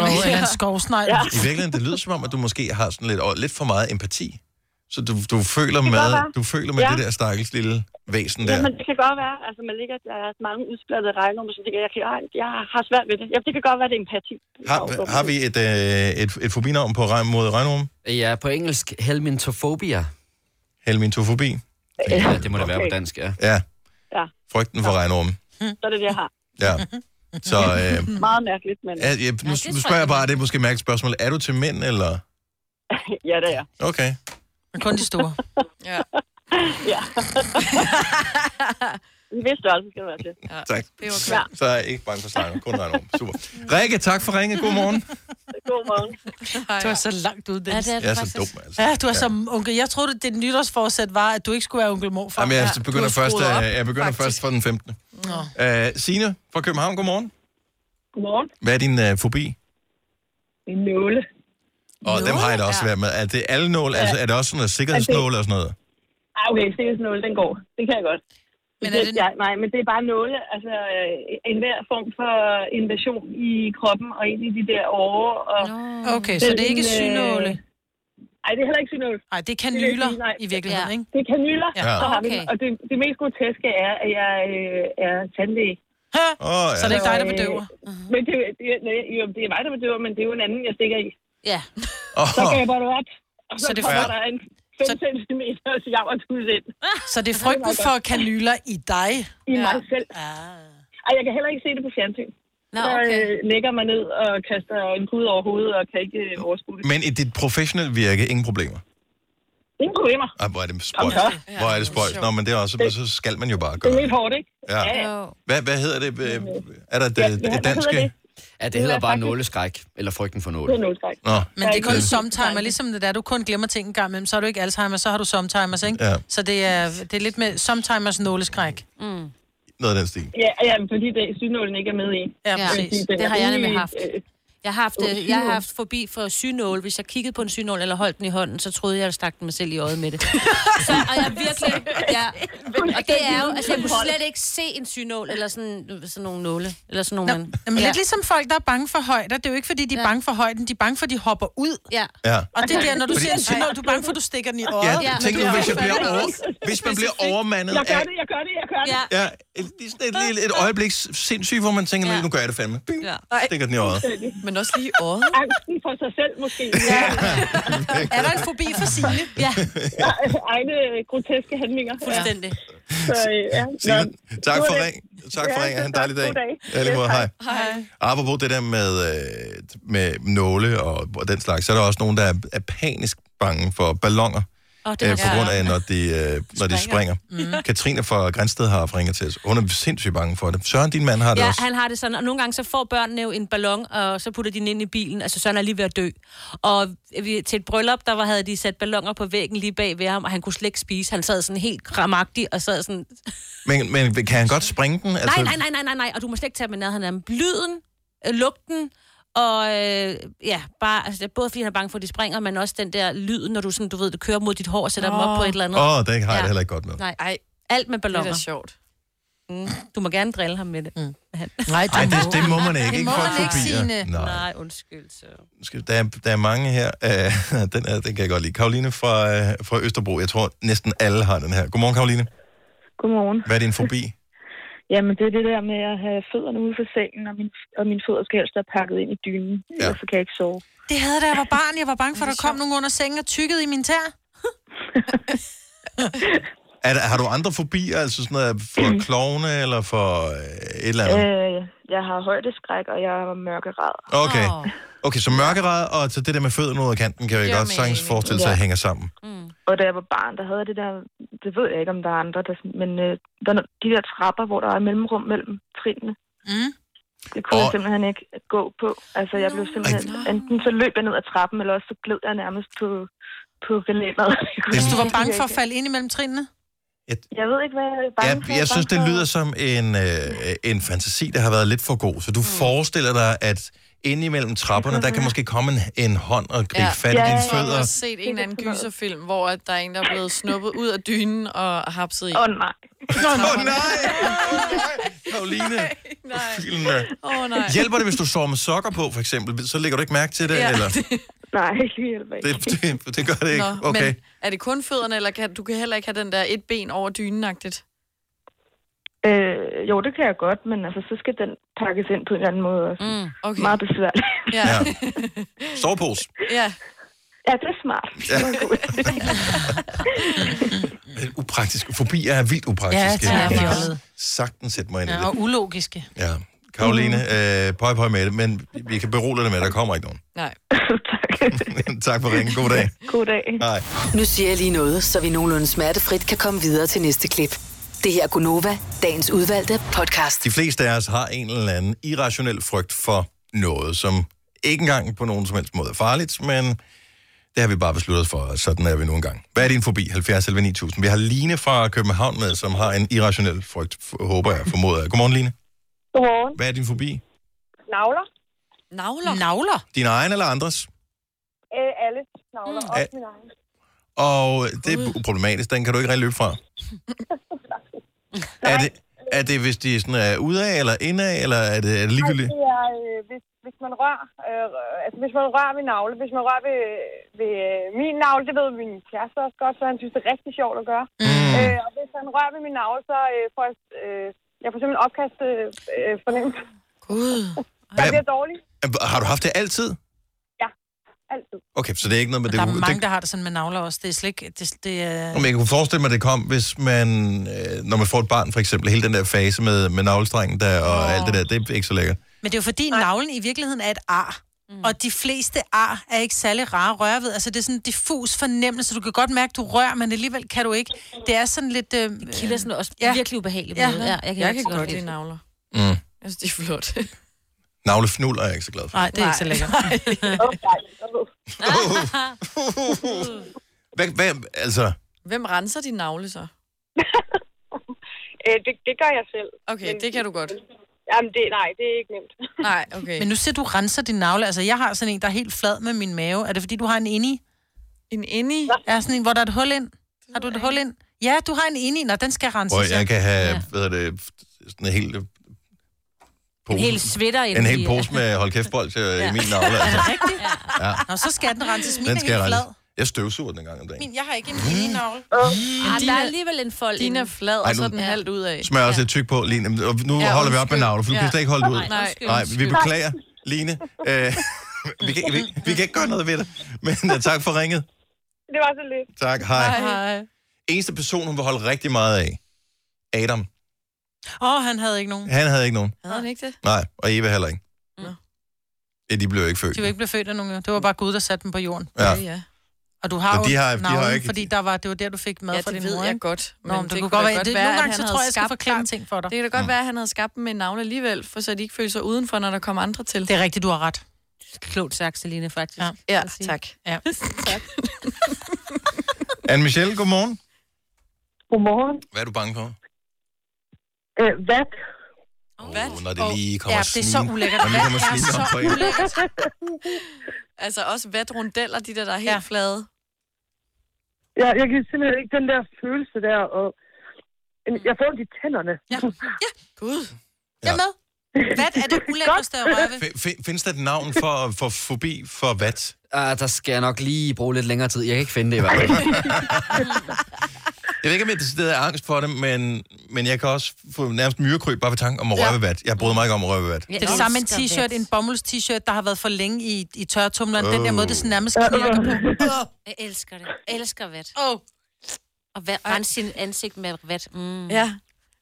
Q: mm.
B: Og en skovsnegl.
Q: Ja.
A: I virkeligheden, det lyder som om, at du måske har sådan lidt, og lidt for meget empati. Så du, du føler
Q: kan godt
A: med,
Q: være.
A: du føler med
Q: Ja.
A: ja. det der stakkels lille væsen der.
Q: Jamen, det kan godt være. Altså, man ligger, der er mange udsplattede regnummer, så tænker jeg, jeg, kan, ej, jeg har svært ved det. Ja, det kan godt være, det er empati.
A: Har, har vi et, øh, et, et fobinavn på regn, mod regnorm?
N: Ja, på engelsk helmintophobia.
A: Helmintofobi?
N: Ja, det må det være på dansk, ja.
A: Ja,
Q: Ja,
A: frygten for regnorm.
Q: så er det det, jeg har.
A: Ja. Så øh,
Q: Meget mærkeligt, men...
A: er, jeg, nu, nu spørger jeg bare, det er måske et mærkeligt spørgsmål. Er du til mænd, eller?
Q: Ja, det er.
A: Okay.
B: Men kun de store.
Q: Ja. ja. en vis størrelse skal det være til. Ja.
A: Tak.
Q: Det var klart.
A: Så er jeg ikke bange for slanger, kun regnorm. Super. Rikke, tak for ringet. God morgen.
Q: Godmorgen.
B: Du er så langt ude, Dennis.
A: Ja, det er du Jeg er så faktisk. dum, altså.
B: Ja, du er
A: Ja.
B: som onkel. Jeg troede, at det nytårsforsæt var, at du ikke skulle være onkel morfar.
A: Jamen, jeg
B: Ja.
A: begynder,
B: Du har
A: først,
B: skruet op,
A: øh, jeg begynder først fra den 15.
B: Nå.
A: Øh, Signe fra København, godmorgen.
R: Godmorgen.
A: Hvad er din øh, fobi?
R: En nåle.
A: Og dem har jeg da også været med. Er det alle nåle? Altså, er det også sådan noget sikkerhedsnåle og sådan noget?
R: Ah, okay, stikkelsnåle, den går. Det kan jeg godt. Men er det... Jeg, nej, men det er bare nåle. Altså, øh, enhver form for invasion i kroppen og ind i de der åre. Og
B: Okay, så det er ikke synåle?
R: Nej, det er heller ikke synåle.
B: Nej, det er
R: vil jeg
B: kanyler
R: sige, nej.
B: i virkeligheden,
R: ja.
B: ikke?
R: Det er kanyler,
B: Ja.
R: ja. så har vi.
B: Okay.
R: Og det, det mest groteske er, at jeg øh, er tandlæge.
A: Åh, ja.
B: Så det er ikke dig, der bedøver?
R: Øh, men det, det, nej, jo, det er mig, der bedøver, men det er jo en anden, jeg stikker i.
C: Ja.
R: Så gaber du op, og så,
B: Så
R: så
B: det
R: det
B: er
R: kommer
B: fra-
R: der en 5 så... cm jammertud ind.
B: Så det er frygten for kanyler i dig? Ah.
R: I mig selv. Ej, jeg kan heller ikke se det på fjernsyn.
C: Nå,
R: Nå, okay. Så øh, lægger man ned og kaster en kud over hovedet og kan ikke øh, overskue det.
A: Men i dit professionelle virke, ingen problemer.
R: Ingen problemer.
A: Ej, Ah, hvor er det spøjt.
R: Kom
A: Hvor er det spøjt. Nå, men det er også, men så skal man jo bare
R: Det
A: gøre
R: er
A: det.
R: lidt hårdt, ikke?
A: Ja. Hvad, hvad hedder det? Øh, Er der det,
R: hvad
A: et
R: hedder
A: dansk?
R: det?
N: Ja, det
R: Det
N: hedder
R: er
N: bare
R: faktisk-
N: nåleskræk, eller frygten for
R: Det
N: nåle.
R: er nålskræk.
A: Nå.
B: Men det er kun
N: Ja.
B: somtimer, ligesom det der, du kun glemmer ting en gang imellem, så har du ikke Alzheimer, så har du somtimers, ikke?
A: Ja.
B: Så det er, det er lidt med somtimers nåleskræk. Mm.
A: Noget af den stil.
R: Ja, ja, men fordi det, sygnålen ikke er med i.
B: Ja,
R: Fordi
C: præcis.
R: den
C: Det
R: er
C: har jeg
R: ude
C: nemlig
R: i,
C: haft.
R: øh,
C: Jeg har haft,
R: Åh,
C: øh, jeg har
R: synål.
C: haft forbi for synål. Hvis jeg kiggede på en synål eller holdt den i hånden, så troede jeg, at jeg stak den mig selv i øjet med det. Så, og jeg virkelig... Jeg, og det er jo... Altså, jeg kunne slet ikke se en synål eller sådan, sådan nogle nåle. Eller sådan nogle... man-
B: Jamen, ja.
C: Ja.
B: lidt ligesom folk, der er bange for højder. Det er jo ikke, fordi de er bange for højden. De er bange for, at de hopper ud.
C: Ja.
A: Ja.
B: Og det er der, når du
A: Fordi-
B: ser en synål, du er bange for, at du stikker den i øjet.
A: Ja, tænk nu, hvis, jeg bliver over, hvis man bliver overmandet
B: Jeg gør
A: af...
B: det,
R: Jeg gør det, jeg gør det.
C: Ja.
A: Ja, et, lige sådan et, lille- et øjeblik sindssygt, hvor man tænker, ja. nu gør jeg det fandme. Bing,
B: Ja.
A: stikker den i øjet.
R: Men også lige året. Angsten for sig selv måske. Ja.
B: Er der en fobi for Signe?
C: Ja.
R: Egne øh, groteske handlinger.
C: Fuldstændig.
R: Så, øh, ja.
A: Signe, tak
R: det var
A: for
R: det.
A: ring. Tak for
R: Ja,
A: ring. Ha' en
R: tak.
A: dejlig dag.
R: God dag.
A: Ja, lige måde.
R: Yes,
A: Hej.
R: Hej.
A: Apropos det der med, øh, med nåle og, og den slags, så er der også nogen, der er, er panisk bange for ballonger.
C: Åh, det
A: øh,
C: har
A: på
C: jeg
A: grund
C: hørt.
A: af, når de, øh, når de springer. Mm. Katrine fra Grænsted har ringet til os. Hun er sindssygt bange for det. Søren, din mand har det
C: Ja,
A: også.
C: han har det sådan, og nogle gange så får børnene jo en ballon, og så putter de den ind i bilen, altså Søren er lige ved at dø. Og vi, til et bryllup, der var, havde de sat balloner på væggen lige bag ved ham, og han kunne slet ikke spise. Han sad sådan helt kramagtig, og sad sådan,
A: Men, men kan han godt springe den?
C: altså... nej, nej, nej, nej, nej, nej, og du må slet ikke tage med ned, han er lyden, øh, lugten, og øh, ja, bare, altså, både fordi han er bange for, at de springer, men også den der lyd, når du sådan, du ved, det kører mod dit hår og sætter oh. dem op på et eller andet.
A: Åh, det har jeg det heller ikke godt med.
C: Nej, Ej. alt med balloner.
A: da
C: sjovt. Mm. Du må gerne drille ham med det. Mm.
B: Nej,
A: Ej, det, det må man ikke.
C: Det
A: ikke
C: må
A: for
C: man ikke,
A: fobier.
C: Signe.
A: Nej.
C: Nej, undskyld. Så.
A: Skal- Der, er, der er mange her. Øh, den, er, den kan jeg godt lide. Karoline fra, øh, fra Østerbro. Jeg tror, næsten alle har den her. Godmorgen, Karoline.
S: Godmorgen.
A: Hvad er din fobi?
S: Jamen, det er det der med at have fødderne ude for sengen, og, min, og mine fødder skal helst være pakket ind i dynen, ja. ellers så kan jeg ikke sove.
B: Det havde jeg, da jeg var barn. Jeg var bange for, at der kom nogen under sengen og tykkede i min tær.
A: Er der, har du andre fobier, altså sådan noget for klovne eller for øh, et eller andet?
S: Øh, jeg har højdeskræk, og jeg har mørkeræd.
A: Okay. Okay, så mørkeræd og så det der med fødderne ud af kanten, kan jeg
S: Giver
A: godt
S: mening.
A: sagtens forestille sig,
S: Ja.
A: at hænger sammen.
S: Og da jeg var barn, der havde jeg det der, det ved jeg ikke, om der er andre, der, sådan- men øh, der, er no- de der trapper, hvor der er mellemrum mellem trinene.
B: Mm.
S: Det kunne jeg
A: Og-
S: simpelthen ikke gå på. Altså, jeg blev simpelthen... Enten så løb jeg ned ad trappen, eller også så gled jeg nærmest på, på gelænderet.
B: Hvis du var bange for at falde ind imellem trinene?
S: Jeg ved ikke, hvad jeg er bange
A: Jeg,
S: for.
A: jeg synes, det lyder som en, øh, en fantasi, der har været lidt for god. Så du mm. forestiller dig, at inde imellem trapperne, der kan måske komme en, en hånd og gribe ja. fat i dine
D: Jeg har
A: fødder.
D: også set en eller anden gyserfilm, hvor at der er en, der er blevet snuppet ud af dynen og hapset i.
S: Åh, oh, nej.
A: Åh, oh, nej! Karoline, filmen er-
D: Åh, oh, nej.
A: Hjælper det, hvis du sover med sokker på, for eksempel? Så lægger du ikke mærke til det?
D: Ja.
A: Eller?
S: Nej, det hjælper ikke.
A: Det, det, det gør det ikke.
D: Nå,
A: okay.
D: men er det kun fødderne, eller kan, du kan heller ikke have den der et ben over dynen-agtigt?
S: Øh, jo, det kan jeg godt, men altså, så skal den pakkes ind på en anden måde også. Mm,
D: okay.
S: Meget besværligt.
D: Ja.
A: Ja. Sovepose.
D: ja.
S: Ja, det er smart.
A: Ja. Men Upraktisk. Fobier er vildt upraktiske.
B: Ja, det er
A: Jeg kan
B: fjollet.
A: Sagtens sætte mig ind i
B: Ja,
A: det.
B: og ulogiske.
A: Ja. Karoline, øh, pøj pøj med det, men vi kan berolige dig med, at der kommer ikke nogen.
D: Nej.
A: tak for ringen. God dag.
S: God dag.
A: Hej.
E: Nu siger jeg lige noget, så vi nogenlunde smertefrit kan komme videre til næste klip. Det her er Gunova, dagens udvalgte podcast.
A: De fleste af os har en eller anden irrationel frygt for noget, som ikke engang på nogen som helst måde er farligt, men det har vi bare besluttet os for, og sådan er vi nu engang. Hvad er din fobi? 70 11 9000. Vi har Line fra København med, som har en irrationel frygt, f- håber jeg, formoder jeg. Godmorgen, Line.
T: Godmorgen.
A: Hvad er din fobi?
T: Navler.
D: Navler?
B: Navler?
A: Din egen eller andres?
T: Øh, alle navler. Mm. Også
A: Al-
T: min egen.
A: Og det er problematisk, den kan du ikke rigtig løbe fra. Er det, er det, hvis de sådan er udad eller indad, eller er det, er det ligegyldigt?
T: Ej, det er, øh, hvis, hvis man rører, øh, rø- altså hvis man rører ved navle, hvis man rører ved, ved øh, min navle, det ved min kæreste også godt, så han synes, det er rigtig sjovt at gøre. Mm. Øh, og hvis han rører ved min navle, så øh, får jeg, øh, jeg får simpelthen opkast øh, øh, fornemmelse.
D: Gud.
T: Jeg bliver dårlig.
A: Har du haft det altid?
T: Ja, altid.
A: Okay, så det er ikke noget med
B: Men der er
A: det. det,
B: mange, der har det sådan med navler også. Det er slet ikke... Det, det er...
A: Om jeg kunne forestille mig, at det kom, hvis man, øh, når man får et barn for eksempel, hele den der fase med, med navlestrengen der og alt det der, det er ikke så lækkert.
B: Men det er jo fordi, navlen i virkeligheden er et ar. Mm. Og de fleste ar er ikke særlig rare at røre ved. Altså, det er sådan en diffus fornemmelse. Du kan godt mærke, du rører, men alligevel kan du ikke. Det er sådan lidt... Øh, det
C: kilder sådan også virkelig ubehageligt
B: Ja.
C: måde. Ja, jeg kan
D: Jeg
C: rigtig
D: kan godt
C: godt
D: lide
C: lide
D: navler.
A: Mm.
D: Jeg synes, det er flot.
A: Navlefnul er jeg ikke så glad for.
B: Nej, det er ikke så lækkert.
A: Hvad, hvad, altså,
D: Hvem renser din navle så?
T: Øh, det, det gør jeg selv.
D: Okay, det kan du godt.
T: Jamen, det, nej, det er ikke nemt.
D: Nej, okay.
B: Men nu ser du renser din navle. Altså, jeg har sådan en, der er helt flad med min mave. Er det fordi, du har en indi?
D: En indi?
B: Ja, sådan en, hvor der er et hul ind. Har du et hul ind? Ja, du har en indi. Nå, den skal renses.
A: hvor jeg
B: ja.
A: kan have, hvad er det, sådan en hel
B: En
A: pose,
B: hel sweater ind
A: en
B: i-
A: hel pose med hold kæft bold til, ja. i min navle.
B: Er
A: Altså.
B: det rigtigt?
A: Ja.
B: Nå, så skal den renses. Min
A: Den
B: er
A: skal jeg
B: helt flad.
A: rense. Jeg støvsuger den en gang om dagen.
B: Min, jeg har ikke en indi navle.
C: Ja, der er alligevel en fold
D: Din er flad,
A: Ej,
D: og så
A: nu-
D: er den halvt ud af.
A: Smør også lidt tyk på, Line. Og nu
D: Ja,
A: ja, holder vi op med
D: undskyld.
A: navle, for du ja.
D: Ja.
A: kan slet ikke holde det ud.
D: Nej, undskyld,
A: Nej vi
D: undskyld.
A: beklager, Line. Øh, vi, kan, vi, vi kan ikke gøre noget ved det. Men uh, tak for ringet.
T: Det var så lidt.
A: Tak, hej.
B: Hej.
A: Eneste person, hun vil holde rigtig meget af, Adam.
B: Åh, oh, han havde ikke nogen.
A: Han havde ikke nogen.
B: Havde han ikke det?
A: Nej, og Eva heller ikke.
B: Nå.
A: Ja, de blev jo ikke født.
B: De var ikke blevet født af nogen. jo. Det var bare Gud, der satte dem på jorden.
A: Ja.
D: ja.
B: Og du har
A: Men de
B: jo
A: har- de har
B: navlen,
A: ikke-
B: fordi der var, det var der, du fik mad
D: Ja,
B: fra
D: det
B: din
D: ved
B: mor.
D: jeg
B: ikke?
D: godt,
B: Nå,
D: men
B: men det,
D: det
B: kunne
D: kunne
B: godt
D: da
B: være,
D: godt
B: det,
D: være,
B: nogle
D: at
B: gange,
D: han
B: så
D: havde
B: tror jeg, jeg skal
D: skabt-
B: forklare ting for dig.
D: Det kan da godt være, at han havde skabt dem med en navle alligevel, for så de ikke føler sig udenfor, når der kommer andre til.
B: Det er rigtigt, du har ret.
C: Klogt sagt, Celine, faktisk. Ja,
D: ja tak.
B: Ja.
A: Anne-Michelle, godmorgen.
U: Godmorgen.
A: Hvad er du bange for?
U: Øh, hvad?
A: Oh, når det lige kommer
D: Ja, det er så
A: snigende-
D: ulækkert.
A: Når det lige kommer
D: Det er
A: snigende op
D: så
A: på en.
D: ulækkert. altså også vatrundeller, de der, der er helt flade.
U: Ja, jeg kan simpelthen ikke den der følelse der, og jeg får de tænderne.
B: Ja, ja. Gud. Jeg med. Hvad er det ulækkerste at røre ved?
A: F- f- findes der et navn for, for fobi for vat?
N: Ah, der skal jeg nok lige bruge lidt længere tid. Jeg kan ikke finde det i hvert fald.
A: Jeg ved ikke, om jeg decideret er angst for det, men, men jeg kan også få nærmest myrekryb bare ved tanken om at røre ved vat. Jeg bryder mig ikke om at røre ved vat.
B: Det er det samme med en t-shirt, en bomulds-t-shirt, der har været for længe i, i tørretumleren. Den der
A: Åh.
B: måde, det sådan nærmest knirker på.
C: Jeg elsker det. Jeg elsker vat.
B: Oh.
C: Og vat, rense sin ansigt med vat. Mm.
D: Ja.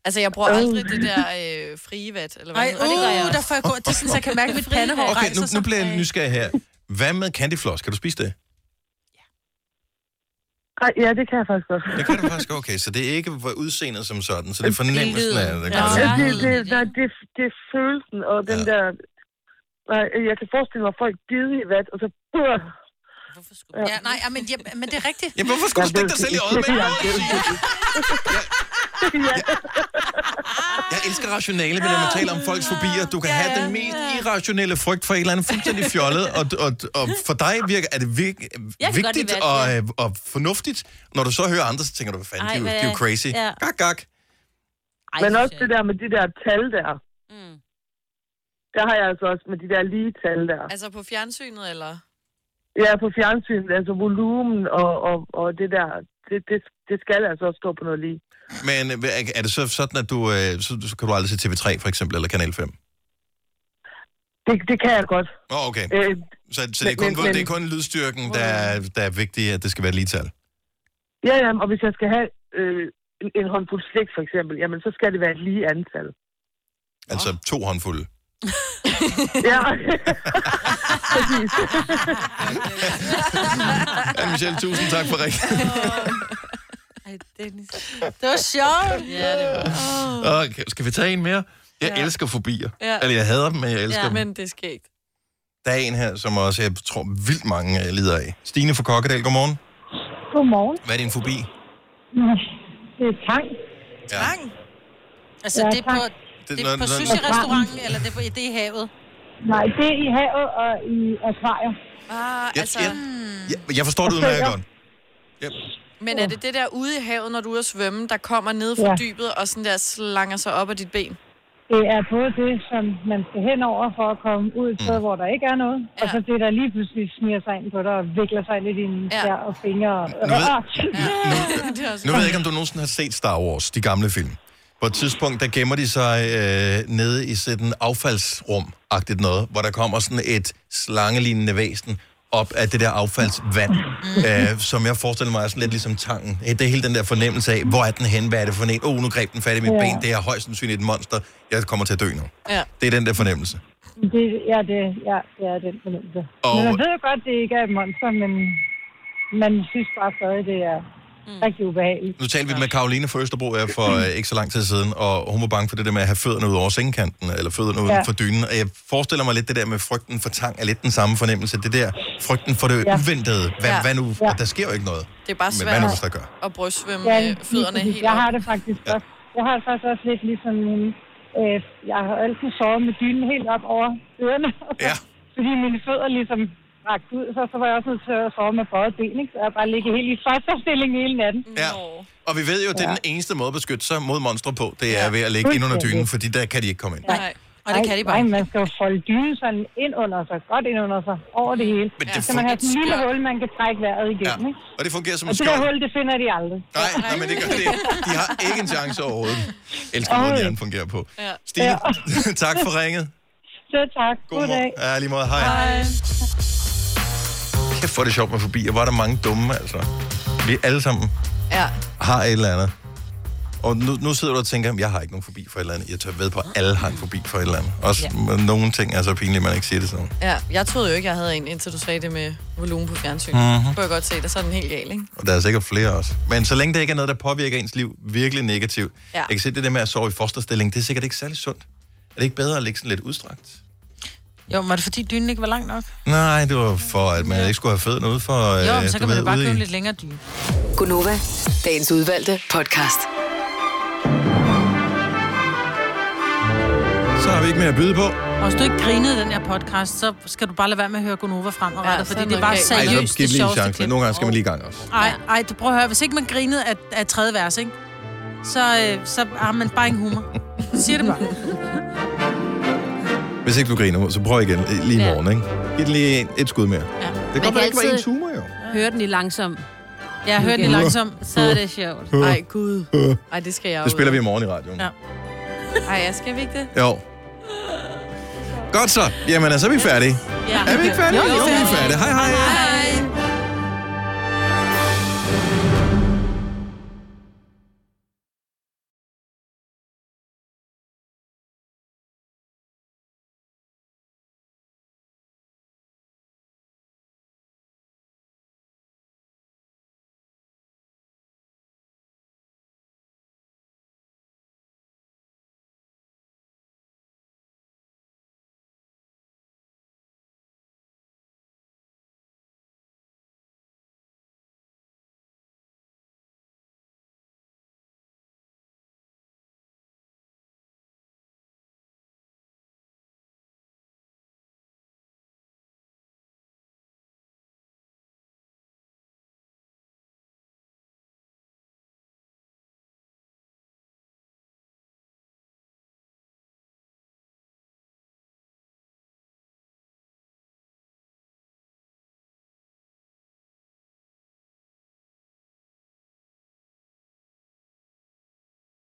D: Altså, jeg bruger aldrig det der øh, frie vat, eller hvad
B: Ej,
D: det hedder. Det gør jeg
B: uh,
D: også.
B: der får jeg gå. Det er sådan, så jeg kan mærke mit pandehår
A: Okay,
B: rejser
A: nu, nu bliver jeg nysgerrig her. Hvad med candyfloss? Kan du spise det?
U: Ej, ja, det kan jeg faktisk godt.
A: Det kan du faktisk okay, så det er ikke hvor udseendet som sådan, så det er fornemmelsen af det. der gør
U: Ja, det,
A: det.
U: det, nej, det, det er følelsen, og den der... Nej, jeg kan forestille mig, at folk bide i vat, og så... Uh,
B: Hvorfor skulle ja. ja, nej, ja, men, ja, men det er rigtigt.
A: Jamen, hvorfor skulle du stikke dig selv i øjet med noget? Jeg elsker rationale, men når man taler om folks fobier, du kan have den mest irrationelle frygt for et eller andet fuldstændig fjollet, og, og, og for dig virker, er det virk,
C: Jeg kan godt
A: vigtigt
C: lide
A: og, øh,
C: valg,
A: og fornuftigt. Når du så hører andre, så tænker du, hvad fanden,
C: Ej,
A: Ej, de, er jo-
C: hvad-
A: de er jo crazy.
C: ja.
A: Ja. Gak, gak.
U: Men også det der med de der tal der.
C: Mm.
U: Der har jeg altså også med de der lige tal der.
D: Altså på fjernsynet, eller?
U: Ja, på fjernsyn, altså volumen og, og, og det der, det, det, det skal altså også stå på noget lige.
A: Men øh, er- er det så sådan, at du, øh, så, så kan du aldrig se TV3 for eksempel, eller Kanal 5?
U: Det, det kan jeg godt.
A: Åh, oh, okay.
U: Øh,
A: Så, så det, er kun,
U: men- men-
A: det er kun lydstyrken, der, er- der er vigtig, at det skal være et lige tal.
U: Ja, ja, og hvis jeg skal have øh, en, en håndfuld slik for eksempel, jamen så skal det være et lige antal.
A: Altså to håndfulde.
U: ja. Præcis.
A: Ja, Michelle, tusind tak for ringen.
B: Det var sjovt. Ja, det var.
A: Okay, skal vi tage en mere? Jeg ja. elsker fobier.
D: Ja.
A: Ja. Eller jeg hader dem, men jeg elsker ja, dem.
D: men det skal ikke.
A: Der er en her, som også jeg tror vildt mange øh, lider af. Stine fra Kokkedal, godmorgen.
R: Godmorgen.
A: Hvad er din fobi?
R: Nå, Det er tang.
B: Tang? Altså,
R: Ja,
B: det er på,
R: tang.
B: det
A: Det-
B: er
A: når-
B: på
A: når-
B: sushi-restauranten, eller det er, på, det er i havet?
R: Nej, det er i havet og i akvarier.
D: Ah,
A: Jeg,
D: altså,
A: jeg, jeg, jeg forstår det udmærket godt.
D: men er det det der ude i havet, når du er ude at svømme, der kommer ned fra
R: Ja.
D: dybet og sådan der slanger sig op af dit ben?
R: Det er både det, som man skal hen over for at komme ud et sted, hvor der ikke er noget, Mm. ja. og så det, der lige pludselig smiger sig ind på dig og vikler sig ind i dine ja. og fingre. Og,
A: Nu ved-
R: Ah, shit. Altså.
A: Nu ved jeg ikke, om du nogensinde har set Star Wars, de gamle film. På et tidspunkt, der gemmer de sig øh, nede i sådan affaldsrum-agtigt noget, hvor der kommer sådan et slangelignende væsen op af det der affaldsvand, øh, som jeg forestiller mig er sådan lidt ligesom tangen. Eh, Det er hele den der fornemmelse af, hvor er den hen, hvad er det for en? Åh, oh, nu greb den fat i mit
R: Ja.
A: ja. ben, det er højst sandsynligt et monster, jeg kommer til at dø nu.
R: Ja.
A: Det er den der fornemmelse.
R: Det, ja, det, ja, det er den fornemmelse. Og...
A: Og-
R: Men man ved jo godt, det ikke er et monster, men man synes bare stadig, det er mm. rigtig ubehageligt.
A: Nu talte vi med Karoline fra Østerbro her for øh, ikke så lang tid siden, og hun var bange for det der med at have fødderne ud over sengekanten, eller fødderne uden
R: Ja.
A: ja. for dynen. Og jeg forestiller mig lidt det der med frygten for tang, er lidt den samme fornemmelse. Det der frygten for det
D: Ja.
A: ja. uventede. Hvad,
D: Ja.
A: ja. hvad nu? Ja. Der sker jo ikke noget.
D: Det er bare
A: Men hvad
D: svært
A: nu, hvis der gør?
D: at brystsvømme
R: Ja,
D: ja,
R: lige
D: øh, fødderne
R: præcis.
D: helt
R: Jeg
D: op.
R: har det faktisk ja. også. Jeg har det faktisk også lidt ligesom min... Øh, jeg har altid sovet med dynen helt op over ørerne.
A: Ja.
R: fordi mine fødder ligesom rakt ud, så, så var jeg også nødt til at sove med både ben, ikke? Så jeg bare ligget helt i fosterstilling hele natten.
A: Ja. Og vi ved jo, at det er den eneste måde at beskytte sig mod monstre på, det er ved at ligge ind under dynen, fordi der kan de ikke komme ind.
R: Nej.
B: Og det kan de bare
R: Nej, man skal jo folde dynen sådan ind under sig, godt ind under sig, over det hele.
A: Men det
R: så skal man have
A: fungerer-
R: sådan en lille hul, man kan trække vejret igennem, ja. ikke?
A: Og det fungerer som
R: Og
A: en
R: det der
A: skjold.
R: hul, det finder de aldrig.
A: Nej, nej, men det gør det ikke. De har ikke en chance overhovedet. Elsker måden,
R: Ej.
A: hjernen fungerer på.
R: Ja.
A: Stine, tak for ringet.
R: Så tak. God,
A: Godmorgen.
R: dag.
A: Ja, lige måde. Hej. Kæft, hvor er det sjovt med fobier. Hvor er der mange dumme, altså. Vi alle sammen
D: Ja.
A: har et eller andet. Og nu, nu sidder du og tænker, jeg har ikke nogen fobi for et eller andet. Jeg tør ved på, at alle har en fobi for et eller andet. Også
D: Ja.
A: ja. nogle ting er så pinlige, at man ikke siger det sådan.
D: Ja, jeg troede jo ikke, jeg havde en, indtil du sagde det med volumen på fjernsyn.
A: Mhm.
D: Mm-hmm. Kunne jeg godt se det, så er den helt gal, ikke?
A: Og der er sikkert flere også. Men så længe det ikke er noget, der påvirker ens liv virkelig negativt.
D: Ja.
A: Ja. Jeg kan se det der med at sove i fosterstilling, det er sikkert ikke særlig sundt. Er det ikke bedre at ligge sådan lidt udstrakt?
B: Jo, men var det fordi dynen ikke var lang nok?
A: Nej, det var for, at man ikke skulle have fødderne ude for...
B: Jo, men
A: øh,
B: så
A: du
B: kan man
A: ved,
B: jo bare
A: ude i-
B: købe lidt længere dyne.
V: Gunova, dagens udvalgte podcast.
A: Så har vi ikke mere at byde på.
B: Og hvis du ikke grinede i den her podcast, så skal du bare lade være med at høre Gonova fremadrettet,
D: Ja,
B: ja,
D: så er
B: fordi det
D: man
B: var
D: galt.
A: Ej, så
B: seriøst
A: giv
B: det
A: lige en
B: sjoveste
A: chance.
B: klip.
A: Nogle gange skal man lige i gang også.
B: Ej, ej, du prøver at høre, hvis ikke man grinede af, af tredje vers, ikke? Så, øh, så har man bare ingen humor. Siger det bare.
A: Hvis ikke du griner, så prøv igen øh, lige i
C: Ja.
A: morgen, ikke? Giv den lige en- et skud mere.
C: Ja.
A: Det kan godt være, det ikke var ens humor, jo.
C: Hør den i langsom.
B: Jeg
A: hør den i langsom.
C: Så er det sjovt.
A: Ej,
D: gud. Ej, det skal jeg
A: Det spiller vi i morgen i radioen.
B: Ja.
D: Ej, jeg skal vi ikke det?
A: Jo. Godt så. Jamen, så er vi færdige.
D: Ja.
A: Er vi ikke færdige? Jo, vi er færdige. Hej